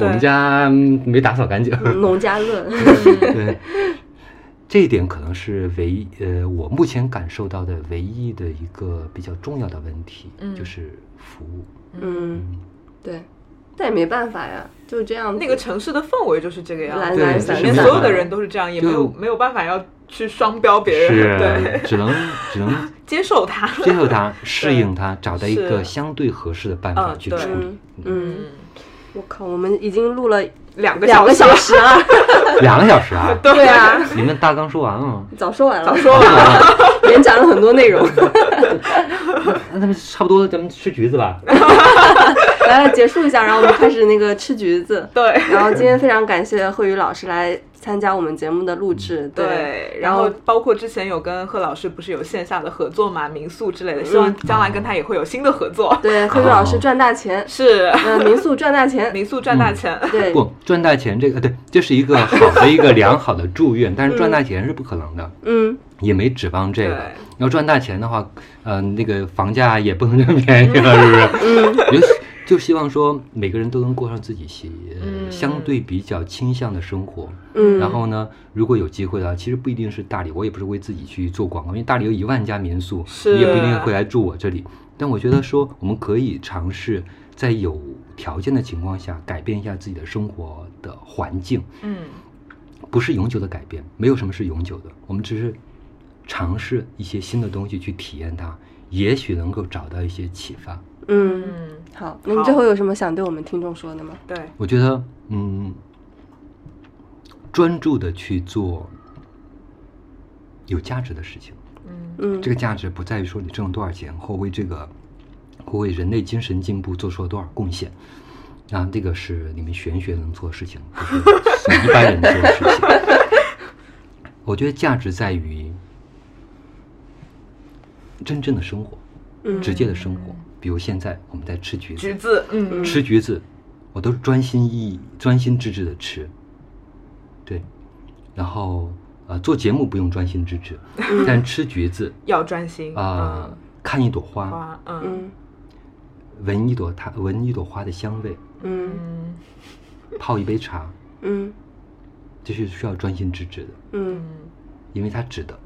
我们对家嗯没打扫干净， [laughs] 农家 [laughs] 乐，嗯嗯对，这一点可能是唯一呃，我目前感受到的唯一的一个比较重要的问题，嗯就是服务。嗯，对，但也没办法呀，就这样子。那个城市的氛围就是这个样懒子，对懒就是散里没面散，所办有法的人都是这样，也就没有没有办法要去双标别人，是对，，只 [laughs] 能只能接受它，接受它，适应它，找到一个是相对合适的办法嗯去处对理 [laughs] 嗯。嗯嗯，，我靠，我们已经录了两个，两个小时 [laughs] 了，两个小时啊 [laughs] 对对啊，你们大纲说完了 [laughs] 吗？早说完了，说完了，连讲了很多 [laughs] 内容。 [laughs] 那咱们差不多，咱们吃橘子吧。来了，结束一下，然后我们开始那个吃橘子。对。然后今天非常感谢慧宇老师来参加我们节目的录制，对，然然后后包括之前有跟贺老师不是有线下的合作嘛，民宿之类的，希望将来跟他也会有新的合作。对，慧宇老师赚大钱，是嗯，民宿赚大钱， [laughs] 民宿赚大钱，对，不赚大钱，这个对，这是一个好的一个良好的祝愿，但是赚大钱是不可能的，嗯，也没指望这个对。要赚大钱的话，呃，那个房价也不能这么便宜了，嗯是不是？ [laughs] 尤其就希望说每个人都能过上自己喜呃嗯相对比较倾向的生活。嗯，然后呢，如果有机会的话，其实不一定是大理，我也不是为自己去做广告，因为大理有一万家民宿，是你也不一定会来住我这里。但我觉得说，我们可以尝试在有条件的情况下，改变一下自己的生活的环境，嗯，不是永久的改变，没有什么是永久的，我们只是尝试一些新的东西去体验它，也许能够找到一些启发。嗯，嗯，好，那你最后有什么想对我们听众说的吗？对，我觉得，嗯，专注的去做有价值的事情。嗯嗯，这个价值不在于说你挣了多少钱，或为这个或为人类精神进步做出了多少贡献，啊，这个是你们玄学能做的事情，不是一般人做的事情。我觉得价值在于真正的生活，嗯直接的生活。比如现在我们在吃橘子，橘子，嗯，吃橘子，我都是专心一意、专心致志的吃。对，然后呃，做节目不用专心致志，嗯但吃橘子要专心啊、嗯看一朵花，花，嗯嗯闻一朵它，闻一朵花的香味，嗯嗯泡一杯茶，嗯这是需要专心致志的，嗯，嗯，因为它值得。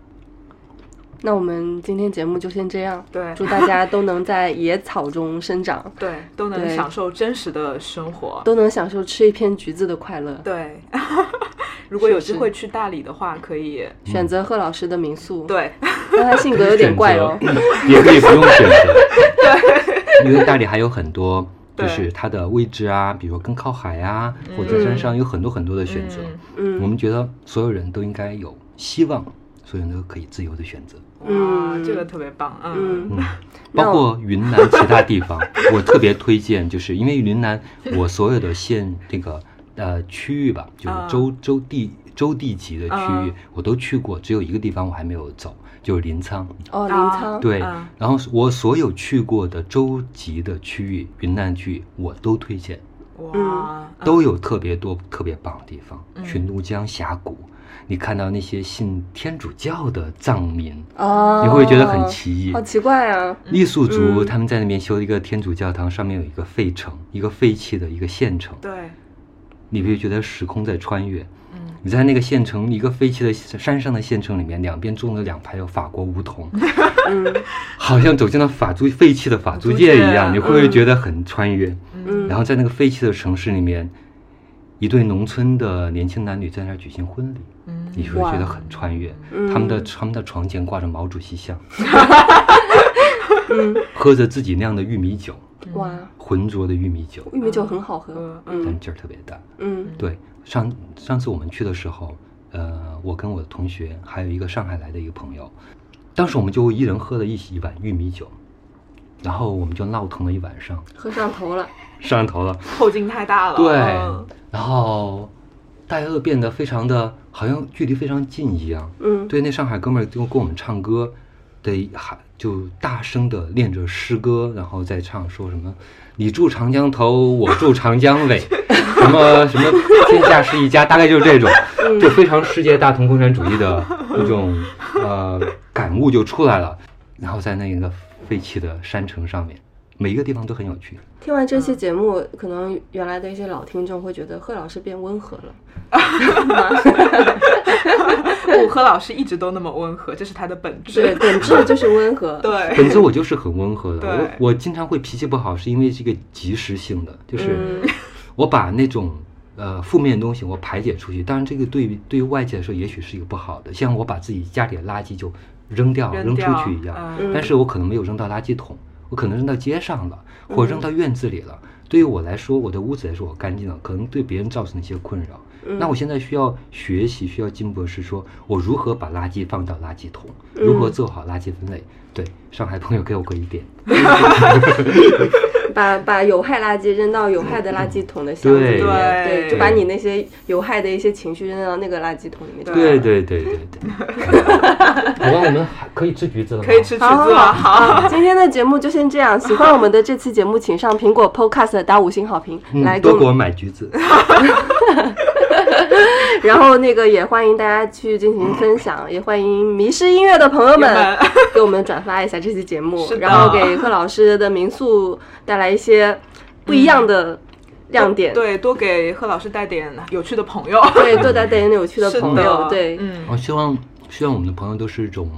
那我们今天节目就先这样，对祝大家都能在野草中生长，对，都能对享受真实的生活。都能享受吃一片橘子的快乐。对， [laughs] 如果有是机会去大理的话，可以。选择贺老师的民宿，，对，但他性格有点怪哦。选择， [laughs] 也可以不用选 [laughs] 择。对，因为大理还有很多，就是它的位置啊，比如更靠海啊，或者山上有很多很多的选择。嗯我嗯们觉得所有人都应该有希望，所有人都可以自由的选择，哇，嗯这个特别棒，嗯嗯嗯， [laughs] 那包我括云南其他地方，我特别推荐，就是因为云南我所有的县这个呃区域吧，就是啊州州地州地级的区域啊我都去过，只有一个地方我还没有走，就是临沧。哦，临啊沧，对啊，然后我所有去过的州级的区域，云南区域我都推荐。哇，啊嗯都有特别多特别棒的地方，嗯去怒江峡谷，你看到那些信天主教的藏民，哦，你会觉得很奇异好。奇怪啊。傈僳族嗯他们在那边修了一个天主教堂，上面有一个废城，一个废弃的一个县城，对，你会觉得时空在穿越。嗯，你在那个县城，一个废弃的山上的县城里面，两边种了两排有法国梧桐，嗯好像走进了法租废弃的法租界一样，法租界你会不会觉得很穿越？嗯，然后在那个废弃的城市里面，一对农村的年轻男女在那儿举行婚礼，嗯你会觉得很穿越。他们的他们的床前挂着毛主席像，嗯 [laughs] 喝着自己酿的玉米酒，哇，浑浊的玉米酒，玉米酒很好喝。嗯但嗯劲儿特别大。嗯对，上上次我们去的时候，呃，我跟我的同学还有一个上海来的一个朋友，当时我们就一人喝了一一碗玉米酒，然后我们就闹腾了一晚上，喝上头了。上头了。后劲太大了，对嗯，然后大家都变得非常的，好像距离非常近一样。嗯，对，那上海哥们儿就跟我们唱歌，得喊就大声的练着诗歌，然后再唱说什么“你住长江头，我住长江 [laughs] 尾”，什么什么“天下是一家”，大概就是这种，就非常世界大同共产主义的一种呃感悟就出来了。然后在那个废弃的山城上面，每一个地方都很有趣。听完这期节目，可能原来的一些老听众会觉得贺老师变温和了。 [laughs] 不，何老师一直都那么温和，这是他的本对，质。本质就是温和。对，本身我就是很温和的，对我我经常会脾气不好，是因为这个及时性的，就是。嗯，我把那种呃负面的东西我排解出去。当然，这个对于对于外界来说也许是一个不好的，像我把自己家里的垃圾就扔掉、扔扔出掉去一样。嗯嗯但是我可能没有扔到垃圾桶，我可能扔到街上了，嗯或者扔到院子里了。对于我来说，我的屋子来说我干净了，可能对别人造成一些困扰。嗯那我现在需要学习、需要进步的是说，我如何把垃圾放到垃圾桶，如何嗯做好垃圾分类。对，上海朋友给我过一遍。把把有害垃圾扔到有害的垃圾桶的箱子里面，对对，就把你那些有害的一些情绪扔到那个垃圾桶里面。对对对对对 [laughs] 对。好吧，我们还可以吃橘子了吗？可以吃橘子了。好，好，今天的节目就先这样。喜欢我们的这期节目，请上苹果 Podcast 打五星好评，嗯来多跟我给们我买橘子。 [laughs] 然后那个也欢迎大家去进行分享，也欢迎迷失音乐的朋友朋友们们给我们转发一下这期节目是，的然后给贺老师的民宿带来一些不一样的亮点。对，多给贺老师带点有趣的朋友。对，多带点有趣的是朋友。对，嗯，哦我希望希望我们的朋友都是一种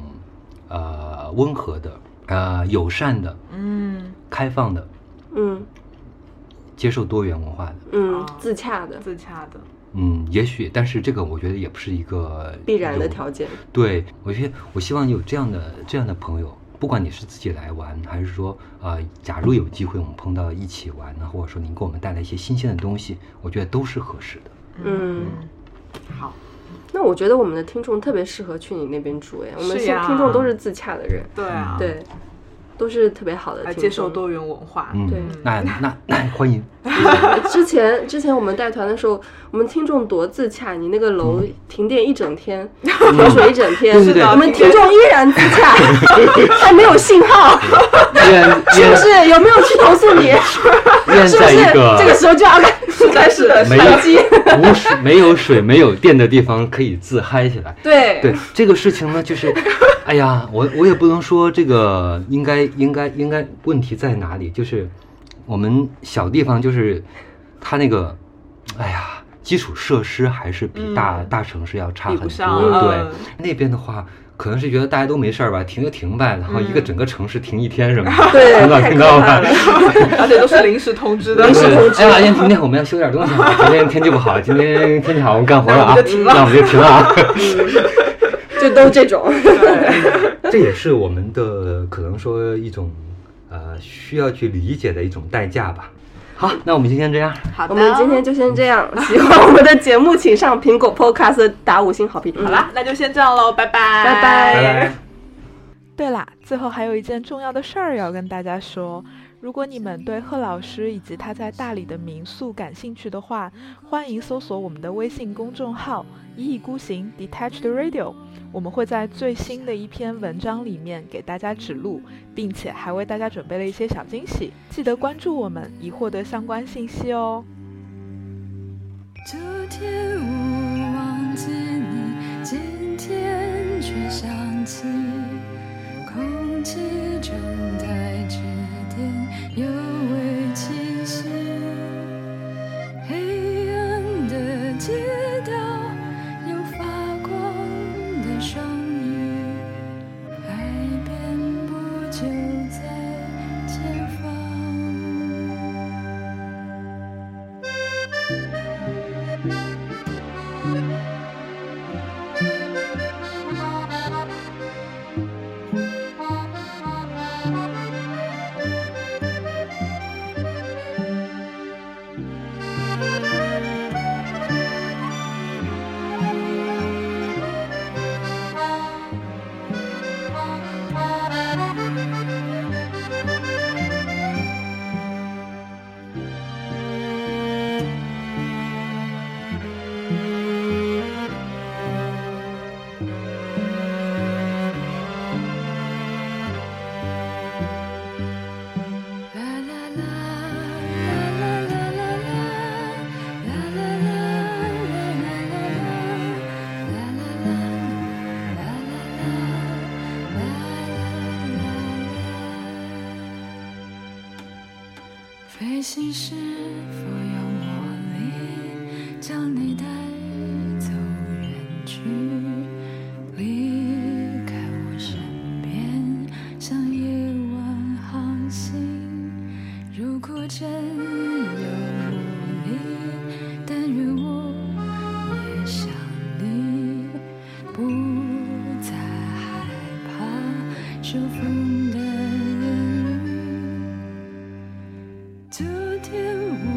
呃温和的、呃友善的、嗯，开放的、嗯接受多元文化的。嗯哦，自洽的自洽的，嗯，也许，但是这个我觉得也不是一个必然的有条件。对，我希我希望有这样的这样的朋友，不管你是自己来玩，还是说呃，假如有机会我们碰到一起玩，或者说您给我们带来一些新鲜的东西，我觉得都是合适的。嗯，好，那我觉得我们的听众特别适合去你那边住，哎，我们是呀听众都是自洽的人，对啊，对，都是特别好的来听众。接受多元文化，嗯对，那那那欢迎。 [laughs] 之前之前我们带团的时候，我们听众多自洽，你那个楼停电一整天，喝水一整天，对对对我们听众依然自 [laughs] 洽，还没有信 [laughs] 号，愿是不愿是？有没有去投诉你？愿 [laughs] 是不在是一个？这个时候就要开开始没反击？无水、没有水、没有电的地方可以自嗨起来。对对这个事情呢，就是， [laughs] 哎呀，我我也不能说这个应该应该应该问题在哪里，就是我们小地方就是它那个，哎呀，基础设施还是比大、嗯大城市要差比很多。不上对、嗯那边的话。可能是觉得大家都没事儿吧，停就停呗，然后一个嗯整个城市停一天什么的，对从早太停可到怕晚了。 [laughs] 而且都是临时通 [laughs] 知的，哎呀，今天我们要修点东西啊，今天天气不好，今天天气好，我们干活了啊，那那我们就停了啊。就都这种，这也是我们的可能说一种呃需要去理解的一种代价吧。好，那我们今天这样，好的，我们今天就先这样。喜欢我们的节目，请上苹果 Podcast 打五星好评。好啦，那就先这样喽，拜拜，拜拜拜拜。对啦，最后还有一件重要的事儿要跟大家说。如果你们对贺老师以及他在大理的民宿感兴趣的话，欢迎搜索我们的微信公众号“一意孤行 Detached Radio”，我们会在最新的一篇文章里面给大家指路，并且还为大家准备了一些小惊喜。记得关注我们，以获得相关信息哦。昨天我忘记你，今天却想起。空气中带着点幽微气息，黑暗的街道有发光的双翼，爱遍布就在前方。飞行是否有魔力，将你带走远去，离开我身边，像夜晚航行。如果真有魔力，但愿我也像你，不再害怕受风的言语。昨天我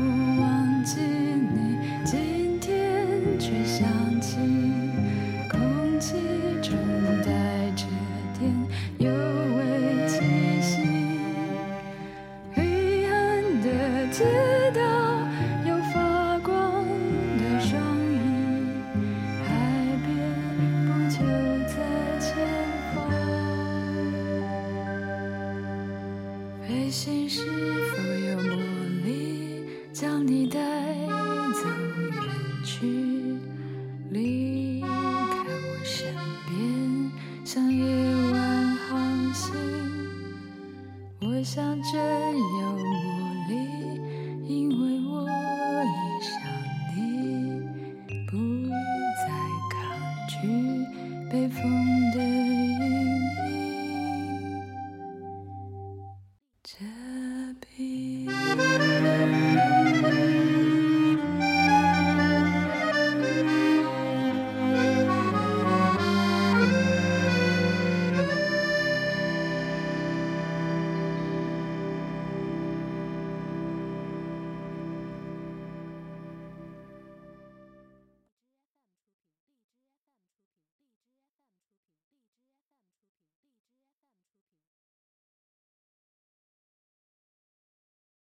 忘记你，今天却想起，空气中带着点幽微气息。黑暗的街道有发光的双翼，海边不就在前方？飞行是否有魔力，将你带走远去，离开我身边，像夜晚航行。我想真有